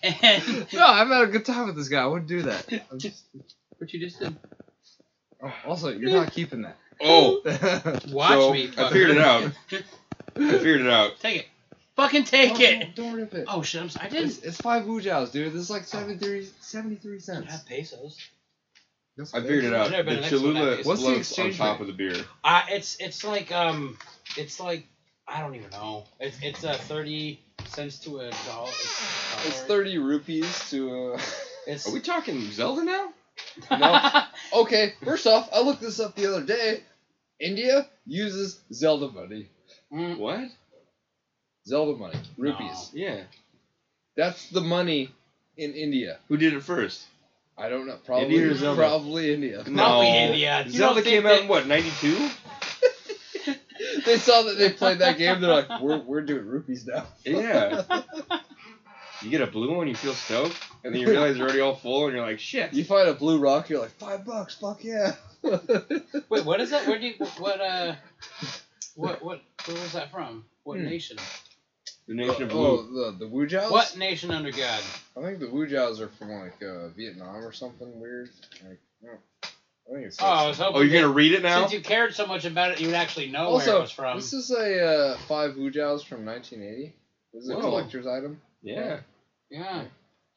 Speaker 7: And and
Speaker 3: No, I've had a good time with this guy. I wouldn't do that. I'm just-
Speaker 2: What you just did.
Speaker 3: also, you're not keeping that.
Speaker 1: Oh,
Speaker 7: watch
Speaker 1: so
Speaker 7: me. fucker.
Speaker 1: I figured it out. I figured it out.
Speaker 7: Take it. Fucking take
Speaker 3: Don't-
Speaker 7: it.
Speaker 3: Don't, don't rip it.
Speaker 7: Oh shit! I'm sorry. I didn't.
Speaker 3: It's, it's five wujows, dude. This is like 73, 73
Speaker 2: I
Speaker 3: cents.
Speaker 2: have pesos.
Speaker 3: That's
Speaker 1: I figured it
Speaker 3: crazy.
Speaker 1: out.
Speaker 2: Yeah, but
Speaker 1: The
Speaker 2: the next
Speaker 1: Cholula
Speaker 2: one
Speaker 1: is
Speaker 2: is-
Speaker 3: What's the
Speaker 1: floats on
Speaker 3: exchange
Speaker 1: top of the
Speaker 3: rate?
Speaker 1: beer.
Speaker 2: Uh, it's it's like um, it's like I don't even know. It's it's uh, thirty cents to a dollar. It's,
Speaker 3: It's 30 rupees to. Uh...
Speaker 2: It's
Speaker 1: Are we talking Zelda now?
Speaker 3: no. Okay, first off, I looked this up the other day. India uses Zelda money.
Speaker 2: Mm,
Speaker 1: What?
Speaker 3: Zelda money. Rupees.
Speaker 2: No.
Speaker 1: Yeah.
Speaker 3: That's the money in India.
Speaker 1: Who did it first?
Speaker 3: I don't know. Probably
Speaker 1: India or Zelda?
Speaker 3: probably India.
Speaker 2: Probably India. You
Speaker 1: Zelda
Speaker 2: don't think
Speaker 1: came out
Speaker 2: that-
Speaker 1: in what, 92?
Speaker 3: They saw that they played that game. They're like, we're, we're doing rupees now.
Speaker 1: Yeah. You get a blue one, you feel stoked, and then you realize you're already all full, and you're like, shit.
Speaker 3: You find a blue rock, you're like five bucks. Fuck yeah.
Speaker 2: Wait, what is that? Where do you what uh, what what where was that from? What
Speaker 3: Hmm.
Speaker 2: nation?
Speaker 1: The Nation of
Speaker 3: oh,
Speaker 1: Blue.
Speaker 3: the the Wu Jaws?
Speaker 2: What nation under God?
Speaker 3: I think the Wu Jaws are from like uh, Vietnam or something weird. Like, no, I think it's.
Speaker 2: Oh, I was hoping.
Speaker 1: Oh, you're
Speaker 2: that-
Speaker 1: going to read it now?
Speaker 2: Since you cared so much about it, you would actually know where it
Speaker 3: also,
Speaker 2: was from.
Speaker 3: this is a uh, five Wu Jaws from 1980. This is a
Speaker 1: Whoa.
Speaker 3: collector's item.
Speaker 1: Yeah.
Speaker 2: Yeah.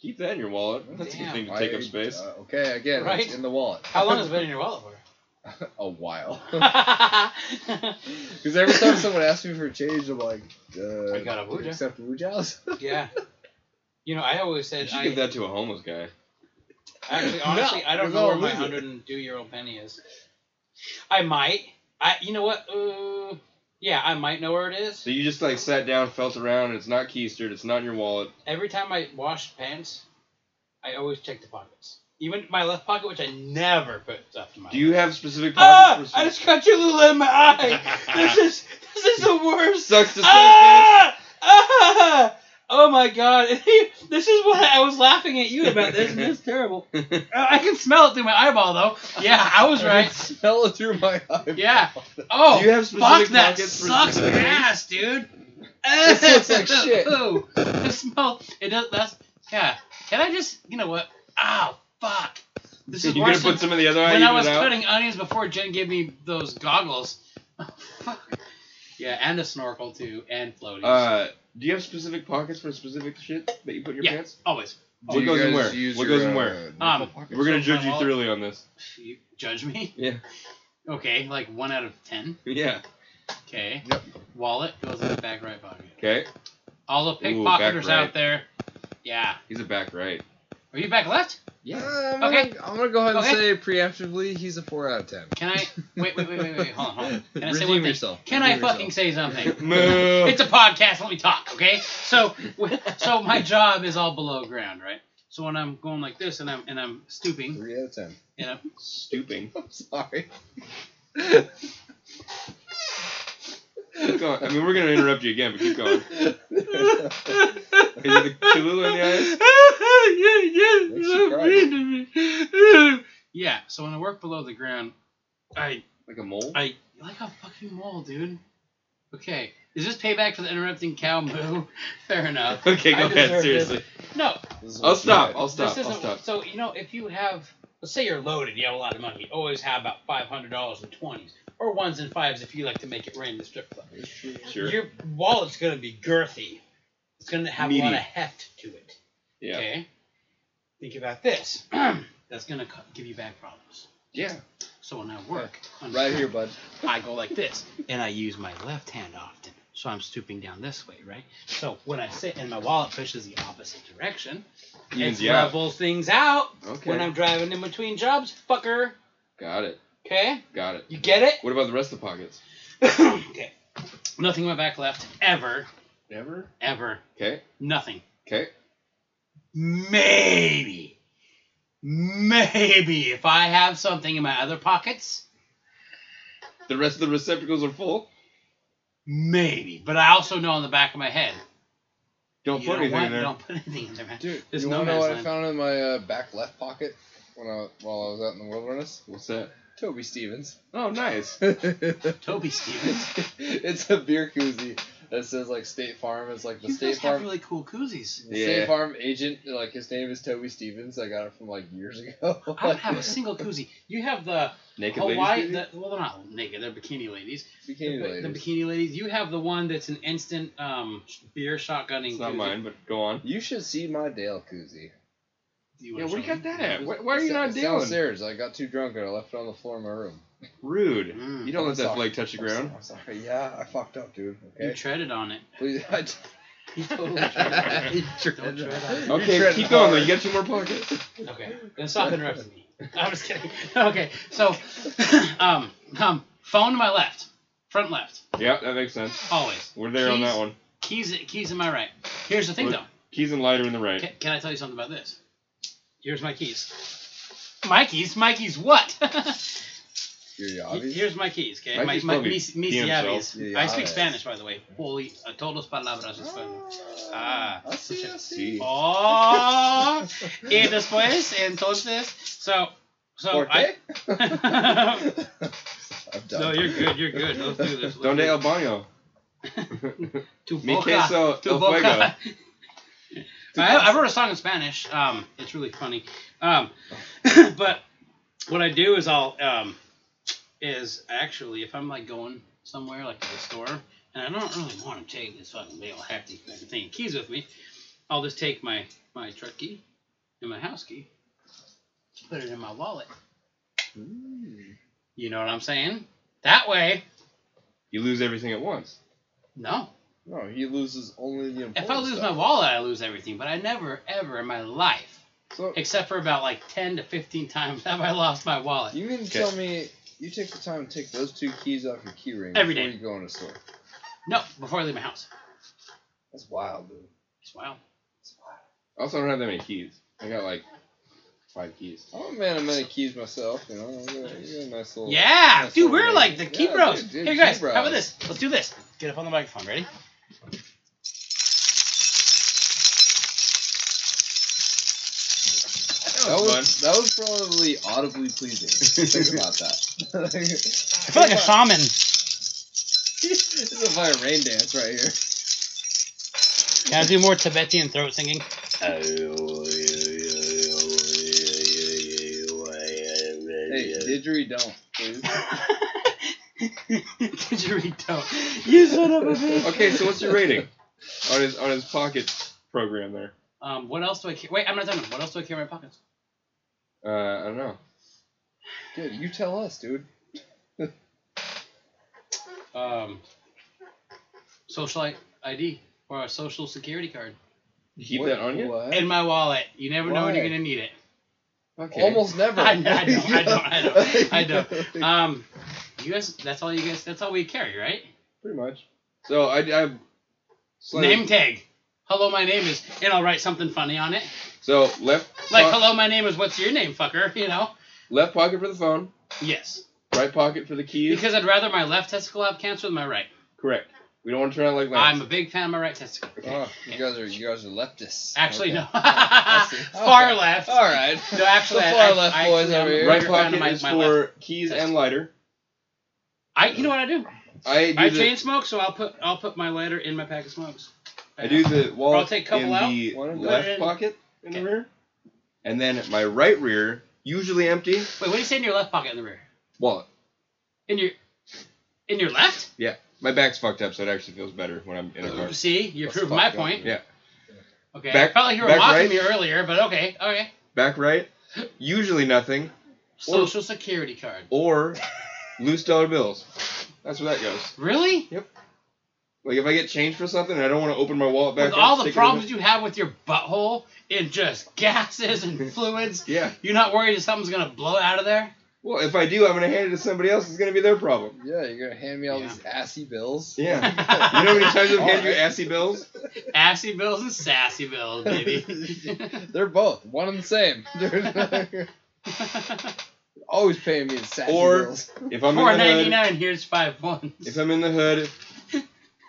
Speaker 1: Keep that in your wallet. That's a
Speaker 2: Damn.
Speaker 1: good thing to take up
Speaker 3: I-
Speaker 1: space.
Speaker 3: uh, okay, again,
Speaker 2: Right?
Speaker 3: it's in the wallet.
Speaker 2: How long has it been in your wallet for?
Speaker 3: a while.
Speaker 2: yeah.
Speaker 3: Because every time someone asks me for change, I'm like, uh,
Speaker 2: I got a
Speaker 3: do you
Speaker 2: Wuja.
Speaker 3: Accept Wujas?
Speaker 2: You know, I always
Speaker 1: You
Speaker 2: said
Speaker 1: should
Speaker 2: I,
Speaker 1: give that to a homeless guy.
Speaker 2: Actually,
Speaker 3: No,
Speaker 2: honestly, I don't
Speaker 3: we're
Speaker 2: know where
Speaker 3: gonna
Speaker 2: my
Speaker 3: lose it.
Speaker 2: 102 year old penny is. I might. I. You know what? Uh, yeah, I might know where it is.
Speaker 1: So you just like sat down, felt around, and it's not keistered, it's not in your wallet.
Speaker 2: Every time I wash pants, I always check the pockets. Even my left pocket, which I never put stuff in my.
Speaker 1: Do you have specific
Speaker 2: Ah!
Speaker 1: pockets? for-
Speaker 2: I just got you a little in my eye. this is this is the worst.
Speaker 1: sucks to say,
Speaker 2: Ah! Ah! oh my god, this is what I was laughing at you about. This, this is terrible. Uh,
Speaker 1: That's
Speaker 2: I I can smell it through my eyeball though. Yeah, I was right.
Speaker 3: Smell it through my eye.
Speaker 2: Yeah. Oh,
Speaker 1: Do you have
Speaker 2: fuck
Speaker 1: specific
Speaker 2: that
Speaker 1: pockets for
Speaker 2: sucks
Speaker 1: specific things?
Speaker 2: ass, dude.
Speaker 3: This looks like shit.
Speaker 2: Ooh, the smell. It does. That's yeah. Can I just? You know what? Ow, fuck. This is
Speaker 1: you gonna
Speaker 2: worse than
Speaker 1: put some in the other eye?
Speaker 2: when I
Speaker 1: even
Speaker 2: was
Speaker 1: it out?
Speaker 2: cutting onions before Jen gave me those goggles. Oh, fuck. Yeah, and a snorkel too, and floaties.
Speaker 1: Uh, do you have specific pockets for specific shit that you put in your
Speaker 2: Yeah.
Speaker 1: pants?
Speaker 2: Always.
Speaker 1: What
Speaker 3: you
Speaker 1: goes in
Speaker 3: guys
Speaker 1: where?
Speaker 3: use
Speaker 1: What
Speaker 3: your,
Speaker 1: goes in
Speaker 3: uh,
Speaker 1: where?
Speaker 3: nipple
Speaker 2: Um,
Speaker 3: pockets?
Speaker 1: We're gonna
Speaker 2: So my
Speaker 1: judge you
Speaker 2: wallet-
Speaker 1: thoroughly on this.
Speaker 2: You judge me?
Speaker 1: Yeah.
Speaker 2: Okay, like one out of ten.
Speaker 1: Yeah.
Speaker 2: Okay.
Speaker 3: Yep.
Speaker 2: Wallet goes in the back right pocket.
Speaker 1: Okay.
Speaker 2: All the
Speaker 1: Ooh,
Speaker 2: pickpocketers
Speaker 1: back right.
Speaker 2: out there. Yeah.
Speaker 1: He's a back right.
Speaker 2: Are you back left?
Speaker 3: Yeah. I'm,
Speaker 2: Okay.
Speaker 3: gonna, I'm gonna go ahead and
Speaker 2: Okay.
Speaker 3: say preemptively he's a four out of ten.
Speaker 2: Can I? Wait, wait, wait, wait, wait. Hold on, hold on. Can I say
Speaker 3: Redeem
Speaker 2: one thing?
Speaker 3: yourself.
Speaker 2: Can I
Speaker 3: Redeem
Speaker 2: fucking
Speaker 3: yourself.
Speaker 2: say something?
Speaker 1: Moo.
Speaker 2: It's a podcast. Let me talk, okay? So, w- so my job is all below ground, right? So when I'm going like this and I'm and I'm stooping
Speaker 3: Three out of ten.
Speaker 2: and I'm
Speaker 1: stooping.
Speaker 3: I'm sorry.
Speaker 1: Keep going. I mean, we're gonna interrupt you again, but keep going. Is it the Cholula in the eyes?
Speaker 3: Makes you
Speaker 2: yeah. So when I work below the ground, I
Speaker 1: Like a mole?
Speaker 2: I like a fucking mole, dude. Okay, is this payback for the interrupting cow moo? Fair enough.
Speaker 1: Okay,
Speaker 2: I
Speaker 1: go ahead.
Speaker 2: deserved it.
Speaker 1: Seriously.
Speaker 2: No,
Speaker 3: This is
Speaker 1: I'll
Speaker 3: what
Speaker 1: stop.
Speaker 3: you
Speaker 1: I'll stop.
Speaker 2: this
Speaker 1: I'll
Speaker 2: isn't.
Speaker 1: stop.
Speaker 2: So you know, if you have, let's say you're loaded, you have a lot of money. You always have about five hundred dollars and twenties, or ones and fives if you like to make it rain in the strip club.
Speaker 1: Sure.
Speaker 2: Your wallet's gonna be girthy. It's gonna have a lot
Speaker 1: Meaty.
Speaker 2: of heft to it.
Speaker 1: Yeah.
Speaker 2: Okay. Think about this. That's gonna co- give you back problems.
Speaker 1: Yeah.
Speaker 2: So when I work, on
Speaker 3: did. Right here, bud.
Speaker 2: I go like this, and I use my left hand often. So I'm stooping down this way, right? So when I sit and my wallet pushes the opposite direction,
Speaker 1: Evens
Speaker 2: it
Speaker 1: you out.
Speaker 2: levels things out
Speaker 1: Okay.
Speaker 2: when I'm driving in between jobs, fucker.
Speaker 1: Got it.
Speaker 2: Okay?
Speaker 1: Got it.
Speaker 2: You get it?
Speaker 1: What about the rest of the pockets?
Speaker 2: okay. Nothing in my back left. Ever.
Speaker 1: Never.
Speaker 2: Ever.
Speaker 1: Okay.
Speaker 2: Nothing.
Speaker 1: Okay.
Speaker 2: Maybe. Maybe if I have something in my other pockets,
Speaker 1: The rest of the receptacles are full.
Speaker 2: maybe. But I also know in the back of my head,
Speaker 1: Don't
Speaker 2: you
Speaker 1: put
Speaker 2: know
Speaker 1: anything
Speaker 2: what?
Speaker 1: in there.
Speaker 2: Don't put anything in there, man.
Speaker 3: Dude,
Speaker 2: There's
Speaker 3: you
Speaker 2: no
Speaker 3: wanna know
Speaker 2: man's
Speaker 3: what I
Speaker 2: land.
Speaker 3: found in my uh, back left pocket when I while I was out in the wilderness?
Speaker 1: What's that?
Speaker 3: Toby Stevens.
Speaker 1: Oh, nice.
Speaker 2: Toby Stevens.
Speaker 3: it's a beer koozie that says like State Farm. It's like the
Speaker 2: You
Speaker 3: State
Speaker 2: guys have
Speaker 3: Farm.
Speaker 2: really cool koozies.
Speaker 3: the
Speaker 1: Yeah.
Speaker 3: State Farm agent, like his name is Toby Stevens. I got it from like years ago.
Speaker 2: I don't have a single koozie. You have the
Speaker 1: Naked
Speaker 2: Hawaii.
Speaker 1: ladies.
Speaker 2: The, well, they're not naked. They're bikini ladies.
Speaker 3: Bikini
Speaker 2: But
Speaker 3: Ladies.
Speaker 2: The bikini ladies. You have the one that's an instant um sh- beer shotgunning.
Speaker 1: It's not
Speaker 2: koozie.
Speaker 1: mine, but go on.
Speaker 3: You should see my Dale koozie.
Speaker 2: Do you
Speaker 1: Yeah,
Speaker 2: wanna
Speaker 1: where do you
Speaker 2: show
Speaker 1: got
Speaker 2: them?
Speaker 1: that at? Why, why are you
Speaker 3: It's-
Speaker 1: not
Speaker 3: it's
Speaker 1: dealing?
Speaker 3: Downstairs. I got too drunk and I left it on the floor in my room.
Speaker 1: Rude.
Speaker 2: Mm.
Speaker 1: You don't let
Speaker 3: I'm
Speaker 1: that
Speaker 3: sorry.
Speaker 1: flag touch the ground.
Speaker 3: I'm sorry. Yeah, I fucked up, dude.
Speaker 2: You
Speaker 3: Okay.
Speaker 2: treaded on it.
Speaker 3: Please. I
Speaker 2: You totally treaded on it.
Speaker 3: you
Speaker 2: Don't
Speaker 3: tread
Speaker 2: tread on it.
Speaker 3: You
Speaker 1: Okay,
Speaker 3: tread
Speaker 1: keep going though.
Speaker 3: hard.
Speaker 1: You got two more pockets.
Speaker 2: Okay, then stop interrupting me. I'm just kidding. Okay, so um um phone to my left, front left,
Speaker 1: Yeah, that makes sense.
Speaker 2: always.
Speaker 1: We're there on
Speaker 2: Keys-
Speaker 1: that one.
Speaker 2: Keys keys in my right. Here's the thing
Speaker 1: Look.
Speaker 2: though.
Speaker 1: Keys and lighter in the right.
Speaker 2: Can, can I tell you something about this? Here's my keys. My keys? My keys what?
Speaker 3: Your yabbies?
Speaker 2: Here's my keys, okay?
Speaker 1: My
Speaker 2: My,
Speaker 1: keys
Speaker 2: my,
Speaker 1: probably
Speaker 2: mis, mis
Speaker 1: pee
Speaker 2: llaves.
Speaker 3: himself.
Speaker 2: I speak
Speaker 3: Llaves.
Speaker 2: Spanish, by the way. Holy, uh, todos palabras español. Ah,
Speaker 3: I see, I see.
Speaker 1: see.
Speaker 3: Ah.
Speaker 2: Oh, y después, entonces, so, so I...
Speaker 3: Okay. I'm done.
Speaker 2: no, you're good, you're good. Let's do this. Let's
Speaker 1: Donde
Speaker 2: do
Speaker 1: el baño?
Speaker 2: Tu
Speaker 1: Mi
Speaker 2: boca,
Speaker 1: queso
Speaker 2: tu
Speaker 1: el
Speaker 2: boca.
Speaker 1: fuego.
Speaker 2: I, I wrote a song in Spanish. Um, it's really funny. Um, but what I do is I'll um, is actually if I'm like going somewhere like to the store and I don't really want to take this fucking big old hefty fucking thing of keys with me, I'll just take my my truck key and my house key, put it in my wallet.
Speaker 3: Hmm.
Speaker 2: You know what I'm saying? That way,
Speaker 1: You lose everything at once.
Speaker 2: no.
Speaker 3: No, he loses only the important
Speaker 2: If I lose my
Speaker 3: stuff.
Speaker 2: wallet, I lose everything. But I never, ever in my life,
Speaker 3: So,
Speaker 2: except for about like 10 to 15 times, have I lost my wallet.
Speaker 3: you mean to
Speaker 1: Okay.
Speaker 3: tell me you take the time to take those two keys off your key ring
Speaker 2: Every
Speaker 3: before
Speaker 2: day.
Speaker 3: you go in a store?
Speaker 2: No, before I leave my house.
Speaker 3: That's wild, dude.
Speaker 2: It's wild.
Speaker 3: That's wild.
Speaker 1: I Also, don't have that many keys. I got like five keys.
Speaker 3: I'm a man of many keys myself, you know. I got, I got a nice little.
Speaker 2: Yeah,
Speaker 3: That's
Speaker 2: dude,
Speaker 3: what
Speaker 2: we're
Speaker 3: we-
Speaker 2: like the
Speaker 3: yeah,
Speaker 2: key bros.
Speaker 3: dude, dude,
Speaker 2: Here, guys,
Speaker 3: key
Speaker 2: how about
Speaker 3: bros.
Speaker 2: this? Let's do this. Get up on the microphone. Ready?
Speaker 1: That was
Speaker 3: that was probably audibly pleasing. Think about that.
Speaker 8: I feel like a shaman.
Speaker 3: this is a fire rain dance right here.
Speaker 8: Can I do more Tibetan throat singing?
Speaker 3: Hey, didgeridoo, don't please.
Speaker 8: Did you read dope? You son of a bitch.
Speaker 1: Okay, so what's your rating on his on his pocket program there?
Speaker 2: Um, what else do I carry? Wait, I'm not done. What else do I carry in my pockets?
Speaker 1: Uh, I don't know.
Speaker 3: Dude, you tell us, dude.
Speaker 2: Um, social I- ID or a social security card
Speaker 1: You keep
Speaker 3: What-
Speaker 1: that on you.
Speaker 3: what?
Speaker 2: in my wallet. You never know when you're
Speaker 3: Why?
Speaker 2: gonna need it.
Speaker 1: Okay.
Speaker 3: Almost never.
Speaker 2: I know, I know, I know, I know, I know. Um, you guys, that's all you guys. That's all we carry, right?
Speaker 1: Pretty much. So I I. slightly-
Speaker 2: Name tag. Hello, my name is, and I'll write something funny on it.
Speaker 1: So left
Speaker 2: Like,
Speaker 1: po-
Speaker 3: Uh,
Speaker 2: hello, my name is. What's your name, fucker? You know.
Speaker 1: left pocket for the phone,
Speaker 2: Yes.
Speaker 1: right pocket for the keys.
Speaker 2: Because I'd rather my left testicle have cancer than my right.
Speaker 1: Correct. We don't want to turn out like Lance.
Speaker 2: I'm a big fan of my right testicle.
Speaker 1: Uh,
Speaker 3: Oh, you guys are you guys are leftists.
Speaker 2: Actually,
Speaker 3: Okay.
Speaker 2: no.
Speaker 3: I see.
Speaker 2: Far
Speaker 3: Okay.
Speaker 2: left.
Speaker 3: All right.
Speaker 2: No, actually,
Speaker 3: the
Speaker 2: I-
Speaker 3: far
Speaker 2: I-
Speaker 3: left
Speaker 2: I
Speaker 3: boys
Speaker 2: actually am-
Speaker 3: over here.
Speaker 1: right
Speaker 2: You're kind
Speaker 1: pocket
Speaker 2: of my-
Speaker 1: is
Speaker 2: my
Speaker 1: for keys
Speaker 2: That's-
Speaker 1: and lighter.
Speaker 2: I, you know what I do?
Speaker 1: I do
Speaker 2: I
Speaker 1: the
Speaker 2: chain smoke, so I'll put I'll put my lighter in my pack of smokes.
Speaker 1: I do the wallet
Speaker 2: I'll take a couple
Speaker 1: in
Speaker 2: out.
Speaker 1: the
Speaker 3: One and
Speaker 1: left
Speaker 2: put it in.
Speaker 1: pocket in
Speaker 2: Okay.
Speaker 1: the rear, and then my right rear usually empty
Speaker 2: Wait, what do you say in your left pocket in the rear?
Speaker 1: wallet.
Speaker 2: In your in your left?
Speaker 1: My back's fucked up, so it actually feels better when I'm in a car.
Speaker 2: See, you
Speaker 3: Let's
Speaker 2: proved my
Speaker 3: fuck up.
Speaker 2: point.
Speaker 1: Yeah.
Speaker 2: Okay.
Speaker 1: Back-
Speaker 2: I felt like you were
Speaker 1: back
Speaker 2: mocking
Speaker 1: right?
Speaker 2: me earlier, but okay, okay.
Speaker 1: Back right, usually nothing Or-
Speaker 2: Social security card.
Speaker 1: or loose dollar bills. That's where that goes.
Speaker 2: Really?
Speaker 1: Like if I get change for something and I don't want to open my wallet back
Speaker 2: with
Speaker 1: up,
Speaker 2: all the
Speaker 1: stick it
Speaker 2: problems you have with your butthole and just gases and fluids,
Speaker 1: in- yeah.
Speaker 2: you're not worried that something's gonna blow out of there?
Speaker 1: Well, if I do, I'm gonna hand it to somebody else. It's gonna be their problem.
Speaker 3: Yeah, you're gonna hand me all
Speaker 2: Yeah.
Speaker 3: these assy bills.
Speaker 1: Yeah. You know how many times I've handed you
Speaker 3: Alright.
Speaker 1: assy bills?
Speaker 2: Assy bills and sassy bills, baby.
Speaker 3: They're both one and the same. They're always paying me in sassy
Speaker 1: Or-
Speaker 3: bills.
Speaker 1: If I'm
Speaker 2: Four
Speaker 1: in the
Speaker 2: ninety
Speaker 1: hood,
Speaker 2: nine. Here's five ones.
Speaker 1: if I'm in the hood,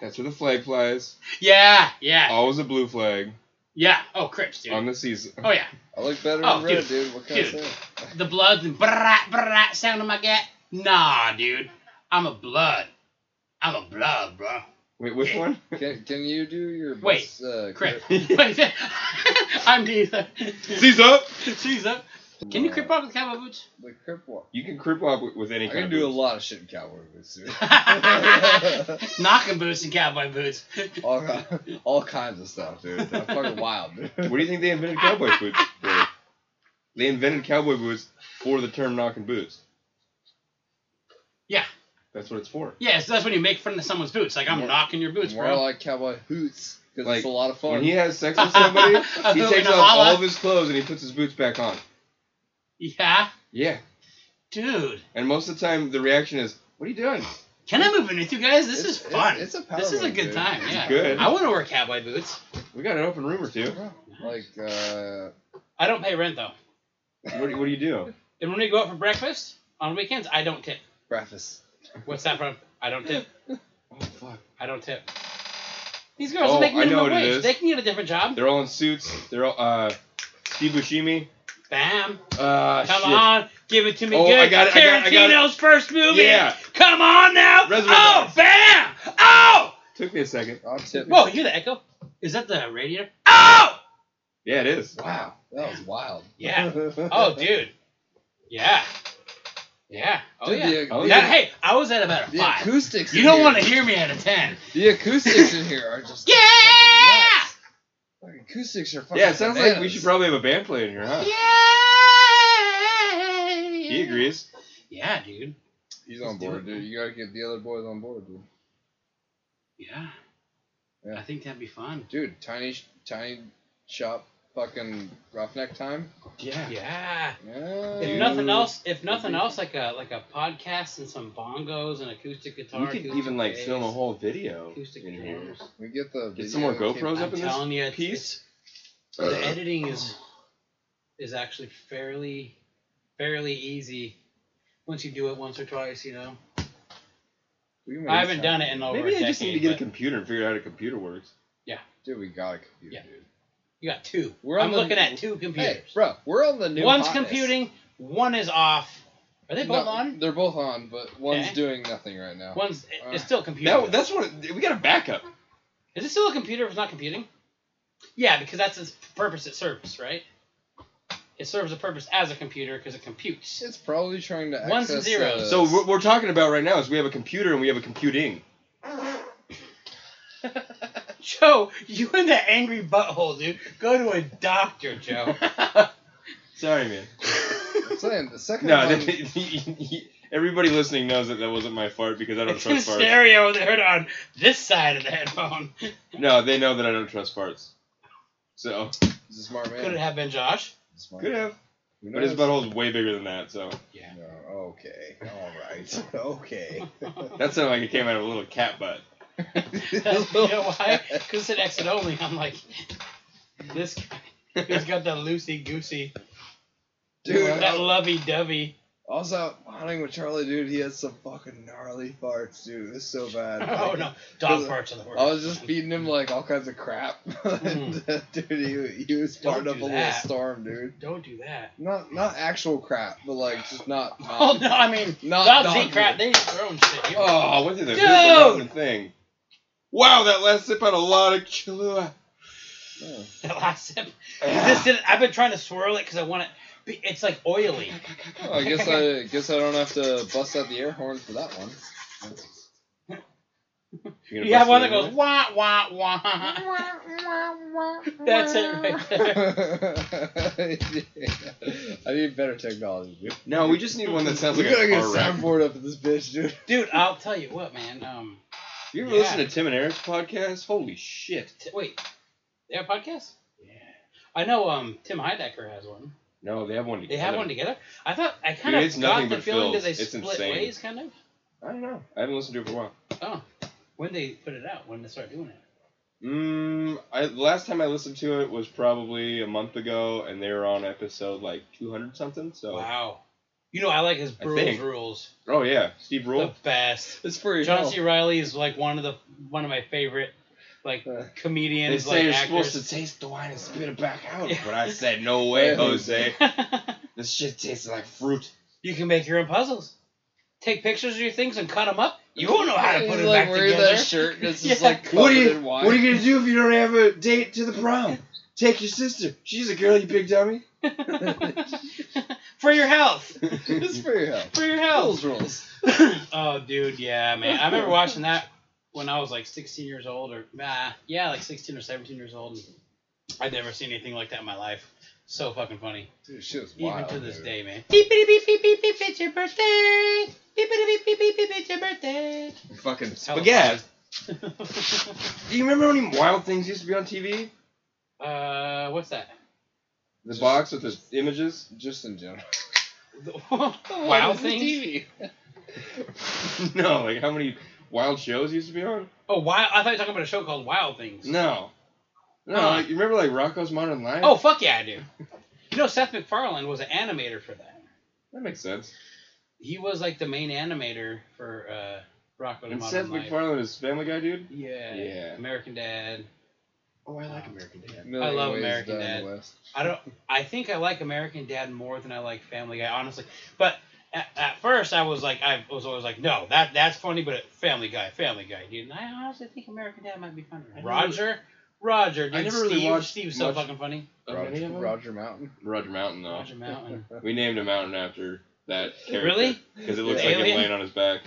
Speaker 1: that's where the flag flies.
Speaker 2: Yeah, yeah,
Speaker 1: Always a blue flag
Speaker 2: yeah. Oh, Crips, dude.
Speaker 1: on the season.
Speaker 2: oh yeah,
Speaker 3: I look better
Speaker 2: Oh,
Speaker 3: in red,
Speaker 2: dude.
Speaker 3: dude. What can
Speaker 2: Dude.
Speaker 3: I say?
Speaker 2: the bloods and brat brat sound of my gat. Nah, dude. I'm a blood. I'm a blood, bro.
Speaker 1: Wait, which one?
Speaker 3: Can, can you do your
Speaker 2: Wait,
Speaker 3: best, uh,
Speaker 2: Crip. Wait, I'm neither.
Speaker 1: Seize up.
Speaker 2: She's up. Can you crip up with cowboy boots?
Speaker 3: The crip walk.
Speaker 1: You can crip up with, with any
Speaker 3: I
Speaker 1: kind
Speaker 3: can
Speaker 1: of
Speaker 3: do a
Speaker 1: boots.
Speaker 3: lot of shit in cowboy boots. dude.
Speaker 2: Knocking boots and cowboy boots.
Speaker 3: all, ki- all kinds of stuff, dude. I'm fucking wild, dude.
Speaker 1: What do you think they invented cowboy boots for? They invented cowboy boots for the term knocking boots.
Speaker 2: Yeah.
Speaker 1: That's what it's for.
Speaker 2: Yeah, so that's when you make fun of someone's boots. Like I'm
Speaker 3: More-
Speaker 2: knocking your boots,
Speaker 3: More
Speaker 2: bro.
Speaker 3: like cowboy hoots because
Speaker 1: Like,
Speaker 3: it's a lot of fun.
Speaker 1: When he has sex with somebody, he
Speaker 2: In
Speaker 1: takes
Speaker 2: a
Speaker 1: off
Speaker 2: holla.
Speaker 1: all of his clothes and he puts his boots back on.
Speaker 2: yeah,
Speaker 1: Yeah.
Speaker 2: dude.
Speaker 1: And most of the time, the reaction is, "What are you doing?"
Speaker 2: Can I move in with you guys? This
Speaker 3: It's-
Speaker 2: is fun.
Speaker 3: it's- it's a power
Speaker 2: this is a
Speaker 3: move,
Speaker 2: good
Speaker 3: dude.
Speaker 2: time.
Speaker 3: It's
Speaker 2: Yeah.
Speaker 1: good.
Speaker 2: I want to wear cowboy boots.
Speaker 1: We got an open room or two.
Speaker 3: Like, uh,
Speaker 2: I don't pay rent though.
Speaker 1: What, what do you do?
Speaker 2: And when we go out for breakfast on weekends, I don't tip.
Speaker 3: breakfast.
Speaker 2: What's that from? I don't tip.
Speaker 1: Oh fuck!
Speaker 2: I don't tip. These girls
Speaker 1: Oh,
Speaker 2: are making
Speaker 1: I know
Speaker 2: minimum
Speaker 1: what it
Speaker 2: wage.
Speaker 1: is.
Speaker 2: They can get a different job.
Speaker 1: They're all in suits. They're all uh, Steve Buscemi.
Speaker 2: Bam.
Speaker 1: Uh,
Speaker 2: Come
Speaker 1: shit.
Speaker 2: on. Give it to me
Speaker 1: Oh,
Speaker 2: good.
Speaker 1: I got it, I got it, I got it.
Speaker 2: Tarantino's first movie.
Speaker 1: Yeah.
Speaker 2: Come on now.
Speaker 1: Reservoir
Speaker 2: oh,
Speaker 1: Dogs.
Speaker 2: bam. Oh.
Speaker 1: Took me a second.
Speaker 3: I'll tip.
Speaker 2: Whoa, you hear the echo? Is that the radio? Oh.
Speaker 1: Yeah, it is.
Speaker 3: Wow, that was wild.
Speaker 2: Yeah. Oh, dude. Yeah. Yeah. Oh,
Speaker 3: Dude,
Speaker 2: yeah.
Speaker 3: The,
Speaker 1: Oh,
Speaker 3: the,
Speaker 1: yeah.
Speaker 2: That- hey, I was at about a
Speaker 3: the
Speaker 2: five.
Speaker 3: acoustics.
Speaker 2: You
Speaker 3: in
Speaker 2: don't
Speaker 3: here-
Speaker 2: want to hear me at a ten.
Speaker 3: The acoustics in here are just.
Speaker 2: Yeah!
Speaker 3: fucking nuts. The acoustics are fucking.
Speaker 1: Yeah, it sounds like we
Speaker 3: bananas.
Speaker 1: should probably have a band play in here, huh?
Speaker 2: Yeah.
Speaker 1: He agrees.
Speaker 2: Yeah, dude.
Speaker 3: He's on board, dude. You gotta get the other boys on board, dude.
Speaker 2: Yeah.
Speaker 3: Yeah.
Speaker 2: I think that'd be fun.
Speaker 3: Dude, tiny, sh- tiny shop, fucking roughneck time.
Speaker 2: Yeah.
Speaker 3: Yeah.
Speaker 2: If nothing else, if nothing else, like a like a podcast and some bongos and acoustic guitar.
Speaker 1: We could
Speaker 2: acoustic
Speaker 1: even like
Speaker 2: bass,
Speaker 1: film a whole video
Speaker 2: acoustic
Speaker 1: in here.
Speaker 2: drums.
Speaker 3: we get the
Speaker 1: Get some more
Speaker 3: video
Speaker 1: GoPros
Speaker 3: cam-
Speaker 1: up
Speaker 2: I'm
Speaker 1: in this
Speaker 2: telling you, it's,
Speaker 1: piece?
Speaker 2: it's- the editing is is actually fairly fairly easy once you do it once or twice. You know,
Speaker 3: we can make
Speaker 2: I haven't
Speaker 3: this
Speaker 2: done it
Speaker 3: happen.
Speaker 2: in over
Speaker 1: Maybe
Speaker 2: a
Speaker 1: I just need to
Speaker 2: decade,
Speaker 1: get a
Speaker 2: but-
Speaker 1: computer and figure out how a computer works.
Speaker 3: Dude, we got a computer,
Speaker 2: Yeah.
Speaker 3: dude.
Speaker 2: You got two.
Speaker 3: We're on
Speaker 2: I'm
Speaker 3: the-
Speaker 2: looking at two computers.
Speaker 3: Hey, bro, we're on the new.
Speaker 2: One's
Speaker 3: hotness.
Speaker 2: computing, one is off. Are they both
Speaker 3: No,
Speaker 2: on? Eh?
Speaker 3: They're both on, but one's
Speaker 2: Okay.
Speaker 3: doing nothing right now.
Speaker 2: One's it- it's
Speaker 3: Uh,
Speaker 2: still computing.
Speaker 1: That, that's what we got a backup.
Speaker 2: Is it still a computer if it's not computing? Yeah, because that's its purpose it serves, right? It serves a purpose as a computer because it computes.
Speaker 3: It's probably trying to access.
Speaker 2: Ones and zeros.
Speaker 3: uh,
Speaker 1: So what we're talking about right now is we have a computer and we have a computing.
Speaker 2: Joe, you and that angry butthole, dude. Go to a doctor, Joe.
Speaker 1: Sorry, man.
Speaker 3: I'm saying the second
Speaker 1: No,
Speaker 3: one.
Speaker 1: everybody listening knows that that wasn't my fart because I don't
Speaker 2: it's in
Speaker 1: trust farts.
Speaker 2: stereo. They heard it on this side of the headphone.
Speaker 1: No, they know that I don't trust farts. So
Speaker 3: He's a smart man.
Speaker 2: Could it have been Josh?
Speaker 3: Smart.
Speaker 1: could have,
Speaker 3: Who
Speaker 1: but his
Speaker 3: knows?
Speaker 1: butthole's way bigger than that. So
Speaker 3: No, okay. All right. Okay.
Speaker 1: that sounded like it came out of a little cat butt.
Speaker 2: you know why? Because it exit only. I'm like, this guy who's got that loosey goosey,
Speaker 3: Dude,
Speaker 2: that
Speaker 3: I-
Speaker 2: lovey dovey.
Speaker 3: I was out hunting with Charlie, dude. He had some fucking gnarly farts, dude. It's so bad.
Speaker 2: Oh
Speaker 3: Like,
Speaker 2: no, dog parts of the worst.
Speaker 3: I was just feeding him like all kinds of crap, And, uh, dude. He, he was
Speaker 2: Hmm. Don't
Speaker 3: starting up
Speaker 2: do
Speaker 3: a little
Speaker 2: that.
Speaker 3: storm, dude.
Speaker 2: Don't do that.
Speaker 3: Not not actual crap, but like just not.
Speaker 2: Oh no, I mean,
Speaker 3: Not
Speaker 2: dogs
Speaker 3: Uh, dog Uh,
Speaker 2: eat crap. They eat their own shit. You-
Speaker 1: Oh, I went through the
Speaker 2: Dude!
Speaker 1: hoop around the thing. Wow, that last sip had a lot of Cholula.
Speaker 3: Yeah.
Speaker 2: That last sip. This did. I've been trying to swirl it because I want it. be- It's like oily.
Speaker 3: Oh, I guess I guess I don't have to bust out the air horn for that one.
Speaker 1: You
Speaker 2: You have one that goes wah wah wah. That's it right there.
Speaker 3: I need better technology, dude.
Speaker 1: No, we just need one that sounds
Speaker 3: We
Speaker 1: like
Speaker 3: gotta
Speaker 1: a
Speaker 3: get a
Speaker 1: car wreck.
Speaker 3: soundboard up in this bitch, dude.
Speaker 2: Dude, I'll tell you what, man. Um,
Speaker 1: You ever
Speaker 2: Yeah.
Speaker 1: listen to Tim and Eric's podcast? Holy shit!
Speaker 2: t- wait, they have a podcast? Yeah. I know. Um, Tim Heidecker has one.
Speaker 1: No, they have one
Speaker 2: They
Speaker 1: together.
Speaker 2: have one together. I thought I kind
Speaker 1: Dude,
Speaker 2: of
Speaker 1: it's
Speaker 2: got
Speaker 1: nothing
Speaker 2: the
Speaker 1: but
Speaker 2: feeling that
Speaker 1: fills.
Speaker 2: they
Speaker 1: It's
Speaker 2: split
Speaker 1: insane.
Speaker 2: ways, kind of.
Speaker 1: I don't know. I haven't listened to it for a while.
Speaker 2: Oh, when they put it out, when they start doing it.
Speaker 1: Mm, I the last time I listened to it was probably a month ago, and they were on episode like two hundred something. So,
Speaker 2: Wow. You know, I like his
Speaker 1: I
Speaker 2: Brewers
Speaker 1: think.
Speaker 2: rules.
Speaker 1: oh yeah, Steve
Speaker 2: The
Speaker 1: Rule.
Speaker 2: best.
Speaker 3: It's free.
Speaker 2: John C. Riley is like one of the one of my favorite like
Speaker 3: Uh,
Speaker 1: They
Speaker 2: comedians.
Speaker 1: say
Speaker 2: like
Speaker 1: you're
Speaker 2: actors.
Speaker 1: supposed to taste the wine and spit it back out,
Speaker 2: Yeah.
Speaker 1: but I said no way,
Speaker 3: Yeah.
Speaker 1: Jose. This shit tastes like fruit.
Speaker 2: you can make your own puzzles. Take pictures of your things and cut them up. You won't know how to
Speaker 3: He's
Speaker 2: put it
Speaker 3: like
Speaker 2: back
Speaker 3: wearing
Speaker 2: together.
Speaker 3: that shirt and it's just
Speaker 2: Yeah.
Speaker 3: like
Speaker 1: What are
Speaker 3: covered
Speaker 1: you
Speaker 3: in wine.
Speaker 1: What are you gonna do if you don't have a date to the prom? Take your sister. She's a girl, you big dummy.
Speaker 2: For your health.
Speaker 3: it's for your health.
Speaker 2: For your
Speaker 3: Rules,
Speaker 2: health.
Speaker 3: rules.
Speaker 2: oh, dude, yeah, man. I remember watching that when I was like 16 years old, or ah, yeah, like 16 or 17 years old. And I'd never seen anything like that in my life. So fucking funny.
Speaker 3: Dude, shit was
Speaker 2: Even
Speaker 3: wild,
Speaker 2: to this
Speaker 3: dude.
Speaker 2: day, man. Beep, beep, beep, beep, beep, beep, it's your birthday. Beep, beep, beep, beep, beep, beep, it's your birthday.
Speaker 3: Fucking
Speaker 1: Spaghetti.
Speaker 2: uh,
Speaker 1: Do you remember when Wild Things used to be on TV?
Speaker 2: Uh, what's that?
Speaker 1: The
Speaker 3: Just-
Speaker 1: box with the images.
Speaker 3: just in general.
Speaker 2: wow things?
Speaker 3: TV.
Speaker 1: no, like how many wild shows used to be on?
Speaker 2: Oh, wow. I thought you were talking about a show called Wild Things.
Speaker 1: No. No,
Speaker 2: Huh.
Speaker 1: like, you remember like Rocco's Modern Life?
Speaker 2: Oh, fuck yeah, I do. You know, Seth MacFarlane was an animator for that.
Speaker 1: that makes sense.
Speaker 2: He was like the main animator for uh, Rocko and
Speaker 1: And
Speaker 2: Modern
Speaker 1: Seth
Speaker 2: Life.
Speaker 1: MacFarlane is Family Guy dude.
Speaker 2: Yeah.
Speaker 1: Yeah.
Speaker 2: American Dad.
Speaker 1: Oh, I
Speaker 2: like
Speaker 1: American Dad.
Speaker 3: Million
Speaker 2: I love
Speaker 3: Ways
Speaker 2: American
Speaker 3: Down
Speaker 2: Dad.
Speaker 3: West.
Speaker 2: I don't. I think I like American Dad more than I like Family Guy, honestly. But at, at first, I was like, I was always like, no, that that's funny, but Family Guy, Family Guy, dude. And I honestly think American Dad might be funny.
Speaker 1: I never-
Speaker 2: Roger, Roger, dude.
Speaker 1: I never really
Speaker 2: Steve,
Speaker 1: watched
Speaker 2: Steve's so
Speaker 1: much-
Speaker 2: fucking funny.
Speaker 3: Roger, Roger Mountain.
Speaker 1: Roger Mountain though.
Speaker 2: Roger Mountain.
Speaker 1: We named him Mountain after that character.
Speaker 2: Really?
Speaker 1: Because it looks
Speaker 2: The
Speaker 1: like him
Speaker 2: alien?
Speaker 1: laying on his back.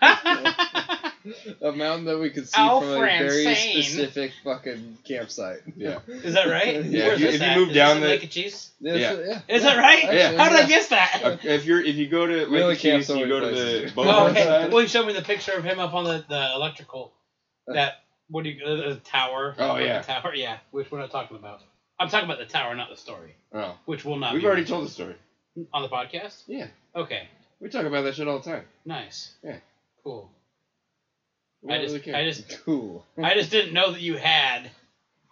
Speaker 3: A mountain that we could see
Speaker 2: Al
Speaker 3: from a very
Speaker 2: Francine.
Speaker 3: specific fucking campsite.
Speaker 1: Yeah.
Speaker 2: Is that right?
Speaker 3: Yeah,
Speaker 2: Where's
Speaker 3: if you-
Speaker 2: this
Speaker 1: if you
Speaker 2: at?
Speaker 1: move
Speaker 2: Is
Speaker 1: down
Speaker 2: this in
Speaker 1: the-
Speaker 2: Lake of Cheese?
Speaker 1: Yeah.
Speaker 3: yeah.
Speaker 2: Is that right?
Speaker 1: Yeah.
Speaker 2: How did I guess that?
Speaker 1: Uh, If you're if you go to Lake
Speaker 3: We only
Speaker 1: of Keys,
Speaker 3: camped
Speaker 1: you
Speaker 3: so
Speaker 1: go
Speaker 3: many
Speaker 1: to the
Speaker 3: places.
Speaker 1: boat
Speaker 2: Oh,
Speaker 1: side.
Speaker 2: okay. Well, you showed me the picture of him up on the, the electrical, that what do you uh, the tower?
Speaker 1: Oh,
Speaker 2: The
Speaker 1: yeah.
Speaker 2: tower. Yeah, which we're not talking about. I'm talking about the tower, not the story,
Speaker 1: Oh,
Speaker 2: which will not.
Speaker 1: we've
Speaker 2: be
Speaker 1: already
Speaker 2: mentioned.
Speaker 1: told the story.
Speaker 2: on the podcast.
Speaker 1: Yeah,
Speaker 2: Okay,
Speaker 1: we talk about that shit all the time.
Speaker 2: nice.
Speaker 1: Yeah.
Speaker 2: Cool.
Speaker 1: We
Speaker 2: I
Speaker 1: don't
Speaker 2: just,
Speaker 1: really care.
Speaker 2: I just,
Speaker 3: Cool.
Speaker 2: I just didn't know that you had.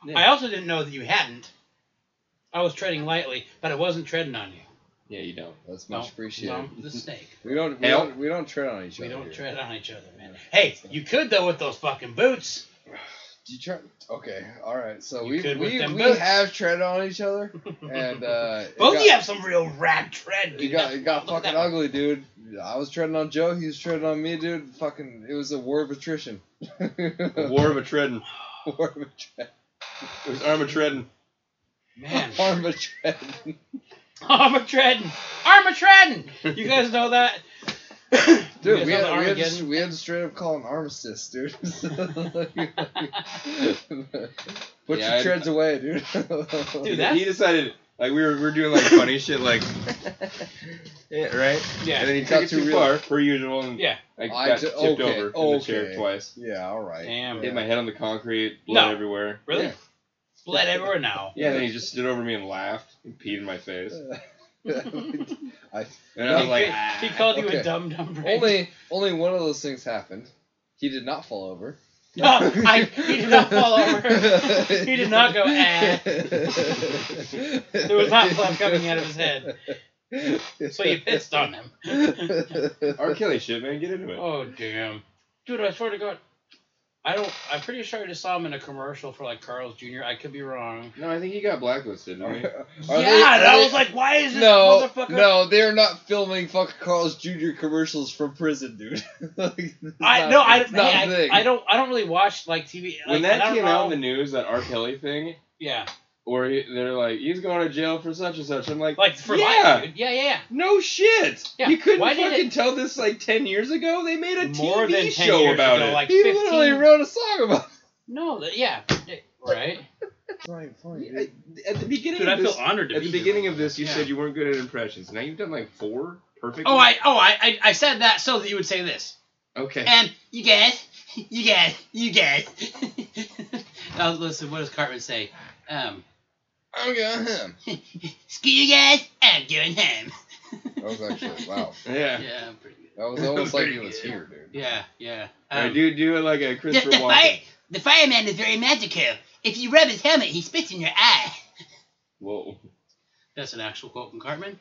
Speaker 1: Yeah.
Speaker 2: I also didn't know that you hadn't. I was treading lightly, but I wasn't treading on you.
Speaker 1: yeah, you don't.
Speaker 3: That's much
Speaker 2: No,
Speaker 3: appreciated.
Speaker 2: no, I'm the snake.
Speaker 3: We don't we,
Speaker 1: Hell.
Speaker 3: don't we don't tread on each
Speaker 2: We
Speaker 3: other.
Speaker 2: don't
Speaker 3: here.
Speaker 2: tread on each other, man. Hey, you could though with those fucking boots.
Speaker 3: You try. Okay, all right. So
Speaker 2: You
Speaker 3: we
Speaker 2: could with
Speaker 3: we,
Speaker 2: them
Speaker 3: we
Speaker 2: boots.
Speaker 3: have tread on each other, and uh, it
Speaker 4: Both
Speaker 3: got-
Speaker 4: of you have some real rad tread.
Speaker 3: It
Speaker 4: dude.
Speaker 3: got, it got
Speaker 4: Look at
Speaker 3: fucking
Speaker 4: that.
Speaker 3: ugly, dude. I was treading on Joe. He was treading on me, dude. Fucking, it was a war of attrition.
Speaker 1: The War of a treading.
Speaker 3: War of attrition.
Speaker 1: It was arm a treading.
Speaker 2: Man.
Speaker 3: Arm of attrition.
Speaker 2: Armor treading. Armor treading. You guys know that? You
Speaker 3: Dude,
Speaker 2: guys know the
Speaker 3: we had, we, had
Speaker 2: Armageddon?
Speaker 3: to, we had to straight up call an armistice, dude. Put
Speaker 1: Yeah,
Speaker 3: your
Speaker 1: I-
Speaker 3: treads away, dude.
Speaker 1: He-
Speaker 2: Dude, that's-
Speaker 1: he decided like we were we were doing like funny shit like yeah, right? And
Speaker 2: Yeah.
Speaker 1: then he
Speaker 3: Got
Speaker 1: took it
Speaker 3: too
Speaker 1: too
Speaker 3: real.
Speaker 1: far per usual and
Speaker 2: Yeah.
Speaker 1: I
Speaker 3: I
Speaker 1: got
Speaker 3: ju-
Speaker 1: tipped
Speaker 3: okay,
Speaker 1: over in the chair
Speaker 3: okay.
Speaker 1: twice.
Speaker 3: yeah, all right.
Speaker 2: Damn.
Speaker 1: Hit my head on the concrete, blood
Speaker 2: No.
Speaker 1: everywhere.
Speaker 2: Really?
Speaker 1: Yeah.
Speaker 2: Blood everywhere now.
Speaker 1: Yeah, then he just stood over me and laughed and peed in my face.
Speaker 3: I,
Speaker 1: And I was
Speaker 2: He-
Speaker 1: like, "Ah."
Speaker 2: he called you
Speaker 3: ah, okay.
Speaker 2: a dumb dumb brain.
Speaker 3: only, only one of those things happened. He did not fall over.
Speaker 2: No, Oh, I, he did not fall over. He did not go, "Ah." There
Speaker 3: there
Speaker 2: was not blood coming out of his head, so you pissed on him.
Speaker 1: R. Kelly shit, man, get into it.
Speaker 2: Oh damn, dude! I swear to God, I don't. I'm pretty sure I just saw him in a commercial for like Carl's Jr. I could be wrong.
Speaker 1: No, I think he got blacklisted,
Speaker 3: Are
Speaker 1: didn't he?
Speaker 3: they-
Speaker 2: yeah, and
Speaker 3: are
Speaker 2: I
Speaker 3: they-
Speaker 2: was like, why is this
Speaker 3: no,
Speaker 2: motherfucker?
Speaker 3: no, they're not filming fucking Carl's Jr. commercials from prison, dude. Like, it's
Speaker 2: I
Speaker 3: not-
Speaker 2: no, I,
Speaker 3: it's not a
Speaker 2: hey,
Speaker 3: thing.
Speaker 2: I, I don't. I don't really watch like TV. Like,
Speaker 1: When
Speaker 2: I
Speaker 1: that
Speaker 2: don't
Speaker 1: came
Speaker 2: know.
Speaker 1: out in the news, that R. Kelly thing,
Speaker 2: yeah,
Speaker 1: where he, they're like, he's going to jail for such and such. I'm like,
Speaker 2: like for
Speaker 1: yeah,
Speaker 2: life, dude. Yeah, yeah,
Speaker 1: no shit.
Speaker 2: Yeah,
Speaker 1: You couldn't
Speaker 2: why did
Speaker 1: fucking tell this like ten years ago. They made a
Speaker 2: yeah. More
Speaker 1: TV
Speaker 2: than ten
Speaker 1: show
Speaker 2: years
Speaker 1: about
Speaker 2: ago,
Speaker 1: it.
Speaker 2: like
Speaker 3: he literally
Speaker 2: 15.
Speaker 3: wrote a song about.
Speaker 2: No, that, yeah, right.
Speaker 3: It's not even funny, dude.
Speaker 1: I- at the beginning
Speaker 2: Dude,
Speaker 1: of
Speaker 2: I feel
Speaker 1: this,
Speaker 2: honored to
Speaker 1: at
Speaker 2: be
Speaker 1: the beginning
Speaker 2: here.
Speaker 1: of this, you
Speaker 2: Yeah.
Speaker 1: said you weren't good at impressions. Now you've done like four perfectly.
Speaker 2: Oh, I, oh, I, I, I said that so that you would say this.
Speaker 1: okay.
Speaker 2: And you guys, you guys, you guys. now listen, what does Cartman say? Um,
Speaker 3: I'm going him.
Speaker 2: screw you guys, I'm going home.
Speaker 3: That was actually wow.
Speaker 1: yeah.
Speaker 2: Yeah, I'm pretty good.
Speaker 3: That was almost like he was
Speaker 1: Yeah.
Speaker 3: here, dude.
Speaker 2: Yeah, yeah.
Speaker 1: All
Speaker 2: Um,
Speaker 1: right, do do it like a Christopher Walken.
Speaker 2: the fireman is very magical. If you rub his helmet, he spits in your eye.
Speaker 1: Whoa.
Speaker 2: That's an actual quote from Cartman.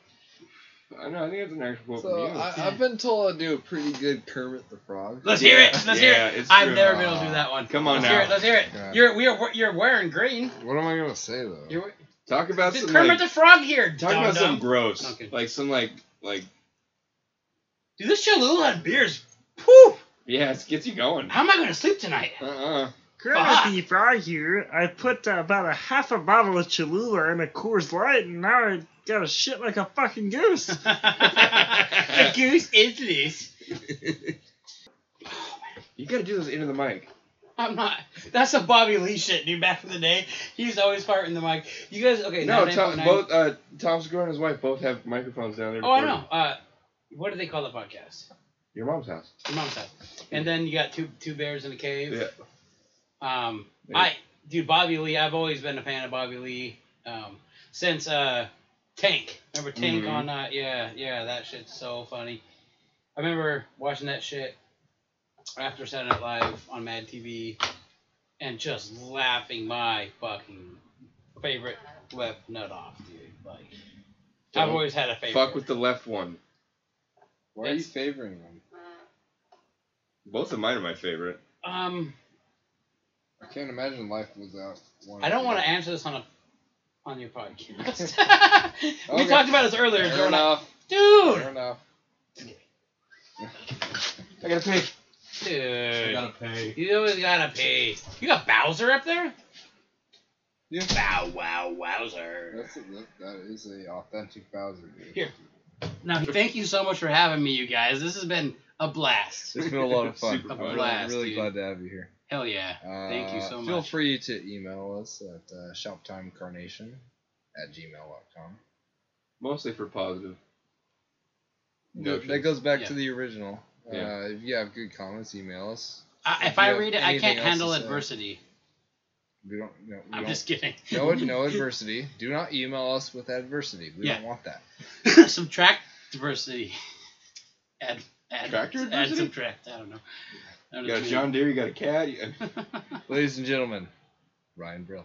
Speaker 1: I know. I think that's an actual quote from
Speaker 3: So
Speaker 1: you.
Speaker 3: I, I've been told I do a pretty good Kermit the Frog.
Speaker 2: Let's hear it. Let's hear
Speaker 1: Yeah,
Speaker 2: it.
Speaker 1: it's
Speaker 2: I've
Speaker 1: true.
Speaker 2: never been able to do that one.
Speaker 1: Come on
Speaker 2: let's
Speaker 1: now.
Speaker 2: Hear it, let's hear it.
Speaker 3: Yeah.
Speaker 2: You're we are you're wearing green.
Speaker 3: What am I gonna say though?
Speaker 2: You're
Speaker 1: Talk about
Speaker 2: This
Speaker 1: some
Speaker 2: Kermit
Speaker 1: like,
Speaker 2: the Frog here.
Speaker 1: talk
Speaker 2: dum-dum.
Speaker 1: about some gross,
Speaker 2: Okay.
Speaker 1: like some like like
Speaker 2: Dude, this Cholula and beer's. Whew!
Speaker 1: yeah, it gets you going.
Speaker 2: How am I gonna sleep tonight?
Speaker 1: Uh uh
Speaker 2: Fuck.
Speaker 9: Kermit the Frog here. I put uh, about a half a bottle of Cholula in a Coors Light, and now I gotta shit like a fucking goose.
Speaker 2: the goose is loose.
Speaker 1: You gotta do this into the mic.
Speaker 2: I'm not. That's some Bobby Lee shit, dude. Back in the day, he was always farting in the mic. You guys, okay?
Speaker 1: no,
Speaker 2: 99.9.
Speaker 1: Tom, both uh, Tom Segura and his wife both have microphones down there.
Speaker 2: Oh, I
Speaker 1: recording.
Speaker 2: know. Uh, what do they call the podcast?
Speaker 1: Your mom's house.
Speaker 2: Your mom's house. And then you got two two bears in a cave.
Speaker 1: Yeah.
Speaker 2: Um,
Speaker 1: Yeah.
Speaker 2: I dude Bobby Lee. I've always been a fan of Bobby Lee. Um, since uh, Tank. Remember Tank
Speaker 1: Mhm.
Speaker 2: on uh, yeah, yeah. That shit's so funny. I remember watching that shit after Saturday Night Live on Mad TV, and just laughing my fucking favorite web nut off, dude. Like, I've
Speaker 1: Don't
Speaker 2: always had a favorite.
Speaker 1: Fuck with the left one.
Speaker 3: Why are you
Speaker 2: That's-
Speaker 3: favoring them?
Speaker 1: Both of mine are my favorite.
Speaker 2: um.
Speaker 3: I can't imagine life without one.
Speaker 2: I
Speaker 3: of
Speaker 2: don't
Speaker 3: you.
Speaker 2: want to answer this on a on your podcast. we
Speaker 3: Okay.
Speaker 2: talked about this earlier,
Speaker 3: Fair
Speaker 2: growing up.
Speaker 3: enough. Fair
Speaker 2: Dude,
Speaker 3: enough.
Speaker 1: I gotta pick.
Speaker 2: dude,
Speaker 4: pay.
Speaker 2: you always gotta pee. You got Bowser up there?
Speaker 3: Yeah.
Speaker 2: Bow wow wowzer.
Speaker 3: That's a, that, that is a authentic Bowser. Dude.
Speaker 2: Here. Now, thank you so much for having me, you guys. This has been a blast.
Speaker 3: It's been a lot of fun.
Speaker 1: Super
Speaker 2: A
Speaker 1: fun.
Speaker 3: I'm
Speaker 2: blast,
Speaker 3: really
Speaker 2: dude.
Speaker 3: glad to have you here.
Speaker 2: Hell yeah.
Speaker 3: Uh,
Speaker 2: Thank you so
Speaker 3: Feel
Speaker 2: much.
Speaker 3: free to email us at uh, shoptimecarnation at gmail.com.
Speaker 1: Mostly for positive.
Speaker 3: That- that goes back
Speaker 2: Yeah.
Speaker 3: to the original.
Speaker 1: Yeah.
Speaker 3: Uh, if you have good comments, email us.
Speaker 2: I, if
Speaker 3: Do you
Speaker 2: I
Speaker 3: have
Speaker 2: read it, I
Speaker 3: anything
Speaker 2: can't
Speaker 3: else to
Speaker 2: handle
Speaker 3: say?
Speaker 2: adversity.
Speaker 3: We don't. No, we
Speaker 2: I'm
Speaker 3: don't
Speaker 2: just kidding.
Speaker 3: no, no adversity. Do not email us with adversity. We
Speaker 2: Yeah.
Speaker 3: don't want that.
Speaker 2: subtract diversity. Add, add,
Speaker 1: Tractor
Speaker 2: add
Speaker 1: adversity?
Speaker 2: subtract. I don't know. I don't
Speaker 1: You got a
Speaker 2: know.
Speaker 1: John Deere, you got a cat. You got...
Speaker 3: Ladies and gentlemen, Ryan Brill.